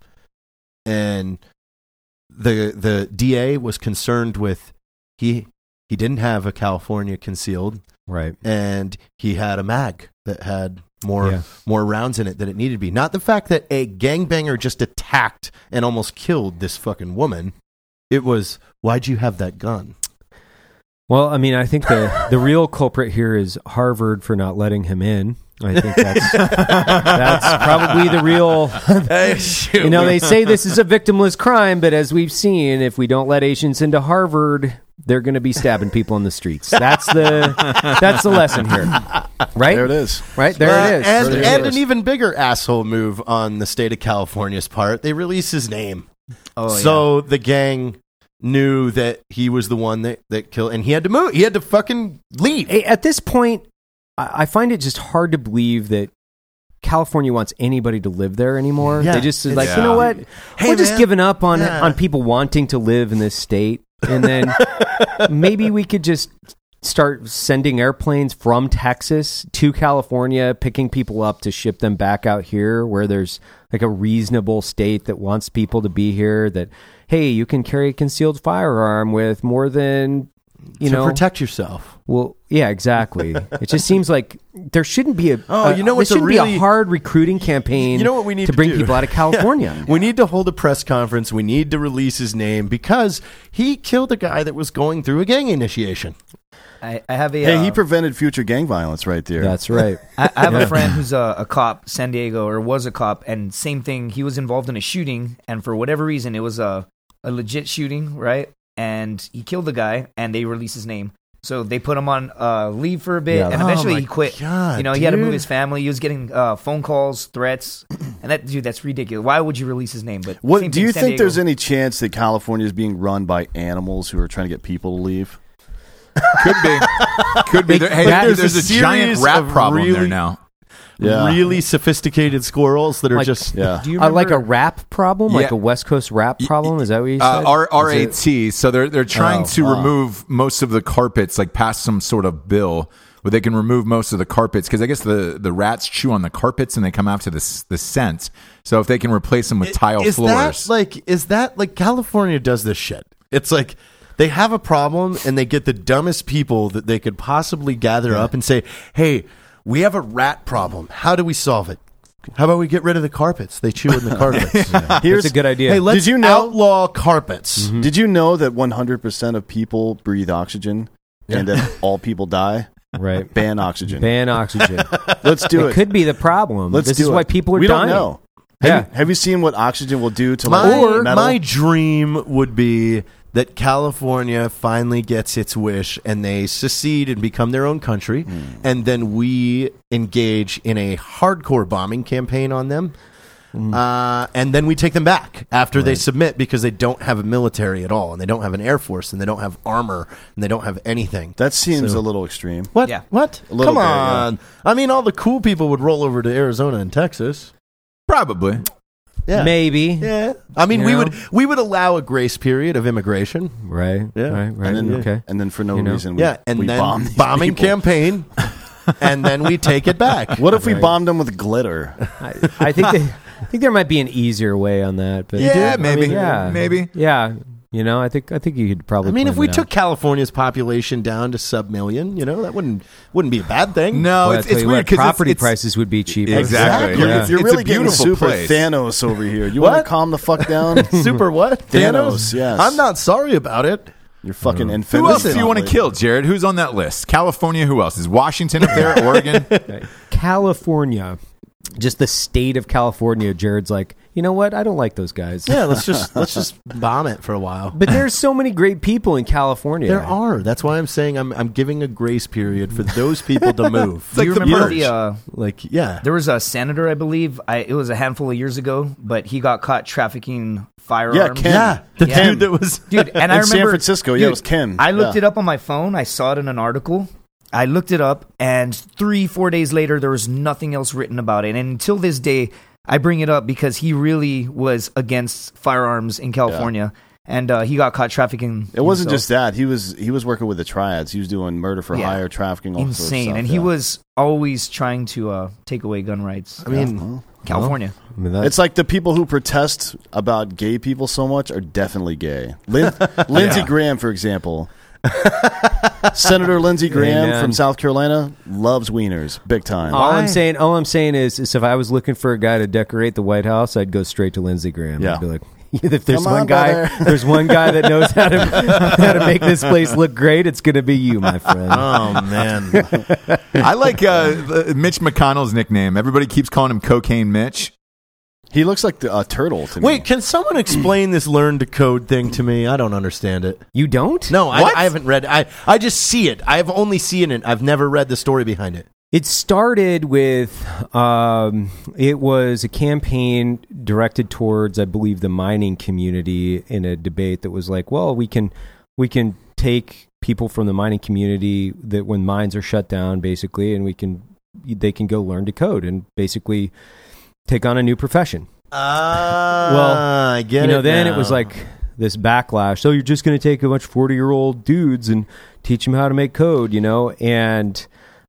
Speaker 5: And the the DA was concerned with he he didn't have a California concealed
Speaker 2: Right.
Speaker 5: and he had a mag that had more
Speaker 2: Yeah.
Speaker 5: more rounds in it than it needed to be. Not the fact that a gangbanger just attacked and almost killed this fucking woman. It was why'd you have that gun?
Speaker 2: Well, I mean, I think the the real culprit here is Harvard for not letting him in. I think
Speaker 1: (laughs)
Speaker 2: that's that's probably the real. you know, they say this is a victimless crime, but as we've seen, if we don't let Asians into Harvard, they're going to be stabbing people on the streets. That's the that's the
Speaker 1: (laughs)
Speaker 2: lesson here, right?
Speaker 4: There it is.
Speaker 2: Right there it is.
Speaker 5: Uh, And,
Speaker 2: There it
Speaker 5: and
Speaker 2: is.
Speaker 5: an even bigger asshole move on the state of California's part. They release his name.
Speaker 6: Oh, yeah.
Speaker 5: so the gang knew that he was the one that, that killed and he had to move he had to fucking leave.
Speaker 2: Hey, at this point, I I find it just hard to believe that California wants anybody to live there anymore.
Speaker 5: Yeah.
Speaker 2: they just is
Speaker 5: It's-
Speaker 2: like, you know what?
Speaker 5: Hey,
Speaker 2: We're just
Speaker 5: man.
Speaker 2: giving up on
Speaker 5: Yeah.
Speaker 2: on people wanting to live in this state, and
Speaker 5: (laughs)
Speaker 2: then maybe we could just start sending airplanes from Texas to California, picking people up to ship them back out here, where there's like a reasonable state that wants people to be here. That hey, you can carry a concealed firearm with more than you
Speaker 5: to
Speaker 2: know
Speaker 5: protect yourself.
Speaker 2: well, yeah, exactly. it just seems like there shouldn't be a
Speaker 5: (laughs) Oh,
Speaker 2: a-
Speaker 5: you know
Speaker 2: there
Speaker 5: what's a
Speaker 2: shouldn't be
Speaker 5: really-
Speaker 2: a hard recruiting campaign.
Speaker 5: You know what we need
Speaker 2: to bring
Speaker 5: do?
Speaker 2: people out of California.
Speaker 5: (laughs) Yeah. We need to hold a press conference. We need to release his name because he killed a guy that was going through a gang initiation.
Speaker 6: I, I have a.
Speaker 4: Hey, he
Speaker 6: uh,
Speaker 4: prevented future gang violence right there.
Speaker 2: That's
Speaker 5: (laughs)
Speaker 2: right.
Speaker 6: I, I have a friend who's a, a cop, San Diego, or was a cop, and same thing. He was involved in a shooting, and for whatever reason, it was a, a legit shooting, right? And he killed the guy, and they released his name. So they put him on uh, leave for a bit,
Speaker 2: Yeah.
Speaker 6: and
Speaker 5: Oh
Speaker 6: eventually
Speaker 5: my
Speaker 6: he quit.
Speaker 5: God,
Speaker 6: you know, he had to move
Speaker 5: dude.
Speaker 6: his family. He was getting uh, phone calls, threats, (clears throat) and that dude, that's ridiculous. Why would you release his name? But
Speaker 4: (laughs) What
Speaker 6: same
Speaker 4: do
Speaker 6: thing,
Speaker 4: you
Speaker 6: San
Speaker 4: think
Speaker 6: Diego.
Speaker 4: there's any chance that California is being run by animals who are trying to get people to leave?
Speaker 1: Could be. Could be. There, hey,
Speaker 2: That
Speaker 1: there's,
Speaker 2: is
Speaker 1: a,
Speaker 5: a
Speaker 1: giant
Speaker 5: series
Speaker 1: rat
Speaker 5: of
Speaker 1: problem there
Speaker 5: really-
Speaker 1: now.
Speaker 4: Yeah.
Speaker 5: Really sophisticated squirrels that are
Speaker 2: Like-
Speaker 5: just
Speaker 4: Yeah.
Speaker 6: Do you
Speaker 2: Uh, like a
Speaker 6: remember-
Speaker 2: rap problem, like
Speaker 1: Yeah.
Speaker 2: a West Coast rap problem. Is that what you said?
Speaker 1: Uh, R-
Speaker 2: Is it-
Speaker 1: RAT. So they're they're trying
Speaker 2: Oh,
Speaker 1: to
Speaker 2: wow.
Speaker 1: remove most of the carpets, like pass some sort of bill where they can remove most of the carpets because I guess the, the rats chew on the carpets and they come after the s- the scent. So if they can replace
Speaker 4: (laughs)
Speaker 1: them with tile
Speaker 5: is
Speaker 1: floors,
Speaker 5: That, like, is that like California does this shit? It's like they have a problem and they get the dumbest people that they could possibly gather up and say, "Hey, we have a rat problem. How do we solve it? How about we get rid of the carpets? They chew
Speaker 4: (laughs)
Speaker 5: in the carpets.
Speaker 2: That's a good idea.
Speaker 5: Hey, let's
Speaker 4: Did you know-
Speaker 5: outlaw carpets.
Speaker 4: (laughs) Did you know that 100% of people breathe oxygen and that all people die?
Speaker 2: right.
Speaker 4: Ban oxygen.
Speaker 2: Ban oxygen.
Speaker 5: (laughs)
Speaker 4: Let's do
Speaker 2: it
Speaker 4: it.
Speaker 2: could be the problem.
Speaker 4: Let's
Speaker 2: this
Speaker 4: do
Speaker 2: is
Speaker 4: it.
Speaker 2: why people are
Speaker 4: we
Speaker 2: dying.
Speaker 4: don't know.
Speaker 2: Yeah.
Speaker 4: Have, you, have you seen what oxygen will do to
Speaker 5: My,
Speaker 4: like,
Speaker 5: or
Speaker 4: metal?
Speaker 5: my dream would be that California finally gets its wish and they secede and become their own country, and then we engage in a hardcore bombing campaign on them. Uh, and then we take them back after they submit because they don't have a military at all, and they don't have an air force, and they don't have armor, and they don't have anything.
Speaker 4: that seems a little extreme.
Speaker 5: What?
Speaker 6: Yeah.
Speaker 5: What?
Speaker 4: A little
Speaker 5: Come
Speaker 4: bit, yeah.
Speaker 5: on! I mean, all the cool people would roll over to Arizona and Texas.
Speaker 1: probably.
Speaker 5: Yeah.
Speaker 2: Maybe.
Speaker 5: Yeah. I mean,
Speaker 2: You
Speaker 5: we
Speaker 2: know?
Speaker 5: would we would allow a grace period of immigration.
Speaker 2: Right.
Speaker 5: Yeah.
Speaker 2: Right. Right.
Speaker 4: And then,
Speaker 2: okay.
Speaker 4: and then for no
Speaker 2: You know?
Speaker 4: reason, we,
Speaker 5: yeah, and
Speaker 4: we
Speaker 5: then
Speaker 4: bomb these
Speaker 5: bombing (laughs)
Speaker 4: people.
Speaker 5: campaign, and then we take it back.
Speaker 4: What if we bombed them with glitter?
Speaker 2: I, (laughs) I think they, I think there might be an easier way on that. But
Speaker 1: Yeah,
Speaker 2: I mean,
Speaker 1: maybe.
Speaker 2: yeah.
Speaker 1: Maybe.
Speaker 2: Yeah. You know, I think I think you could probably.
Speaker 5: I mean, if
Speaker 2: plan
Speaker 5: we
Speaker 2: it out.
Speaker 5: took California's population down to sub million, you know, that wouldn't wouldn't be a bad thing.
Speaker 1: No,
Speaker 2: Well, I
Speaker 1: it's,
Speaker 2: tell
Speaker 1: it's
Speaker 2: you
Speaker 1: weird
Speaker 2: what,
Speaker 1: because
Speaker 2: property prices would be cheaper.
Speaker 1: Exactly.
Speaker 4: You're,
Speaker 2: Yeah.
Speaker 1: It's-
Speaker 4: you're
Speaker 1: it's
Speaker 4: really
Speaker 1: a
Speaker 4: getting
Speaker 1: beautiful
Speaker 4: super
Speaker 1: place.
Speaker 4: Thanos over here. You want to
Speaker 5: What?
Speaker 4: calm the fuck down?
Speaker 5: Super (laughs) what?
Speaker 4: Thanos, yes.
Speaker 5: I'm not sorry about it.
Speaker 4: you're fucking
Speaker 1: Who
Speaker 4: infinite.
Speaker 1: else do you want to kill, Jared? Who's on that list? California. Who else is Washington up
Speaker 2: (laughs)
Speaker 1: there? Oregon.
Speaker 2: California, just the state of California. Jared's like, you know what? I don't like those guys.
Speaker 5: Yeah, let's just let's just (laughs) bomb it for a while.
Speaker 2: But there's so many great people in California.
Speaker 5: There are. That's why I'm saying I'm I'm giving a grace period for those people to (laughs) move.
Speaker 1: It's like
Speaker 6: you
Speaker 1: the
Speaker 6: remember
Speaker 1: purge.
Speaker 6: the uh,
Speaker 5: like (laughs) yeah.
Speaker 6: There was a senator, I believe. I, it was a handful of years ago, but he got caught trafficking firearms.
Speaker 4: Ken.
Speaker 5: yeah, the
Speaker 6: Yeah.
Speaker 5: dude that was
Speaker 6: dude. And
Speaker 4: (laughs)
Speaker 6: I
Speaker 4: In
Speaker 6: remember
Speaker 4: San Francisco, yeah, it
Speaker 6: dude,
Speaker 4: was Ken.
Speaker 6: I looked
Speaker 4: Yeah.
Speaker 6: it up on my phone. I saw it in an article. I looked it up, and three, four days later, there was nothing else written about it. And until this day, I bring it up because he really was against firearms in California, and uh, he got caught trafficking.
Speaker 4: It wasn't just that. He was he was working with the triads. He was doing murder for
Speaker 6: Yeah.
Speaker 4: hire, trafficking, all sorts of
Speaker 6: insane,
Speaker 4: stuff,
Speaker 6: and he
Speaker 4: yeah.
Speaker 6: was always trying to uh, take away gun rights.
Speaker 5: I mean,
Speaker 6: California.
Speaker 2: I mean, that-
Speaker 4: It's like the people who protest about gay people so much are definitely gay. Lin-
Speaker 1: (laughs)
Speaker 4: Lindsey Graham, for example. Senator Lindsey Graham
Speaker 2: Amen.
Speaker 4: from South Carolina loves wieners big time.
Speaker 2: all I'm
Speaker 6: Why?
Speaker 2: saying, all I'm saying is, is if I was looking for a guy to decorate the White House, I'd go straight to Lindsey Graham.
Speaker 4: Yeah.
Speaker 2: I'd be like, (laughs) if there's
Speaker 4: Come
Speaker 2: one
Speaker 4: on,
Speaker 2: guy, (laughs)
Speaker 4: brother.
Speaker 2: there's one guy that knows how
Speaker 4: (laughs)
Speaker 2: to how to make this place look great, it's going to be you, my friend.
Speaker 5: oh man,
Speaker 1: I like uh, the- Mitch McConnell's nickname. Everybody keeps calling him Cocaine Mitch.
Speaker 4: He looks like the, a turtle to me.
Speaker 5: Wait, can someone explain this learn to code thing to me? I don't understand it.
Speaker 2: you don't?
Speaker 5: No, I,
Speaker 1: What?
Speaker 5: I haven't read. I I just see it. I've only seen it. I've never read the story behind it.
Speaker 2: It started with um, it was a campaign directed towards, I believe, the mining community in a debate that was like, well, we can we can take people from the mining community that when mines are shut down, basically, and we can they can go learn to code and basically take on a new profession.
Speaker 5: Ah, I get
Speaker 2: you know,
Speaker 5: it
Speaker 2: then it
Speaker 5: now.
Speaker 2: was like this backlash. So you're just going to take a bunch of 40 year old dudes and teach them how to make code, you know, and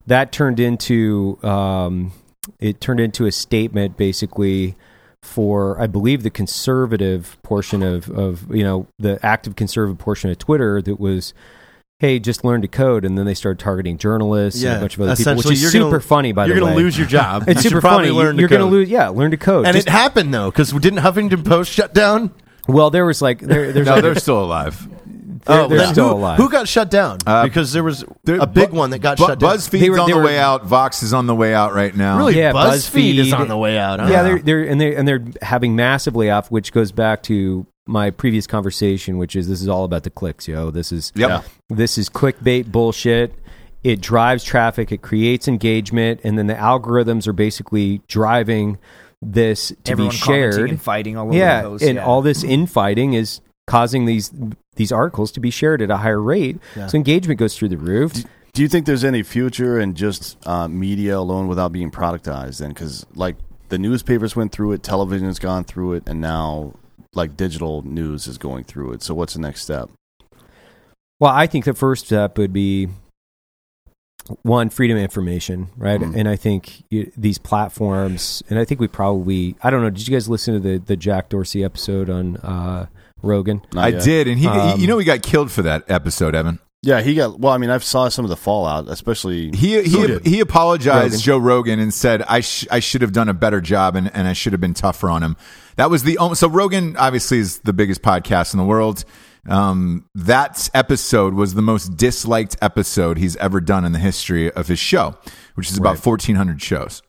Speaker 2: that turned into um, it turned into a statement basically for I believe the conservative portion of of you know the active conservative portion of Twitter that was. Hey, just learn to code, and then they started targeting journalists and a bunch of other people, which
Speaker 5: essentially,
Speaker 2: is
Speaker 5: you're
Speaker 2: super
Speaker 5: gonna-
Speaker 2: funny. By
Speaker 5: you're
Speaker 2: the way,
Speaker 5: gonna lose your job.
Speaker 2: (laughs) It's
Speaker 5: (laughs) You should
Speaker 2: super
Speaker 5: probably
Speaker 2: funny.
Speaker 5: Learn to
Speaker 2: you're gonna
Speaker 5: code.
Speaker 2: lose, yeah, learn to code.
Speaker 5: And
Speaker 2: Just-
Speaker 5: it happened though, because didn't Huffington Post shut down?
Speaker 2: well, there was like there, there's
Speaker 1: No,
Speaker 2: like,
Speaker 1: Oh, they're still alive.
Speaker 2: they're, they're
Speaker 5: Oh, then
Speaker 2: still
Speaker 5: who,
Speaker 2: alive.
Speaker 5: Who got shut down?
Speaker 1: Uh,
Speaker 5: because there was
Speaker 1: They're-
Speaker 5: a big
Speaker 1: Bu-
Speaker 5: one that got
Speaker 1: Bu-
Speaker 5: shut down.
Speaker 1: BuzzFeed's
Speaker 2: They were-
Speaker 1: on
Speaker 2: they
Speaker 1: the
Speaker 2: were-
Speaker 1: way out. Vox is on the way out right now.
Speaker 5: really,
Speaker 2: Yeah,
Speaker 5: BuzzFeed, is
Speaker 2: BuzzFeed-
Speaker 5: on the way out. huh?
Speaker 2: yeah, they're they're and they and they're having massive layoff, which goes back to my previous conversation, which is this is all about the clicks, yo. This is
Speaker 1: Yep.
Speaker 2: this is clickbait bullshit. It drives traffic, it creates engagement, and then the algorithms are basically driving this to
Speaker 6: Everyone
Speaker 2: be
Speaker 6: commenting
Speaker 2: shared.
Speaker 6: and fighting all over
Speaker 2: yeah,
Speaker 6: the post.
Speaker 2: and
Speaker 6: yeah.
Speaker 2: all this infighting is causing these these articles to be shared at a higher rate, so engagement goes through the roof.
Speaker 4: Do you think there's any future in just uh, media alone without being productized? Then, because like the newspapers went through it, television's gone through it, and now like digital news is going through it. So, what's the next step?
Speaker 2: Well, I think the first step would be one freedom of information, right? And I think you, these platforms, and I think we probably, I don't know. Did you guys listen to the the Jack Dorsey episode on uh, Rogan?
Speaker 4: Not
Speaker 1: I
Speaker 4: yet.
Speaker 1: did, and he,
Speaker 2: Um,
Speaker 1: you know, he got killed for that episode, Evan.
Speaker 4: Yeah, he got. Well, I mean, I've saw some of the fallout, especially.
Speaker 1: He he
Speaker 5: did?
Speaker 1: he apologized, Joe Rogan, and said, "I sh- I should have done a better job, and, and I should have been tougher on him." That was the only. So Rogan obviously is the biggest podcast in the world. Um, that episode was the most disliked episode he's ever done in the history of his show, which is about fourteen hundred shows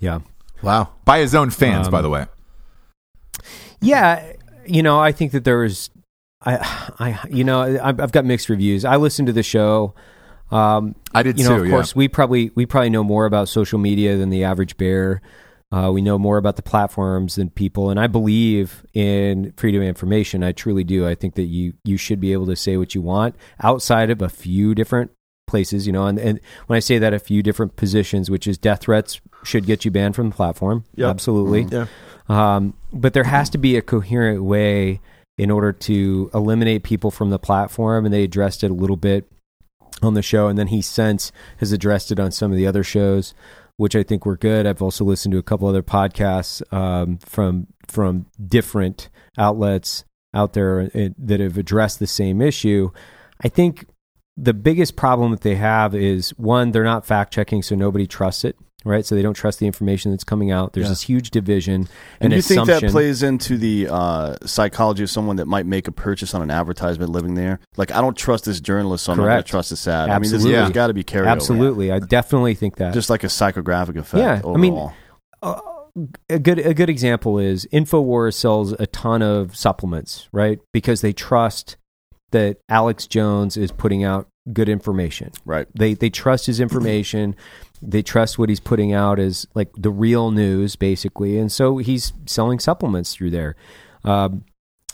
Speaker 2: Yeah,
Speaker 5: wow.
Speaker 1: by his own fans,
Speaker 2: Um,
Speaker 1: by the way.
Speaker 2: yeah. You know, I think that there is, I, I, you know, I've I've got mixed reviews. I listened to the show. Um,
Speaker 1: I did
Speaker 2: you know,
Speaker 1: too.
Speaker 2: of
Speaker 1: yeah.
Speaker 2: course, we probably we probably know more about social media than the average bear. Uh, we know more about the platforms than people, and I believe in freedom of information. I truly do. I think that you you should be able to say what you want outside of a few different places. You know, and, and when I say that, a few different positions, which is death threats should get you banned from the platform.
Speaker 5: Yep.
Speaker 2: Absolutely.
Speaker 5: Yeah.
Speaker 1: Mm-hmm.
Speaker 2: Um, but there has to be a coherent way in order to eliminate people from the platform, and they addressed it a little bit on the show, and then he since has addressed it on some of the other shows, which I think were good. I've also listened to a couple other podcasts um, from from different outlets out there uh, that have addressed the same issue. I think the biggest problem that they have is one, they're not fact checking, so nobody trusts it, right? So they don't trust the information that's coming out. There's this huge division and,
Speaker 4: And you think
Speaker 2: assumption.
Speaker 4: that plays into the uh, psychology of someone that might make a purchase on an advertisement living there? Like, I don't trust this journalist, so I'm not going
Speaker 2: Correct.
Speaker 4: to trust this ad. I mean,
Speaker 2: Absolutely.
Speaker 4: there's, there's got to be carryover.
Speaker 2: Absolutely, I definitely think that.
Speaker 4: Just like a psychographic effect
Speaker 2: Yeah,
Speaker 4: overall.
Speaker 2: I mean, a good a good example is Infowars sells a ton of supplements, right? Because they trust that Alex Jones is putting out good information.
Speaker 4: right.
Speaker 2: They they trust his information. they trust what he's putting out as like the real news, basically. And so he's selling supplements through there. Um,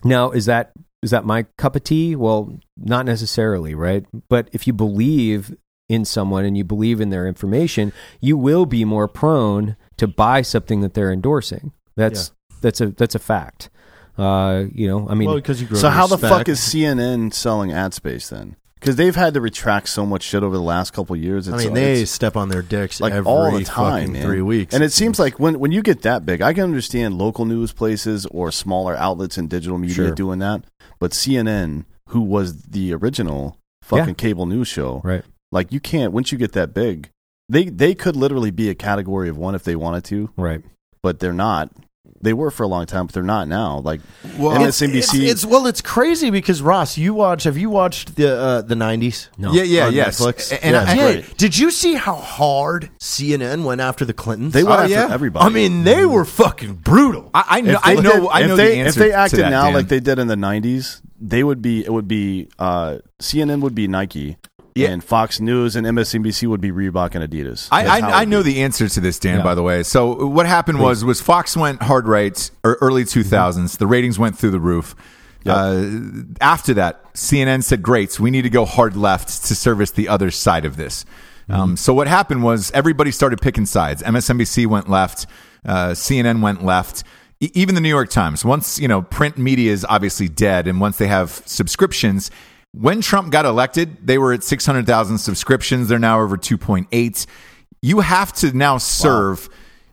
Speaker 2: now, is that is that my cup of tea? Well, not necessarily, right? But if you believe in someone and you believe in their information, you will be more prone to buy something that they're endorsing. That's that's a that's a fact. Uh, you know, I mean,
Speaker 5: well, because you grow
Speaker 4: So how the
Speaker 5: respect.
Speaker 4: fuck is CNN selling ad space then? Because they've had to retract so much shit over the last couple of years.
Speaker 5: I
Speaker 4: It's,
Speaker 5: mean, they
Speaker 4: it's
Speaker 5: step on their dicks
Speaker 4: like
Speaker 5: every
Speaker 4: all the time,
Speaker 5: fucking
Speaker 4: man.
Speaker 5: three weeks,
Speaker 4: And it seems like when when you get that big, I can understand local news places or smaller outlets in digital media
Speaker 2: Sure.
Speaker 4: doing that. But CNN, who was the original fucking
Speaker 2: Yeah.
Speaker 4: cable news show,
Speaker 2: right?
Speaker 4: like you can't. Once you get that big, they they could literally be a category of one if they wanted to,
Speaker 2: Right.
Speaker 4: but they're not. They were for a long time, but they're not now. Like
Speaker 1: Well,
Speaker 5: It's-
Speaker 4: MSNBC.
Speaker 5: It's, it's well, it's crazy because Ross, you watch. Have you watched the uh, the nineties?
Speaker 2: No.
Speaker 1: yeah, yeah,
Speaker 5: on
Speaker 1: yes.
Speaker 5: Netflix.
Speaker 1: A- And
Speaker 4: Yeah,
Speaker 1: I-
Speaker 4: it's
Speaker 5: Yeah.
Speaker 4: great.
Speaker 5: Did you see how hard CNN went after the Clintons?
Speaker 4: they went
Speaker 1: Oh,
Speaker 4: after
Speaker 1: yeah?
Speaker 4: everybody.
Speaker 5: I mean, they were fucking brutal.
Speaker 1: I, I know,
Speaker 4: If
Speaker 1: I
Speaker 4: they
Speaker 1: know,
Speaker 4: did-
Speaker 1: I
Speaker 4: if
Speaker 1: know
Speaker 4: they,
Speaker 1: the answer.
Speaker 4: If they acted
Speaker 1: to that,
Speaker 4: now
Speaker 1: Dan.
Speaker 4: like they did in the '90s, they would be. It would be uh, CNN would be Nike,
Speaker 1: Yeah.
Speaker 4: and Fox News and MSNBC would be Reebok and Adidas.
Speaker 1: I,
Speaker 4: That's how
Speaker 1: I,
Speaker 4: it
Speaker 1: I
Speaker 4: would
Speaker 1: know
Speaker 4: be.
Speaker 1: the answer to this, Dan.
Speaker 2: Yeah.
Speaker 1: By the way, so what happened was was Fox went hard right or early two thousands. The ratings went through the roof. Uh, after that, CNN said, "Great, so we need to go hard left to service the other side of this." Um, so what happened was everybody started picking sides. MSNBC went left, uh, CNN went left. E- Even the New York Times, once you know, print media is obviously dead, and once they have subscriptions, when Trump got elected, they were at 600,000 subscriptions. They're now over 2.8. You have to now serve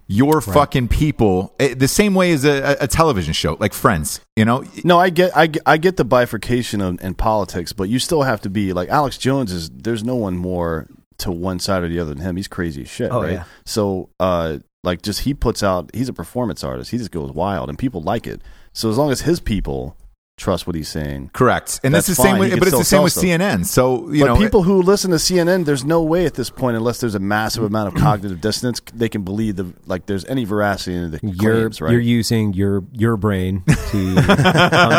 Speaker 1: your fucking people eh, the same way as a, a television show, like Friends. You know,
Speaker 4: No, I get, I get, I get the bifurcation of, in politics, but you still have to be like Alex Jones is. There's no one more to one side or the other than him. He's crazy as shit,
Speaker 6: Oh,
Speaker 4: right?
Speaker 6: yeah.
Speaker 4: So, uh, like, just he puts out. He's a performance artist. He just goes wild, and people like it. So as long as his people trust what he's saying,
Speaker 1: correct. And
Speaker 4: That's
Speaker 1: this is the
Speaker 4: fine.
Speaker 1: same,
Speaker 4: He
Speaker 1: with,
Speaker 4: can
Speaker 1: but it's
Speaker 4: still
Speaker 1: the same
Speaker 4: sell
Speaker 1: with
Speaker 4: stuff.
Speaker 1: CNN. So you
Speaker 4: but
Speaker 1: know,
Speaker 4: people who listen to CNN, there's no way at this point, unless there's
Speaker 2: (clears throat)
Speaker 4: a massive amount of cognitive dissonance, they can believe the like. There's any veracity in the
Speaker 2: You're
Speaker 4: claims, right?
Speaker 2: you're using your your brain to (laughs) come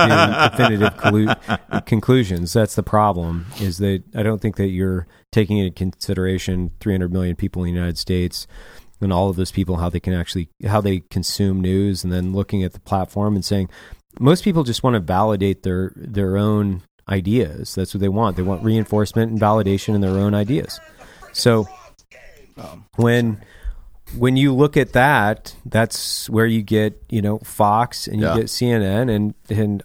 Speaker 2: to definitive collu- conclusions. That's the problem. Is that I don't think that you're taking into consideration 300 million people in the United States and all of those people how they can actually how they consume news, and then looking at the platform and saying most people just want to validate their their own ideas. That's what they want. They want reinforcement and validation in their own ideas. So when when you look at that, that's where you get you know Fox and you
Speaker 4: Yeah.
Speaker 2: get CNN and and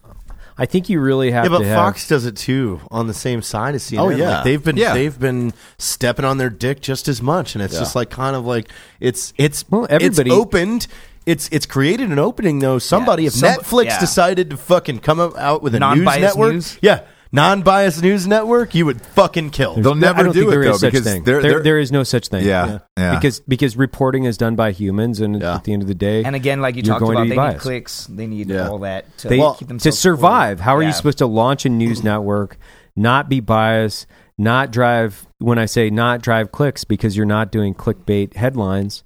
Speaker 2: I think you really have
Speaker 5: yeah, but
Speaker 2: to have
Speaker 5: Fox does it too on the same side as CNN.
Speaker 4: Oh, yeah.
Speaker 5: Like, they've been
Speaker 1: Yeah.
Speaker 5: they've been stepping on their dick just as much, and it's
Speaker 4: Yeah.
Speaker 5: just like kind of like it's it's
Speaker 2: Well, everybody-
Speaker 5: it's opened. It's it's created an opening though. Somebody if
Speaker 6: Some-
Speaker 5: Netflix
Speaker 6: yeah.
Speaker 5: decided to fucking come up- out with a
Speaker 6: Non-biased
Speaker 5: news network,
Speaker 6: news?
Speaker 5: yeah, non-biased news network, you would fucking kill.
Speaker 1: they'll never
Speaker 2: I don't
Speaker 1: do
Speaker 2: think
Speaker 1: it
Speaker 2: there is
Speaker 1: though
Speaker 2: such
Speaker 1: because
Speaker 2: thing.
Speaker 1: they're,
Speaker 2: There-
Speaker 1: they're,
Speaker 2: there is no such thing.
Speaker 1: Yeah, yeah.
Speaker 2: Because because reporting is done by humans, and
Speaker 4: Yeah.
Speaker 2: at the end of the day,
Speaker 6: And again, like you
Speaker 2: you're
Speaker 6: talked
Speaker 2: going
Speaker 6: about,
Speaker 2: to
Speaker 6: they
Speaker 2: be
Speaker 6: need
Speaker 2: biased.
Speaker 6: clicks. They need
Speaker 4: Yeah.
Speaker 6: all that to
Speaker 2: They-
Speaker 6: keep
Speaker 2: to
Speaker 6: themselves
Speaker 2: survive. How are
Speaker 6: Yeah.
Speaker 2: you supposed to launch a news network, not be biased, not drive? When I say not drive clicks, because you're not doing clickbait headlines,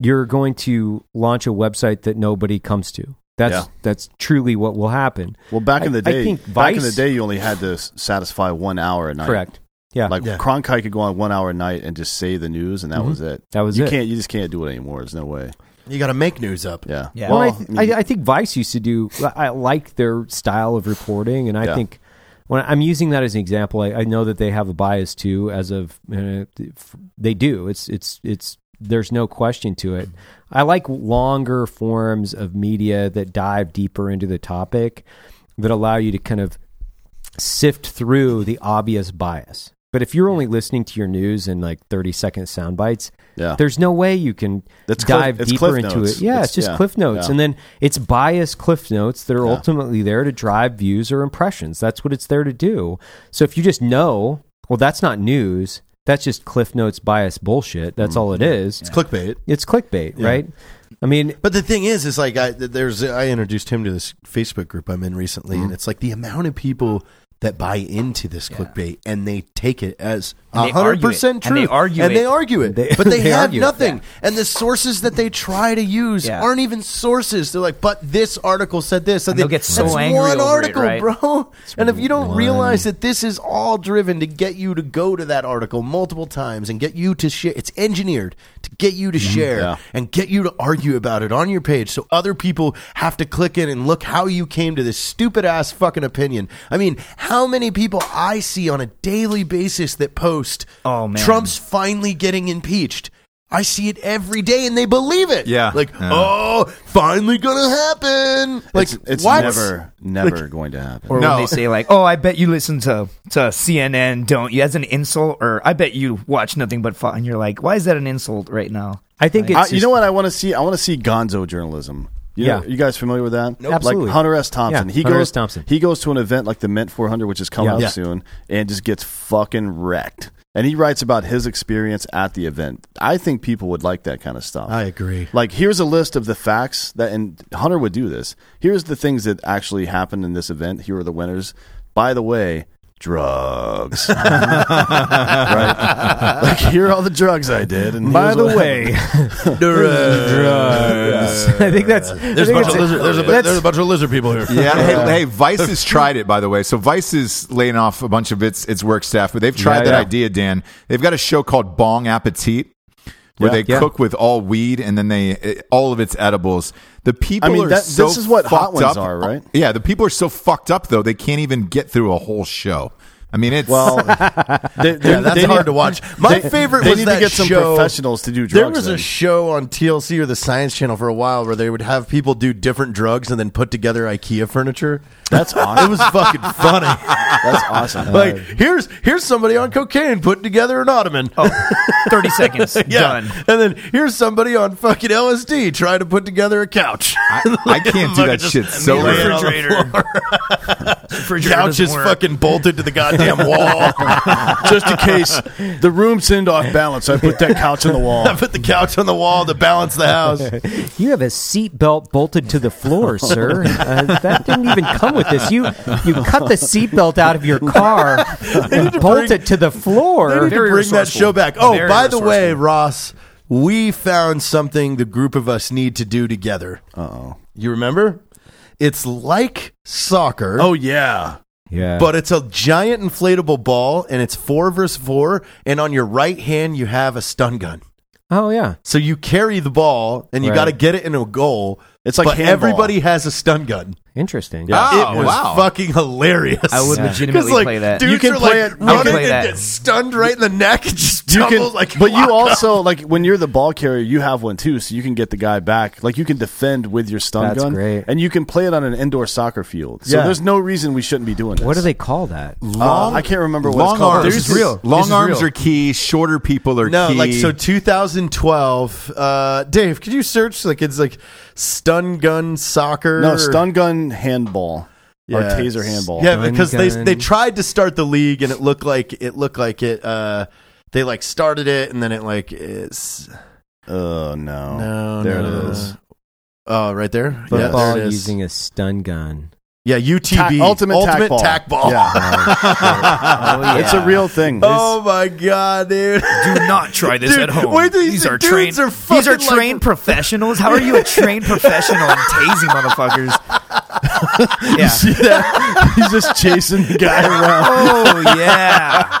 Speaker 2: you're going to launch a website that nobody comes to. That's
Speaker 4: Yeah.
Speaker 2: that's truly what will happen.
Speaker 4: well, back in
Speaker 2: I-
Speaker 4: the day,
Speaker 2: I think
Speaker 4: back in the
Speaker 2: Vice-
Speaker 4: day, you only had to s- satisfy one hour at night.
Speaker 2: Correct. Yeah. Mm-hmm.
Speaker 4: Like
Speaker 5: Yeah.
Speaker 4: Cronkite could go on one hour a night and just say the news, and that was it.
Speaker 2: That was
Speaker 4: you
Speaker 2: it.
Speaker 4: can't. You just can't do it anymore. There's no way.
Speaker 5: You got to make news up.
Speaker 4: Yeah.
Speaker 6: Yeah.
Speaker 2: Well,
Speaker 6: Well,
Speaker 2: I, th- I, I think Vice used to do. I I like their style of reporting, and I
Speaker 4: Yeah.
Speaker 2: think when I'm using that as an example, I, I know that they have a bias too. As of uh, f- they do, it's it's it's there's no question to it. I like longer forms of media that dive deeper into the topic that allow you to kind of sift through the obvious bias. But if you're only listening to your news in like 30 second sound bites,
Speaker 4: Yeah.
Speaker 2: there's no way you can
Speaker 4: That's cliff-
Speaker 2: dive
Speaker 4: it's
Speaker 2: deeper
Speaker 4: cliff
Speaker 2: into
Speaker 4: notes.
Speaker 2: it. Yeah, it's,
Speaker 4: It's-
Speaker 2: just
Speaker 4: yeah,
Speaker 2: cliff notes.
Speaker 4: yeah.
Speaker 2: And then it's biased cliff notes that are
Speaker 4: Yeah.
Speaker 2: ultimately there to drive views or impressions. That's what it's there to do. So if you just know, well, that's not news. That's just cliff notes bias bullshit. That's all it
Speaker 4: Mm-hmm.
Speaker 2: is.
Speaker 5: It's clickbait.
Speaker 2: It's clickbait, right? I mean,
Speaker 5: But the thing is, is like I there's I introduced him to this Facebook group I'm in recently,
Speaker 6: Mm-hmm.
Speaker 5: and it's like the amount of people that buy into this clickbait and they take it as
Speaker 6: And they
Speaker 5: hundred
Speaker 6: argue it.
Speaker 5: percent
Speaker 6: And
Speaker 5: true,
Speaker 6: they argue
Speaker 5: and
Speaker 6: it.
Speaker 5: they argue it,
Speaker 2: They-
Speaker 6: (laughs)
Speaker 5: but they,
Speaker 2: they
Speaker 5: have
Speaker 2: argue it.
Speaker 5: nothing. And the sources that they try to use
Speaker 6: Yeah.
Speaker 5: aren't even sources. They're like, but this article said this,
Speaker 6: And they'll get so
Speaker 5: that's
Speaker 6: angry
Speaker 5: One
Speaker 6: over it,
Speaker 5: article,
Speaker 6: right?
Speaker 5: (laughs) bro. and if you don't
Speaker 2: one-
Speaker 5: realize that this is all driven to get you to go to that article multiple times and get you to share, it's engineered to get you to share
Speaker 4: Yeah.
Speaker 5: and get you to argue about it on your page so other people have to click in and look how you came to this stupid ass fucking opinion. I mean, how many people I see on a daily basis that post,
Speaker 6: Oh, man.
Speaker 5: Trump's finally getting impeached. I see it every day and they believe it.
Speaker 1: Yeah.
Speaker 5: Like,
Speaker 1: Yeah.
Speaker 5: oh, finally gonna happen. Like,
Speaker 4: it's, it's
Speaker 5: what?
Speaker 4: never, never going to happen.
Speaker 6: Or
Speaker 1: No.
Speaker 6: when they say like, "Oh, I bet you listen to to CNN, don't you?" As an insult, or "I bet you watch nothing but fun." And you're like, "Why is that an insult right now?"
Speaker 2: I think it's
Speaker 4: I,
Speaker 2: just-
Speaker 4: Uh, you know what I want to see? I want to see Gonzo journalism. You
Speaker 2: Yeah.
Speaker 4: you guys familiar with that?
Speaker 2: Absolutely.
Speaker 4: Like Hunter S. Thompson.
Speaker 2: Yeah,
Speaker 4: he
Speaker 2: Hunter
Speaker 4: goes
Speaker 2: S. Thompson.
Speaker 4: He goes to an event like the Mint 400, which is coming
Speaker 2: Yeah.
Speaker 4: up
Speaker 2: Yeah.
Speaker 4: soon, and just gets fucking wrecked. And he writes about his experience at the event. I think people would like that kind of stuff.
Speaker 5: I agree.
Speaker 4: Like here's a list of the facts that and Hunter would do this. Here's the things that actually happened in this event. Here are the winners. By the way, drugs. (laughs) right? Like here are all the drugs I did. And
Speaker 2: By
Speaker 4: here's
Speaker 2: the
Speaker 4: what-
Speaker 2: way, (laughs)
Speaker 4: (laughs)
Speaker 2: drugs. I think that's. There's
Speaker 5: bunch of lizard people here.
Speaker 4: (laughs)
Speaker 1: Yeah. Hey, hey, Vice has tried it, by the way. So Vice is laying off a bunch of its its work staff, but they've tried
Speaker 2: Yeah,
Speaker 1: that
Speaker 2: yeah.
Speaker 1: idea, Dan. They've got a show called Bong Appetit, where
Speaker 4: Yeah.
Speaker 1: they cook with all weed and then they it, all of its edibles. The people
Speaker 4: I mean,
Speaker 1: are
Speaker 4: that-
Speaker 1: so
Speaker 4: this is what hot
Speaker 1: fucked
Speaker 4: ones
Speaker 1: up.
Speaker 4: are, right?
Speaker 1: Yeah, the people are so fucked up though they can't even get through a whole show. I mean, it's (laughs)
Speaker 4: Well, they, they,
Speaker 5: Yeah, that's
Speaker 4: they
Speaker 5: hard
Speaker 4: need-
Speaker 5: to
Speaker 4: (laughs)
Speaker 5: watch. My favorite
Speaker 4: They
Speaker 5: was
Speaker 4: need
Speaker 5: that
Speaker 4: to get some
Speaker 5: show-
Speaker 4: professionals to do drugs.
Speaker 5: There was
Speaker 4: then.
Speaker 5: a show on TLC or the Science Channel for a while where they would have people do different drugs and then put together IKEA furniture.
Speaker 4: that's
Speaker 5: (laughs) It
Speaker 4: awesome.
Speaker 5: was
Speaker 4: (laughs)
Speaker 5: fucking funny.
Speaker 4: that's
Speaker 5: (laughs)
Speaker 4: awesome.
Speaker 5: like here's here's somebody on cocaine putting together an ottoman.
Speaker 4: Oh,
Speaker 5: (laughs)
Speaker 6: Oh, Thirty seconds, done.
Speaker 5: And then here's somebody on fucking LSD trying to put together a couch.
Speaker 1: I, I (laughs) can't do that
Speaker 5: Just
Speaker 1: shit
Speaker 5: laying on the
Speaker 1: sober.
Speaker 5: floor.
Speaker 6: Refrigerator
Speaker 5: couch
Speaker 6: doesn't
Speaker 5: is
Speaker 6: work.
Speaker 5: fucking bolted to the goddamn wall. (laughs)
Speaker 4: just in case the room seemed off balance, I put that couch on the wall.
Speaker 5: I put the couch on the wall to balance the house.
Speaker 2: You have a seatbelt bolted to the floor, sir. Uh, that didn't even come with this. You you cut the seatbelt out of your car, and bolt
Speaker 5: bring-
Speaker 2: it to the
Speaker 5: They
Speaker 2: floor.
Speaker 5: need to
Speaker 6: Very
Speaker 5: bring that
Speaker 6: resourceful.
Speaker 5: show back. Oh,
Speaker 6: Very
Speaker 5: by the way,
Speaker 6: resourceful.
Speaker 5: Ross, we found something the group of us need to do together.
Speaker 4: Uh-oh.
Speaker 5: You remember? It's like soccer.
Speaker 4: (laughs) Oh yeah.
Speaker 2: Yeah,
Speaker 5: But it's a giant inflatable ball, and it's four versus four. And on your right hand, you have a stun gun.
Speaker 2: oh yeah,
Speaker 5: So you carry the ball, and you
Speaker 2: Right.
Speaker 5: got to get it in a goal.
Speaker 4: It's like
Speaker 5: but
Speaker 4: handball.
Speaker 5: everybody has a stun gun.
Speaker 2: interesting.
Speaker 1: Oh,
Speaker 5: it was
Speaker 1: wow.
Speaker 5: fucking hilarious.
Speaker 6: I would
Speaker 2: Yeah.
Speaker 6: legitimately play that.
Speaker 5: Dudes
Speaker 4: You can
Speaker 5: are
Speaker 4: play
Speaker 5: like
Speaker 4: it-
Speaker 6: I would
Speaker 5: running
Speaker 6: play
Speaker 5: and
Speaker 6: that.
Speaker 5: get stunned right in the neck. And just
Speaker 4: You can,
Speaker 5: tumbles like,
Speaker 4: but you
Speaker 5: lock up.
Speaker 4: also like when you're the ball carrier, you have one too, so you can get the guy back. Like you can defend with your stun
Speaker 2: That's
Speaker 4: gun,
Speaker 2: great.
Speaker 4: and you can play it on an indoor soccer field. So
Speaker 5: Yeah.
Speaker 4: there's no reason we shouldn't be doing this.
Speaker 2: What do they call that?
Speaker 4: Uh, I can't remember what
Speaker 1: long
Speaker 4: it's called.
Speaker 1: arms.
Speaker 5: This is real.
Speaker 1: Long
Speaker 5: This is
Speaker 1: arms
Speaker 5: real.
Speaker 1: are key. Shorter people are
Speaker 5: No,
Speaker 1: key.
Speaker 5: like so 2012. Uh, Dave, could you search like it's like stun gun soccer?
Speaker 4: no
Speaker 5: or-
Speaker 4: stun gun handball or
Speaker 5: Yeah.
Speaker 4: taser handball.
Speaker 5: Yeah,
Speaker 2: Stun
Speaker 5: because they
Speaker 2: gun.
Speaker 5: they tried to start the league and it looked like it looked like it. Uh, they like started it and then it like it's
Speaker 4: Oh no.
Speaker 5: no
Speaker 4: there
Speaker 5: no,
Speaker 4: it
Speaker 5: no.
Speaker 4: is.
Speaker 5: Oh, right there. yeah,
Speaker 2: Football
Speaker 5: there it is.
Speaker 2: using a stun gun.
Speaker 5: yeah UTB
Speaker 4: Tac- ultimate, tack ball. Yeah. (laughs)
Speaker 6: Oh,
Speaker 4: It's
Speaker 6: yeah.
Speaker 4: a real thing.
Speaker 5: (laughs) Oh my god, dude! (laughs)
Speaker 6: Do not try this
Speaker 5: Dude,
Speaker 6: at home.
Speaker 5: wait till you
Speaker 6: these
Speaker 5: see
Speaker 6: are
Speaker 5: dudes
Speaker 6: trained.
Speaker 5: are
Speaker 6: these are
Speaker 5: fucking like-
Speaker 6: trained professionals. How are you a trained professional in tasing motherfuckers?
Speaker 4: (laughs)
Speaker 6: Yeah.
Speaker 4: He's just chasing the guy around.
Speaker 6: Oh yeah.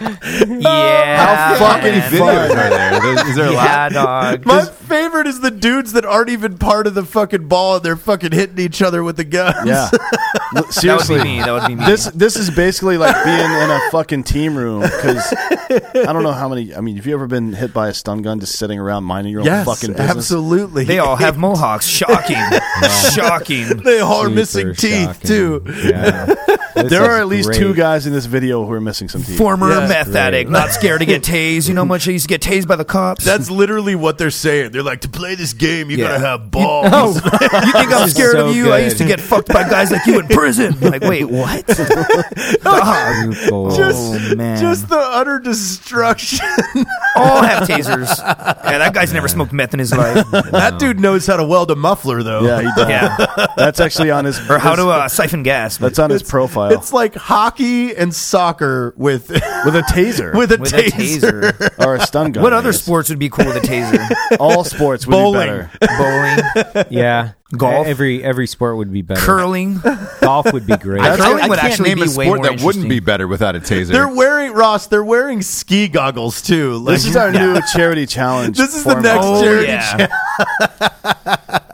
Speaker 6: yeah.
Speaker 1: How fucking
Speaker 6: man.
Speaker 1: videos are there? Is there a lot? (laughs)
Speaker 6: Yeah, dog.
Speaker 5: My favorite is the dudes that aren't even part of the fucking ball and they're fucking hitting each other with the
Speaker 4: (laughs)
Speaker 5: guns.
Speaker 4: (laughs) Yeah. Look,
Speaker 6: that would
Speaker 4: Seriously.
Speaker 6: be me. That would be me.
Speaker 4: This this is basically like being in a fucking team room because I don't know how many. I mean, have you ever been hit by a stun gun just sitting around minding your own
Speaker 5: Yes,
Speaker 4: fucking business?
Speaker 5: absolutely.
Speaker 6: they
Speaker 2: (laughs)
Speaker 6: all have mohawks. Shocking. Shocking.
Speaker 5: (laughs) They all are
Speaker 2: Super
Speaker 5: missing teeth
Speaker 1: (laughs)
Speaker 2: shocking.
Speaker 5: too.
Speaker 2: Yeah.
Speaker 4: there are at least two guys in this video who are missing some teeth.
Speaker 6: Former
Speaker 5: Yeah.
Speaker 6: meth addict, not scared
Speaker 2: (laughs)
Speaker 6: to get tased. You know how much I used to get tased by the cops?
Speaker 5: That's literally what they're saying. They're like, to play this game, you
Speaker 6: Yeah.
Speaker 5: gotta have balls. (laughs)
Speaker 6: Oh, you think I'm
Speaker 2: This is
Speaker 6: scared
Speaker 2: so
Speaker 6: of you? I
Speaker 2: good.
Speaker 6: used to get fucked by guys like you in
Speaker 2: (laughs)
Speaker 6: prison. Like, wait, what? Dog.
Speaker 2: guys.
Speaker 6: oh man,
Speaker 5: Just the utter destruction.
Speaker 6: all have tasers. Yeah, that guy's never smoked meth in
Speaker 2: (laughs)
Speaker 6: his life.
Speaker 5: (laughs) that dude knows how to weld a muffler, though.
Speaker 4: Yeah, he does.
Speaker 6: Yeah,
Speaker 4: That's actually on (laughs) his.
Speaker 6: or how to uh, siphon gas.
Speaker 4: That's on his profile
Speaker 5: It's like hockey and soccer with (laughs)
Speaker 4: with a taser
Speaker 5: with a
Speaker 6: with
Speaker 5: taser.
Speaker 6: a taser.
Speaker 4: or a (laughs) stun gun.
Speaker 6: What
Speaker 4: I
Speaker 6: other
Speaker 4: guess.
Speaker 6: sports would be cool with
Speaker 2: (laughs)
Speaker 6: a taser?
Speaker 4: All sports would
Speaker 5: Bowling.
Speaker 4: be better.
Speaker 6: Bowling,
Speaker 2: Yeah, E-,
Speaker 6: Golf?
Speaker 2: Every every sport would be better.
Speaker 6: curling.
Speaker 2: Golf would be
Speaker 1: (laughs)
Speaker 2: great.
Speaker 1: I,
Speaker 6: Curling
Speaker 1: I
Speaker 6: would
Speaker 1: can't
Speaker 6: actually
Speaker 1: name
Speaker 6: be
Speaker 1: a
Speaker 6: way
Speaker 1: sport
Speaker 6: more
Speaker 1: that wouldn't be
Speaker 6: interesting.
Speaker 1: better without a taser.
Speaker 5: They're wearing Ross. They're wearing ski goggles too. Like,
Speaker 4: This is our new charity challenge.
Speaker 5: This is the
Speaker 4: format.
Speaker 5: next
Speaker 6: Oh
Speaker 5: charity
Speaker 6: yeah,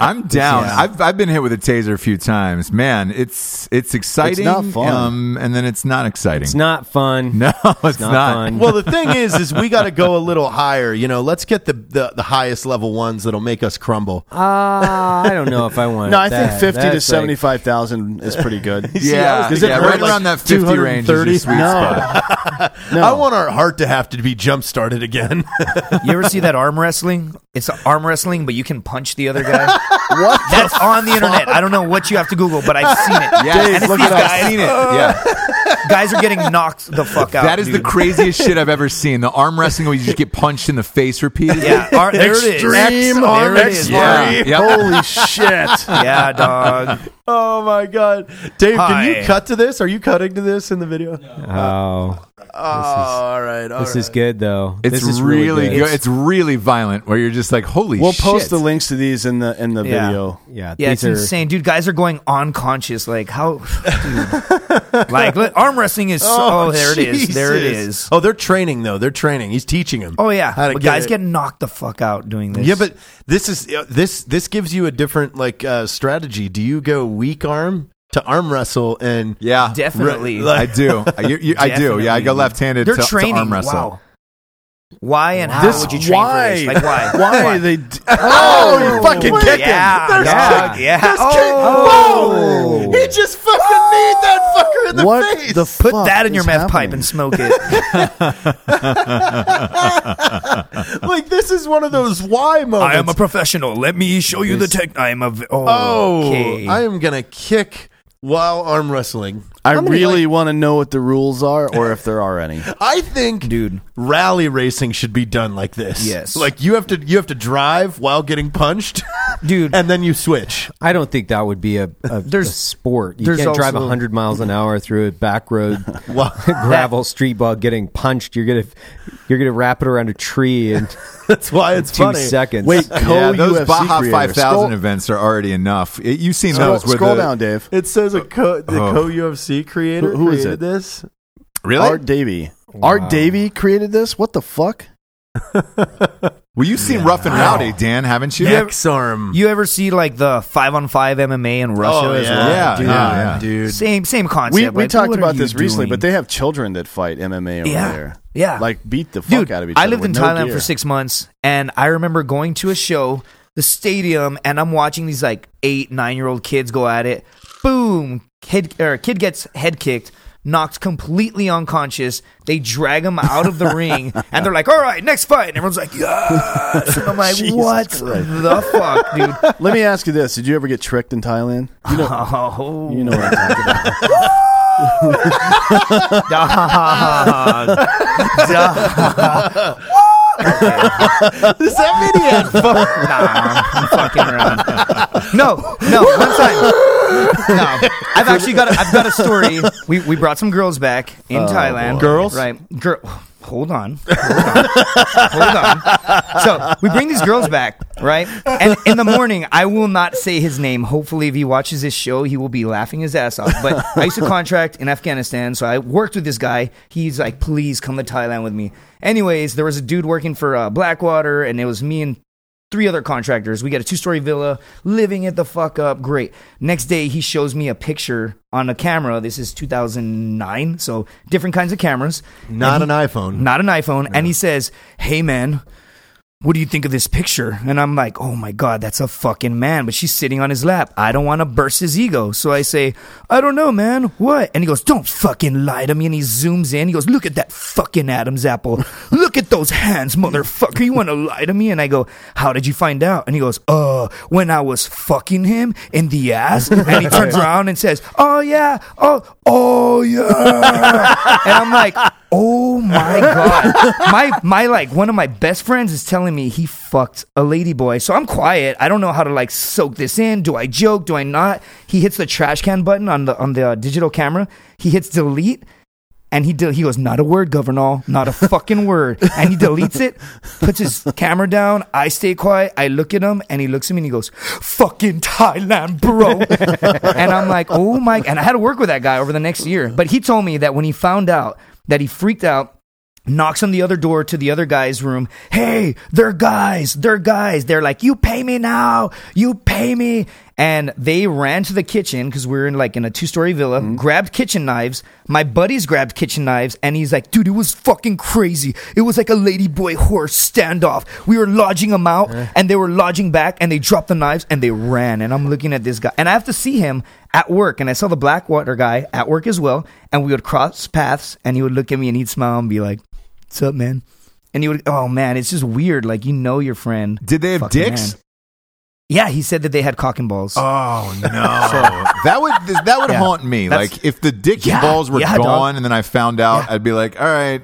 Speaker 1: I'm down.
Speaker 6: Yeah.
Speaker 1: I've I've been hit with a taser a few times. Man, it's it's exciting.
Speaker 4: not fun.
Speaker 1: Um, and then it's not exciting.
Speaker 2: It's not fun.
Speaker 1: (laughs) no, it's,
Speaker 2: not
Speaker 1: not.
Speaker 2: fun.
Speaker 5: (laughs) Well, the thing is, is we got to go a little higher. You know, let's get the, the the highest level ones that'll make us crumble.
Speaker 2: Uh, I don't know if I want.
Speaker 4: No, I think
Speaker 2: that.
Speaker 4: fifty to
Speaker 2: That's like-
Speaker 4: seventy-five thousand is pretty good.
Speaker 1: (laughs) Yeah,
Speaker 4: Does it
Speaker 1: yeah
Speaker 4: hurt
Speaker 1: right
Speaker 4: like
Speaker 1: around that 50 range is
Speaker 5: 230?
Speaker 1: your sweet spot.
Speaker 4: No,
Speaker 6: Oh.
Speaker 5: I want our heart to have to be jump started again. (laughs)
Speaker 6: you ever see that arm wrestling? It's arm wrestling, but you can punch the other guy. what? That's on the internet. I don't know what you have to Google, but I've seen it.
Speaker 1: Yeah,
Speaker 6: and it's
Speaker 1: look
Speaker 6: these
Speaker 1: at us.
Speaker 6: guys.
Speaker 1: I've seen it. (laughs) Yeah.
Speaker 6: Guys are getting knocked the fuck out.
Speaker 1: That is the
Speaker 6: dude.
Speaker 1: craziest shit I've ever seen. The arm wrestling where you just get punched in the face repeatedly.
Speaker 6: Yeah, ar- there it is.
Speaker 5: Extreme
Speaker 6: X-
Speaker 5: arm
Speaker 6: there it is.
Speaker 1: Yeah.
Speaker 5: Sorry.
Speaker 1: Yep.
Speaker 5: (laughs)
Speaker 4: Holy shit!
Speaker 6: Yeah, dog.
Speaker 5: oh my god, Dave, can
Speaker 6: Hi.
Speaker 5: you cut to this? Are you cutting to this in the video?
Speaker 2: Oh,
Speaker 5: all right, all
Speaker 2: this is good though.
Speaker 1: It's
Speaker 2: this is
Speaker 1: really,
Speaker 2: really
Speaker 1: good. It's really violent where you're just like, holy
Speaker 4: We'll
Speaker 1: shit.
Speaker 4: post the links to these in the in the
Speaker 6: Yeah.
Speaker 4: video.
Speaker 2: Yeah,
Speaker 6: Yeah,
Speaker 2: these
Speaker 6: it's
Speaker 2: are
Speaker 6: insane, dude. Guys are going unconscious. Like how? (sighs) Dude. like li- arm wrestling is. So, oh, there it is. There it
Speaker 5: Jesus.
Speaker 6: is.
Speaker 5: Oh, they're training though. They're training. He's teaching him.
Speaker 6: Oh yeah,
Speaker 5: how to
Speaker 6: but guys
Speaker 5: it.
Speaker 6: get knocked the fuck out doing this.
Speaker 5: Yeah, but this is uh, this this gives you a different like uh, strategy. Do you go weak arm to arm wrestle and
Speaker 1: Yeah.
Speaker 6: definitely
Speaker 5: Right,
Speaker 1: I (laughs)
Speaker 6: (laughs)
Speaker 1: do. I, you, you, I do. Yeah, I go
Speaker 6: Definitely.
Speaker 1: left handed
Speaker 6: they're
Speaker 1: to, to
Speaker 6: training.
Speaker 1: arm wrestle.
Speaker 6: wow. Why and how
Speaker 4: This-
Speaker 6: would you train for this? Like why?
Speaker 4: Why they? d-
Speaker 5: oh, you fucking
Speaker 6: yeah,
Speaker 5: kick him.
Speaker 6: Yeah,
Speaker 5: There's
Speaker 6: yeah.
Speaker 5: kick.
Speaker 6: yeah.
Speaker 5: There's kick.
Speaker 6: Oh.
Speaker 5: Boom. He just fucking need that fucker in the
Speaker 4: what
Speaker 5: face.
Speaker 4: the
Speaker 6: Put
Speaker 4: fuck
Speaker 6: that in your
Speaker 4: is
Speaker 6: meth
Speaker 4: happening?
Speaker 6: pipe and smoke it.
Speaker 5: like this is one of those why moments.
Speaker 6: professional. Let me show you the tech. I am a.
Speaker 5: oh,
Speaker 6: okay.
Speaker 5: I am gonna kick while arm wrestling.
Speaker 4: I really want to know what the rules are, or if there are
Speaker 5: (laughs)
Speaker 4: any.
Speaker 5: I think,
Speaker 6: Dude.
Speaker 5: rally racing should be done like this.
Speaker 6: Yes.
Speaker 5: like you have to you have to drive while getting punched, (laughs)
Speaker 6: Dude.
Speaker 5: and then you switch.
Speaker 2: I don't think that would be a,
Speaker 6: (laughs)
Speaker 2: a,
Speaker 6: There's-
Speaker 2: a sport. You
Speaker 6: there's
Speaker 2: can't drive
Speaker 6: also-
Speaker 2: 100 miles an hour through a back
Speaker 6: (laughs)
Speaker 2: road,
Speaker 5: Well,
Speaker 2: (laughs) gravel street while getting punched. You're gonna you're gonna wrap it around a tree
Speaker 6: (laughs)
Speaker 2: in
Speaker 5: that's why it's
Speaker 2: two
Speaker 5: funny.
Speaker 2: seconds.
Speaker 4: Wait, co
Speaker 1: Yeah, those
Speaker 4: UFC
Speaker 1: Baja
Speaker 4: creators.
Speaker 1: 5000
Speaker 4: Scroll-
Speaker 1: events are already enough. It, you've seen
Speaker 4: Scroll,
Speaker 1: those with
Speaker 4: scroll
Speaker 1: the,
Speaker 4: down, Dave.
Speaker 5: It says a co- the
Speaker 1: Oh.
Speaker 5: co UFC creator
Speaker 4: Who- who is
Speaker 5: created
Speaker 4: it?
Speaker 5: this.
Speaker 1: Really?
Speaker 4: Art Davey. Art Davey created this. What the fuck?
Speaker 1: well, you've seen Rough and Rowdy, Dan, haven't you?
Speaker 5: X arm.
Speaker 6: You ever see like the five on five MMA in Russia?
Speaker 5: Oh
Speaker 6: as
Speaker 5: yeah,
Speaker 6: well?
Speaker 1: Yeah,
Speaker 5: dude,
Speaker 1: yeah, yeah.
Speaker 5: dude.
Speaker 6: Same same concept.
Speaker 4: We, we
Speaker 6: Like,
Speaker 4: talked
Speaker 6: what are
Speaker 4: about
Speaker 6: you
Speaker 4: this recently,
Speaker 6: doing?
Speaker 4: but they have children that fight MMA over
Speaker 6: Yeah.
Speaker 4: there.
Speaker 6: Yeah.
Speaker 4: like beat the fuck
Speaker 6: dude,
Speaker 4: out of each
Speaker 6: I
Speaker 4: other.
Speaker 6: lived in
Speaker 4: with no
Speaker 6: Thailand
Speaker 4: gear.
Speaker 6: for six months, and I remember going to a show, the stadium, and I'm watching these like eight nine year old kids go at it. Boom, kid or kid gets head kicked. Knocked completely unconscious, they drag him out
Speaker 4: (laughs)
Speaker 6: of the ring, and they're like, "All right, next fight." And everyone's like, "Yes!" And I'm like,
Speaker 4: Jesus
Speaker 6: "What
Speaker 4: Christ.
Speaker 6: the fuck, dude?"
Speaker 4: (laughs) Let me ask you this: Did you ever get tricked in Thailand? You know,
Speaker 6: Oh,
Speaker 4: you know what I'm talking about.
Speaker 6: dog. (laughs)
Speaker 5: Does that mean he had
Speaker 6: Nah, I'm fucking around. No, no, one time. No, I've actually got. A, I've got a story. We we brought some girls back in
Speaker 4: Oh,
Speaker 6: Thailand.
Speaker 5: Girls?
Speaker 6: right? Girl, hold on, hold on, hold on. So we bring these girls back, right? And in the morning, I will not say his name. Hopefully, if he watches this show, he will be laughing his ass off. But I used to contract in Afghanistan, so I worked with this guy. He's like, "Please come to Thailand with me." Anyways, there was a dude working for uh, Blackwater, and it was me and three other contractors. We got a two story villa, living it the fuck up. Great. Next day, he shows me a picture on a camera. This is 2009, so different kinds of cameras.
Speaker 5: (laughs) Not an iPhone.
Speaker 6: Not an iPhone. And he says, Hey, man, what do you think of this picture? And I'm like, oh my God, that's a fucking man, but she's sitting on his lap. I don't want to burst his ego. So I say, I don't know, man. What? And he goes, don't fucking lie to me. And he zooms in. He goes, look at that fucking Adam's apple. Look at those hands, motherfucker. You want to lie to me? And I go, how did you find out? And he goes, uh, when I was fucking him in the ass. And he turns around and says, oh yeah, oh, oh yeah. and I'm like, oh my God. My, my, like, one of my best friends is telling me he fucked a lady boy. So I'm quiet. I don't know how to like soak this in. Do I joke? Do I not? He hits the trash can button on the on the uh, digital camera. He hits delete, and he del- he goes, "Not a word, Governor. Not a fucking word." And he deletes it, puts his camera down. I stay quiet. I look at him, and he looks at me, and he goes, "Fucking Thailand, bro." (laughs) and I'm like, "Oh my!" And I had to work with that guy over the next year. But he told me that when he found out that he freaked out knocks on the other door to the other guy's room. Hey, they're guys, they're guys. They're like, you pay me now, you pay me. And they ran to the kitchen because we are in like in a two story villa, grabbed kitchen knives. My buddies grabbed kitchen knives, and he's like, dude, it was fucking crazy. It was like a ladyboy horse standoff. We were lodging them out, and they were lodging back, and they dropped the knives and they ran. And I'm looking at this guy, and I have to see him at work, and I saw the Blackwater guy at work as well. And we would cross paths, and he would look at me and he'd smile and be like, What's up, man? And he would, oh man, it's just weird. Like, you know your friend.
Speaker 1: Did they have
Speaker 6: Fucking
Speaker 1: dicks?
Speaker 6: man. Yeah, he said that they had cock and balls.
Speaker 1: Oh no, that would that would
Speaker 6: Yeah.
Speaker 1: haunt me.
Speaker 6: That's-
Speaker 1: like if the dick
Speaker 6: Yeah,
Speaker 1: balls were
Speaker 6: yeah, dog.
Speaker 1: gone, and then I found out, I'd be like, all right,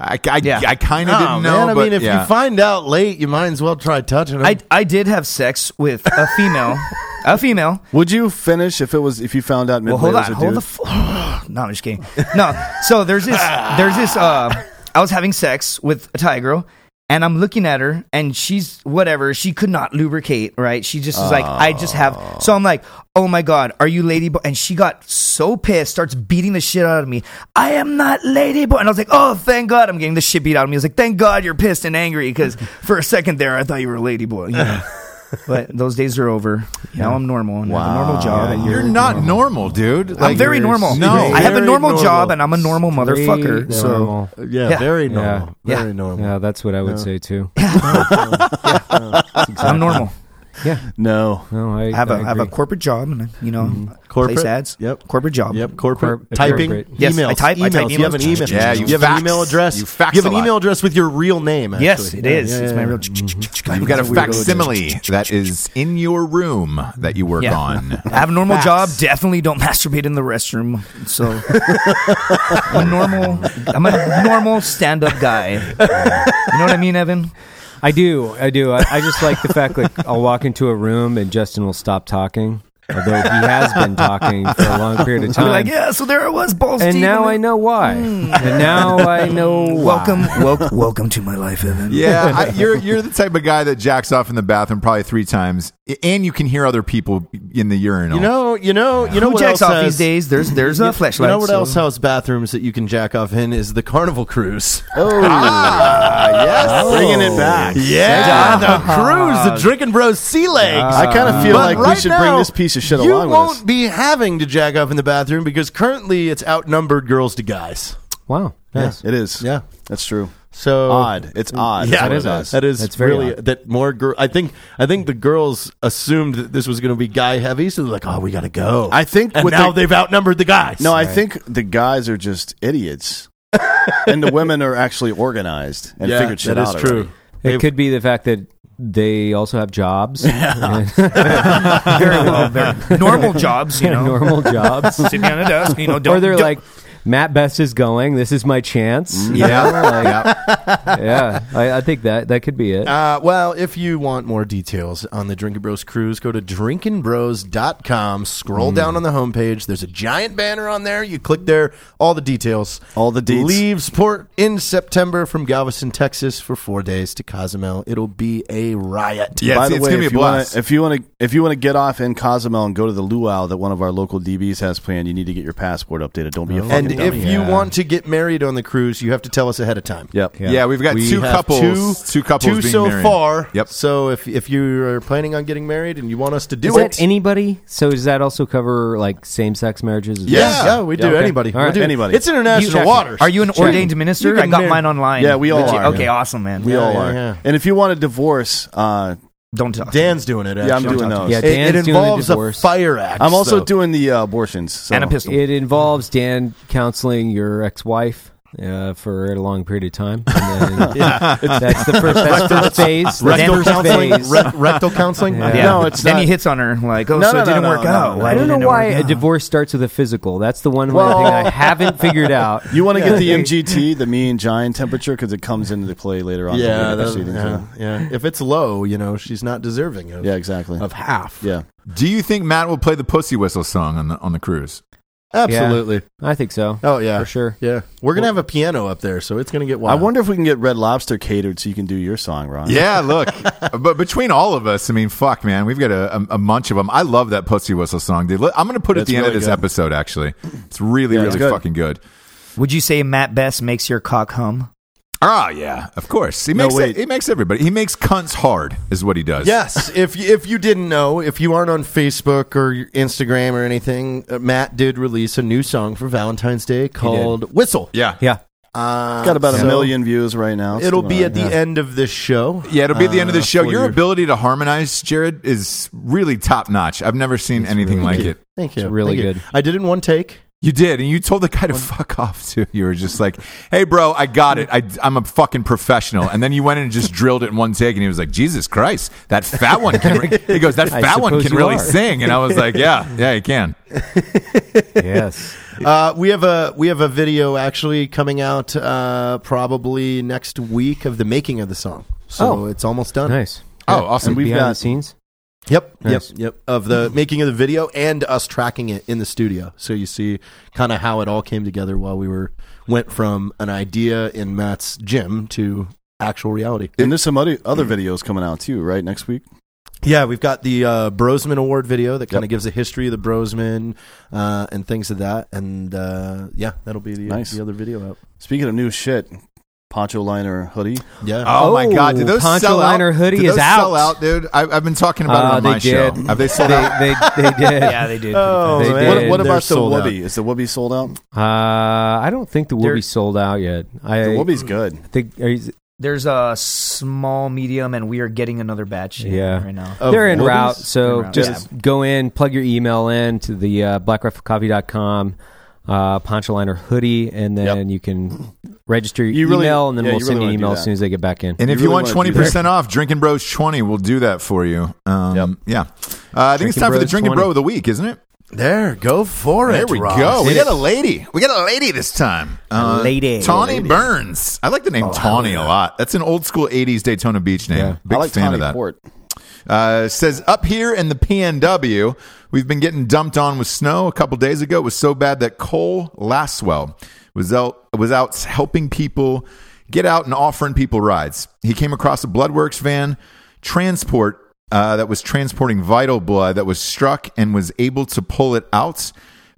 Speaker 1: I, I,
Speaker 6: Yeah.
Speaker 1: I kind of
Speaker 5: Nah,
Speaker 1: didn't know.
Speaker 5: man, I
Speaker 1: but
Speaker 5: mean, if
Speaker 1: yeah.
Speaker 5: you find out late, you might as well try touching them.
Speaker 6: I, I did have sex with a female.
Speaker 1: (laughs)
Speaker 6: a female.
Speaker 4: Would you finish if it was if you found out midway
Speaker 6: Well, hold
Speaker 4: was
Speaker 6: on.
Speaker 4: a
Speaker 6: Hold the.
Speaker 4: dude?
Speaker 6: F- (sighs) no, I'm just kidding. No. So there's
Speaker 4: (laughs)
Speaker 6: this. There's this. Uh, I was having sex with a Thai girl, and I'm looking at her, and she's whatever. She could not lubricate. Right. She just was like, I just have. So I'm like, oh my god, are you ladyboy? And she got so pissed, starts beating the shit out of me. I am not ladyboy. And I was like, oh thank god, I'm getting the shit beat out of me. I was like, thank god you're pissed and angry because for a second there, I thought you were a ladyboy.
Speaker 4: (laughs)
Speaker 6: You know? but those days are over. Now I'm normal and have a normal job. and
Speaker 2: Oh,
Speaker 1: you're not normal, dude. Like,
Speaker 6: I'm very normal.
Speaker 1: No,
Speaker 6: I have a
Speaker 5: Very
Speaker 6: normal,
Speaker 5: normal.
Speaker 6: job and I'm a normal
Speaker 2: Very
Speaker 6: motherfucker. So
Speaker 2: normal.
Speaker 5: yeah,
Speaker 6: Yeah.
Speaker 5: very
Speaker 2: Yeah.
Speaker 5: normal.
Speaker 6: Yeah.
Speaker 5: Very normal.
Speaker 2: yeah, that's what I would say
Speaker 6: (coughs)
Speaker 2: too.
Speaker 6: I'm normal.
Speaker 2: Yeah,
Speaker 4: No.
Speaker 2: no, I,
Speaker 6: I have
Speaker 2: a
Speaker 6: a I have a corporate job and you know
Speaker 5: Mm-hmm. Corporate?
Speaker 6: place ads.
Speaker 5: Yep.
Speaker 6: Corporate job.
Speaker 5: Yep, corporate
Speaker 2: Corp-
Speaker 5: typing,
Speaker 2: corporate.
Speaker 6: Yes,
Speaker 5: emails,
Speaker 6: I type- I
Speaker 5: emails.
Speaker 6: type
Speaker 5: you have an
Speaker 6: emails.
Speaker 5: email,
Speaker 1: Yeah, you
Speaker 5: you, have
Speaker 1: fax.
Speaker 5: an email address.
Speaker 1: You fax
Speaker 5: have
Speaker 1: a
Speaker 5: an
Speaker 1: lot.
Speaker 5: email address with your real name. Actually.
Speaker 6: Yes, it
Speaker 5: Yeah,
Speaker 6: is.
Speaker 5: yeah,
Speaker 6: it's
Speaker 5: yeah. Mm-hmm.
Speaker 6: my real.
Speaker 1: You've got a facsimile that is in your room that you work
Speaker 6: Yeah.
Speaker 1: on.
Speaker 6: I have a normal job. Definitely don't (laughs) masturbate in the restroom. So I'm a normal. I'm a normal stand-up
Speaker 5: (laughs)
Speaker 6: guy. You know what I mean, Evan?
Speaker 2: I do. I do. I, I just like the fact like I'll walk into a room and Justin will stop talking, although he has been talking for a long period of
Speaker 6: I'll
Speaker 2: time.
Speaker 6: be like, yeah. Mm. So there I was, balls.
Speaker 2: and
Speaker 6: deep
Speaker 2: now I
Speaker 6: in the-
Speaker 2: know why. And now
Speaker 6: (laughs)
Speaker 2: I know why.
Speaker 6: Welcome, wel- welcome to my life, Evan.
Speaker 1: Yeah, I, you're you're the type of guy that jacks off in the bathroom probably three times, and you can hear other people in the urinal.
Speaker 5: You know, you know, you know
Speaker 6: Who
Speaker 5: what
Speaker 6: jacks
Speaker 5: else
Speaker 6: off
Speaker 5: has,
Speaker 6: these days? There's there's a
Speaker 5: You
Speaker 6: flashlight.
Speaker 5: know what
Speaker 6: so-
Speaker 5: else has bathrooms that you can jack off in is the Carnival Cruise. (laughs)
Speaker 1: ah, yes,
Speaker 6: Oh.
Speaker 4: Bringing it back.
Speaker 5: Yeah, the (laughs) cruise, the Drinking Bros sea legs.
Speaker 4: I kind of feel
Speaker 5: But
Speaker 4: like
Speaker 5: right
Speaker 4: we should
Speaker 5: now,
Speaker 4: bring this piece of shit
Speaker 5: you
Speaker 4: along
Speaker 5: won't
Speaker 4: with us.
Speaker 5: be having to jack off in the bathroom because currently it's outnumbered girls to guys.
Speaker 2: Wow. Yes.
Speaker 4: It is.
Speaker 5: Yeah.
Speaker 4: That's true.
Speaker 5: So
Speaker 4: Odd. It's odd.
Speaker 5: Yeah,
Speaker 4: That's what it
Speaker 5: that is. That is
Speaker 2: That's very
Speaker 5: really
Speaker 2: odd.
Speaker 5: that more girl. I think I think the girls assumed that this was going to be guy heavy, so they're like, "Oh, we got to go."
Speaker 4: I think
Speaker 5: and
Speaker 4: with
Speaker 5: now
Speaker 4: the-
Speaker 5: they've outnumbered the guys.
Speaker 4: No, I think the guys are just
Speaker 6: (laughs)
Speaker 4: idiots, and the women are actually organized and
Speaker 5: yeah,
Speaker 4: figured shit
Speaker 5: that is
Speaker 4: out.
Speaker 5: true.
Speaker 4: already.
Speaker 2: It could be the fact that they also have jobs, (laughs)
Speaker 6: very well, very (laughs) normal jobs, you know.
Speaker 2: normal jobs,
Speaker 6: Sitting on a desk, (laughs) you know. Don't,
Speaker 2: or they're
Speaker 6: don't-
Speaker 2: like, Matt Best is going. This is my chance. You
Speaker 1: Yeah.
Speaker 2: know, like, yeah. I, I think that that could be it.
Speaker 5: Uh, well, if you want more details on the Drinking Bros cruise, go to drinkinbros.com. Scroll down on the homepage. There's a giant banner on there. You click there. All the details.
Speaker 4: All the deets.
Speaker 5: Leaves port in September from Galveston, Texas for four days to Cozumel. It'll be a riot.
Speaker 1: Yeah,
Speaker 4: By
Speaker 1: it's,
Speaker 4: the
Speaker 1: it's
Speaker 4: way,
Speaker 1: gonna be a
Speaker 4: if you wanna-
Speaker 1: blast.
Speaker 4: if you want to if you want to get off in Cozumel and go to the luau that one of our local DBs has planned, you need to get your passport updated. Don't be a fucking
Speaker 5: Oh. And And if you
Speaker 2: Yeah.
Speaker 5: want to get married on the cruise, you have to tell us ahead of time.
Speaker 4: Yep.
Speaker 1: Yeah, we've got
Speaker 5: We
Speaker 1: two
Speaker 5: have
Speaker 1: couples.
Speaker 5: two-
Speaker 1: two couples
Speaker 5: two
Speaker 1: being
Speaker 5: so
Speaker 1: married.
Speaker 5: far.
Speaker 1: Yep.
Speaker 5: So if if you are planning on getting married and you want us to do
Speaker 2: Is
Speaker 5: it,
Speaker 2: that anybody? So does that also cover like same-sex marriages? as
Speaker 5: yeah,
Speaker 2: well?
Speaker 5: yeah, we do
Speaker 2: okay.
Speaker 5: anybody.
Speaker 2: All right.
Speaker 5: we do
Speaker 4: Anybody.
Speaker 5: It's international
Speaker 2: You-
Speaker 5: waters.
Speaker 6: Are you an
Speaker 2: Check.
Speaker 6: ordained minister?
Speaker 5: You can
Speaker 6: I got
Speaker 5: marry-
Speaker 6: mine online.
Speaker 4: Yeah, we all
Speaker 6: Legit-
Speaker 4: are.
Speaker 6: Okay, awesome, man.
Speaker 4: We
Speaker 5: Yeah,
Speaker 4: all
Speaker 5: yeah,
Speaker 4: are.
Speaker 5: yeah.
Speaker 4: And if you want a divorce, uh,
Speaker 6: Don't talk.
Speaker 5: Dan's doing it. Actually.
Speaker 4: yeah, I'm doing
Speaker 6: talk
Speaker 4: those.
Speaker 2: Yeah,
Speaker 5: It, it
Speaker 2: Dan's doing the
Speaker 5: involves a
Speaker 2: divorce.
Speaker 5: fire axe.
Speaker 4: I'm also
Speaker 5: so-
Speaker 4: doing the uh, abortions. So.
Speaker 6: and a pistol.
Speaker 2: It involves Dan counseling your ex-wife uh, for a long period of time. And then- that's the first. That's the first phase. That's
Speaker 5: rectal
Speaker 2: the first
Speaker 5: counseling.
Speaker 2: phase.
Speaker 5: Re- rectal counseling.
Speaker 2: Yeah.
Speaker 6: yeah.
Speaker 4: No, it's
Speaker 6: then
Speaker 4: not-
Speaker 6: he hits on her like, oh,
Speaker 4: No,
Speaker 6: so
Speaker 4: no, no,
Speaker 6: it didn't
Speaker 4: no,
Speaker 6: work
Speaker 4: no,
Speaker 6: out.
Speaker 4: no,
Speaker 6: Why
Speaker 2: I don't
Speaker 6: did it
Speaker 2: know why
Speaker 4: uh,
Speaker 2: a
Speaker 6: work out?
Speaker 2: divorce starts with a physical. That's the one one thing I haven't figured out.
Speaker 4: (laughs) You want to get the MGT, the mean giant temperature, because it comes into the play later on.
Speaker 5: Yeah,
Speaker 4: in the
Speaker 5: that-
Speaker 4: proceedings,
Speaker 5: yeah, yeah. If it's low, you know, she's not deserving of
Speaker 4: Yeah, exactly.
Speaker 5: of half.
Speaker 4: Yeah,
Speaker 1: Do you think Matt will play the Pussy Whistle song on the on the cruise?
Speaker 5: Absolutely.
Speaker 2: (laughs) I think so.
Speaker 5: Oh yeah.
Speaker 2: For sure.
Speaker 5: Yeah. We're gonna have a piano up there, so it's gonna get
Speaker 4: I
Speaker 5: wild.
Speaker 4: wonder if we can get Red Lobster catered so you can do your song, Ron.
Speaker 1: Yeah, look, (laughs) but between all of us, I mean, fuck, man, we've got a, a, a bunch of them. I love that Pussy Whistle song, dude. Let- I'm going to put it at
Speaker 4: It's
Speaker 1: the end of
Speaker 4: really
Speaker 1: this
Speaker 4: good.
Speaker 1: episode. Actually, it's really,
Speaker 4: Yeah,
Speaker 1: really
Speaker 4: it's good.
Speaker 1: fucking good.
Speaker 6: Would you say Matt Best makes your cock hum?
Speaker 1: Oh yeah, of course. He makes
Speaker 4: wait.
Speaker 1: he makes everybody. He makes cunts hard, is what he does.
Speaker 5: Yes, if you, if you didn't know, if you aren't on Facebook or your Instagram or anything, uh, Matt did release a new song for Valentine's Day called "Whistle."
Speaker 1: yeah,
Speaker 2: Yeah.
Speaker 5: Uh,
Speaker 4: Got about a
Speaker 5: so
Speaker 4: million views right now.
Speaker 5: It'll be at the
Speaker 4: Yeah.
Speaker 5: end of this show.
Speaker 1: yeah. It'll be at the end of the
Speaker 5: Uh,
Speaker 1: show.
Speaker 5: for
Speaker 1: Your ability to harmonize, Jared, is really top notch. I've never seen anything like it.
Speaker 5: Thank you.
Speaker 2: It's really
Speaker 5: Thank you.
Speaker 2: good.
Speaker 5: I did it in one take.
Speaker 1: You did, and you told the guy to fuck off too. You were just like, "Hey, bro, I got it. I, am a fucking professional." And then you went in and just drilled it in one take, and he was like, "Jesus Christ, that fat one can." Re-. He goes, "That
Speaker 2: (laughs) I
Speaker 1: fat one
Speaker 2: suppose
Speaker 1: can
Speaker 2: you
Speaker 1: really
Speaker 2: are."
Speaker 1: sing," and I was like, "Yeah, yeah, he
Speaker 2: (laughs)
Speaker 1: can."
Speaker 2: Yes.
Speaker 4: (laughs)
Speaker 5: Uh, we have a we have a video actually coming out uh, probably next week of the making of the song. So
Speaker 2: Oh.
Speaker 5: it's almost done.
Speaker 2: Nice.
Speaker 1: Oh, awesome.
Speaker 4: We've
Speaker 2: Behind the
Speaker 4: got-
Speaker 2: scenes.
Speaker 5: Yep,
Speaker 2: Nice.
Speaker 5: yep, yep. Of the making of the video and us tracking it in the studio, so you see kind of how it all came together while we were went from an idea in Matt's gym to actual reality.
Speaker 4: And there's some other other videos coming out too, right? Next week.
Speaker 5: Yeah, we've got the uh, Brosman Award video that kind of gives a history of the Brosman uh, and things of that, and uh, yeah, that'll be the,
Speaker 4: Nice.
Speaker 5: the other video up.
Speaker 4: Speaking of new shit, Poncho Liner hoodie.
Speaker 5: Yeah,
Speaker 1: Oh, my
Speaker 2: Oh,
Speaker 1: god, did those
Speaker 2: Poncho
Speaker 1: sell out?
Speaker 2: Liner hoodie
Speaker 1: Did
Speaker 2: is
Speaker 1: those
Speaker 2: out.
Speaker 1: Sell out, dude. I, I've been talking about it
Speaker 2: Uh,
Speaker 1: on
Speaker 2: they
Speaker 1: my show.
Speaker 2: did.
Speaker 1: Have they sold out?
Speaker 2: They
Speaker 4: (laughs)
Speaker 2: they did.
Speaker 6: Yeah, they did.
Speaker 5: Oh,
Speaker 2: They
Speaker 4: What-
Speaker 2: did.
Speaker 4: What,
Speaker 5: They're
Speaker 4: about the
Speaker 5: sold out.
Speaker 4: Whoopi? Is the Whoopi sold out?
Speaker 2: Uh, I don't think the
Speaker 6: They're-
Speaker 2: Whoopi sold out yet. I
Speaker 4: The Whoopi's good.
Speaker 2: think are you-
Speaker 6: There's a small, medium, and we are getting another batch. in
Speaker 2: Yeah.
Speaker 6: right
Speaker 4: Uh,
Speaker 6: now.
Speaker 5: Of
Speaker 2: they're in
Speaker 5: Whoopi's?
Speaker 2: route. So
Speaker 6: In route,
Speaker 2: just go in, plug your email in to the uh, blackriflecoffee.com uh, poncho liner hoodie, and then you can register your
Speaker 4: You really-
Speaker 2: email, and then
Speaker 4: yeah,
Speaker 2: we'll
Speaker 4: you
Speaker 2: send
Speaker 4: really
Speaker 2: you an
Speaker 4: wanna do
Speaker 2: email as
Speaker 4: that.
Speaker 2: soon as they get back in.
Speaker 1: And
Speaker 4: You
Speaker 1: if you
Speaker 4: really
Speaker 1: want
Speaker 4: wanna
Speaker 1: twenty
Speaker 4: do that.
Speaker 1: percent off, Drinking Bros twenty, we'll do that for you. Um, Yeah, uh, I think it's
Speaker 2: Drinking
Speaker 1: time for the
Speaker 2: Bros
Speaker 1: Drinking
Speaker 2: 20.
Speaker 1: Bro of the week, isn't it?
Speaker 5: There, go for
Speaker 1: There
Speaker 5: it.
Speaker 1: we
Speaker 5: Ross.
Speaker 1: go. We
Speaker 2: Hit
Speaker 1: got a lady. We got a lady this time. Uh,
Speaker 6: lady.
Speaker 1: Tawny Burns. I like
Speaker 5: Oh,
Speaker 1: the name Tawny a lot. That's an old school '80s Daytona Beach name. Big
Speaker 4: I like
Speaker 1: fan
Speaker 4: Tawny
Speaker 1: of that.
Speaker 4: Port.
Speaker 1: Uh, says up here in the PNW, we've been getting dumped on with snow. A couple days ago, it was so bad that Cole Laswell was out was out helping people get out and offering people rides. He came across a Bloodworks van transport uh, that was transporting vital blood that was struck and was able to pull it out,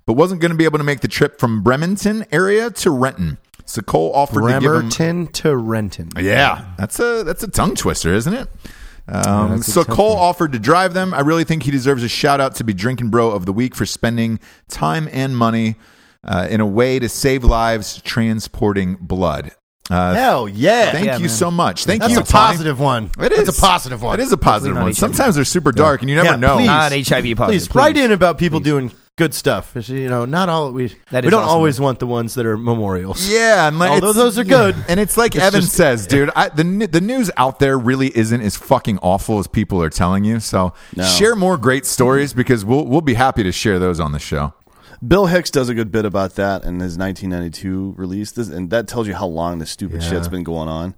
Speaker 1: but wasn't going to be able to make the trip from Bremerton area to Renton. So Cole offered to give him
Speaker 5: Bremerton to Renton.
Speaker 1: yeah, that's a that's a tongue twister, isn't it? Um,
Speaker 2: that's a
Speaker 1: so
Speaker 2: tough
Speaker 1: Cole
Speaker 2: one.
Speaker 1: offered to drive them. I really think he deserves a shout out to be drinking bro of the week for spending time and money uh, in a way to save lives, transporting blood. Uh,
Speaker 5: Hell yeah.
Speaker 1: Thank
Speaker 6: Yeah,
Speaker 1: you
Speaker 6: man.
Speaker 1: so much. Thank
Speaker 5: That's
Speaker 1: you.
Speaker 5: a positive one.
Speaker 1: Tony. It is
Speaker 5: That's a positive one.
Speaker 1: It is a positive
Speaker 6: Hopefully not
Speaker 1: one.
Speaker 6: each other.
Speaker 1: Sometimes they're super dark, and you never
Speaker 5: Yeah,
Speaker 1: know.
Speaker 5: please.
Speaker 6: Not HIV positive.
Speaker 5: Please, write in about people doing good stuff. It's, You know, not all we
Speaker 6: That
Speaker 5: we
Speaker 6: is
Speaker 5: don't
Speaker 6: awesome.
Speaker 5: always want the ones that are memorials.
Speaker 1: Yeah, and like,
Speaker 5: Although
Speaker 1: it's-
Speaker 5: those are good.
Speaker 1: And it's like Evan says, dude, I, the n- the news out there really isn't as fucking awful as people are telling you. So share more great stories because we'll we'll be happy to share those on the show.
Speaker 4: Bill Hicks does a good bit about that in his 1992 release, this, and that tells you how long this stupid shit's been going on.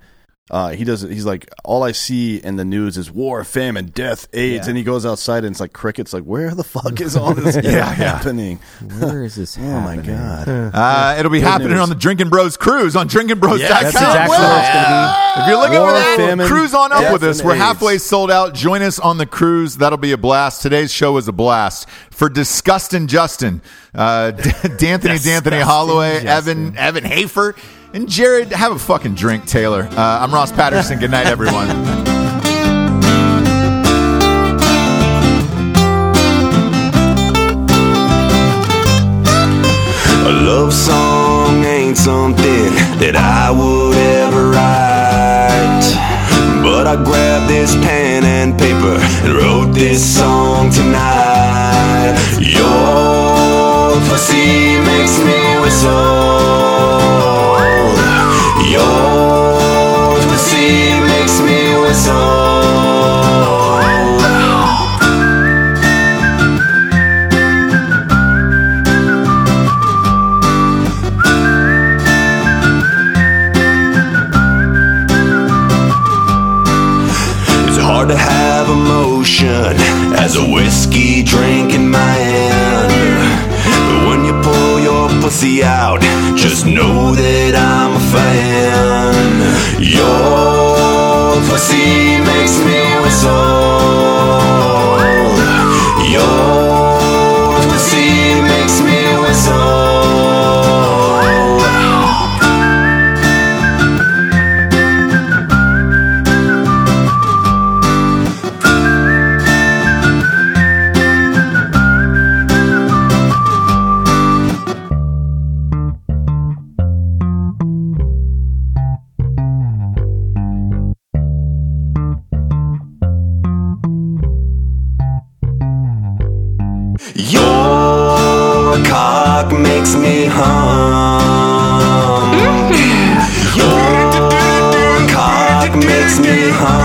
Speaker 4: Uh, he does. He's like, all I see in the news is war, famine, death, AIDS,
Speaker 2: Yeah.
Speaker 4: and he goes outside and it's like crickets. Like, where the fuck is all this
Speaker 1: (laughs) yeah.
Speaker 4: happening?
Speaker 2: Where is (laughs) this?
Speaker 4: Oh
Speaker 1: (laughs)
Speaker 4: my god!
Speaker 1: Uh, it'll be happening
Speaker 4: news.
Speaker 1: on the Drinking Bros cruise on drinkingbros.com.
Speaker 4: that's
Speaker 2: exactly what it's gonna
Speaker 1: If you're looking
Speaker 4: War,
Speaker 1: for that,
Speaker 4: famine,
Speaker 1: cruise on up
Speaker 4: death,
Speaker 1: with us.
Speaker 4: and
Speaker 1: We're
Speaker 4: AIDS.
Speaker 1: halfway sold out. Join us on the cruise. That'll be a blast. Today's show was a blast. For Disgustin' Justin, uh, (laughs) D- D'Anthony, D'Anthony Holloway, Evan, Evan Hafer, and Jared, have a fucking drink, Taylor. Uh, I'm Ross Patterson. Good night, everyone.
Speaker 7: A love song ain't something that I would ever write. But I grabbed this pen and paper and wrote this song tonight. Your pussy makes me whistle. Your pussy makes me whistle. It's hard to have emotion as a whiskey drink in my hand. But when you pull your pussy out, just know that I'm a fan. Your pussy makes me whistle. Your pussy makes me whistle. Your cock makes me hum. Your cock makes me hum.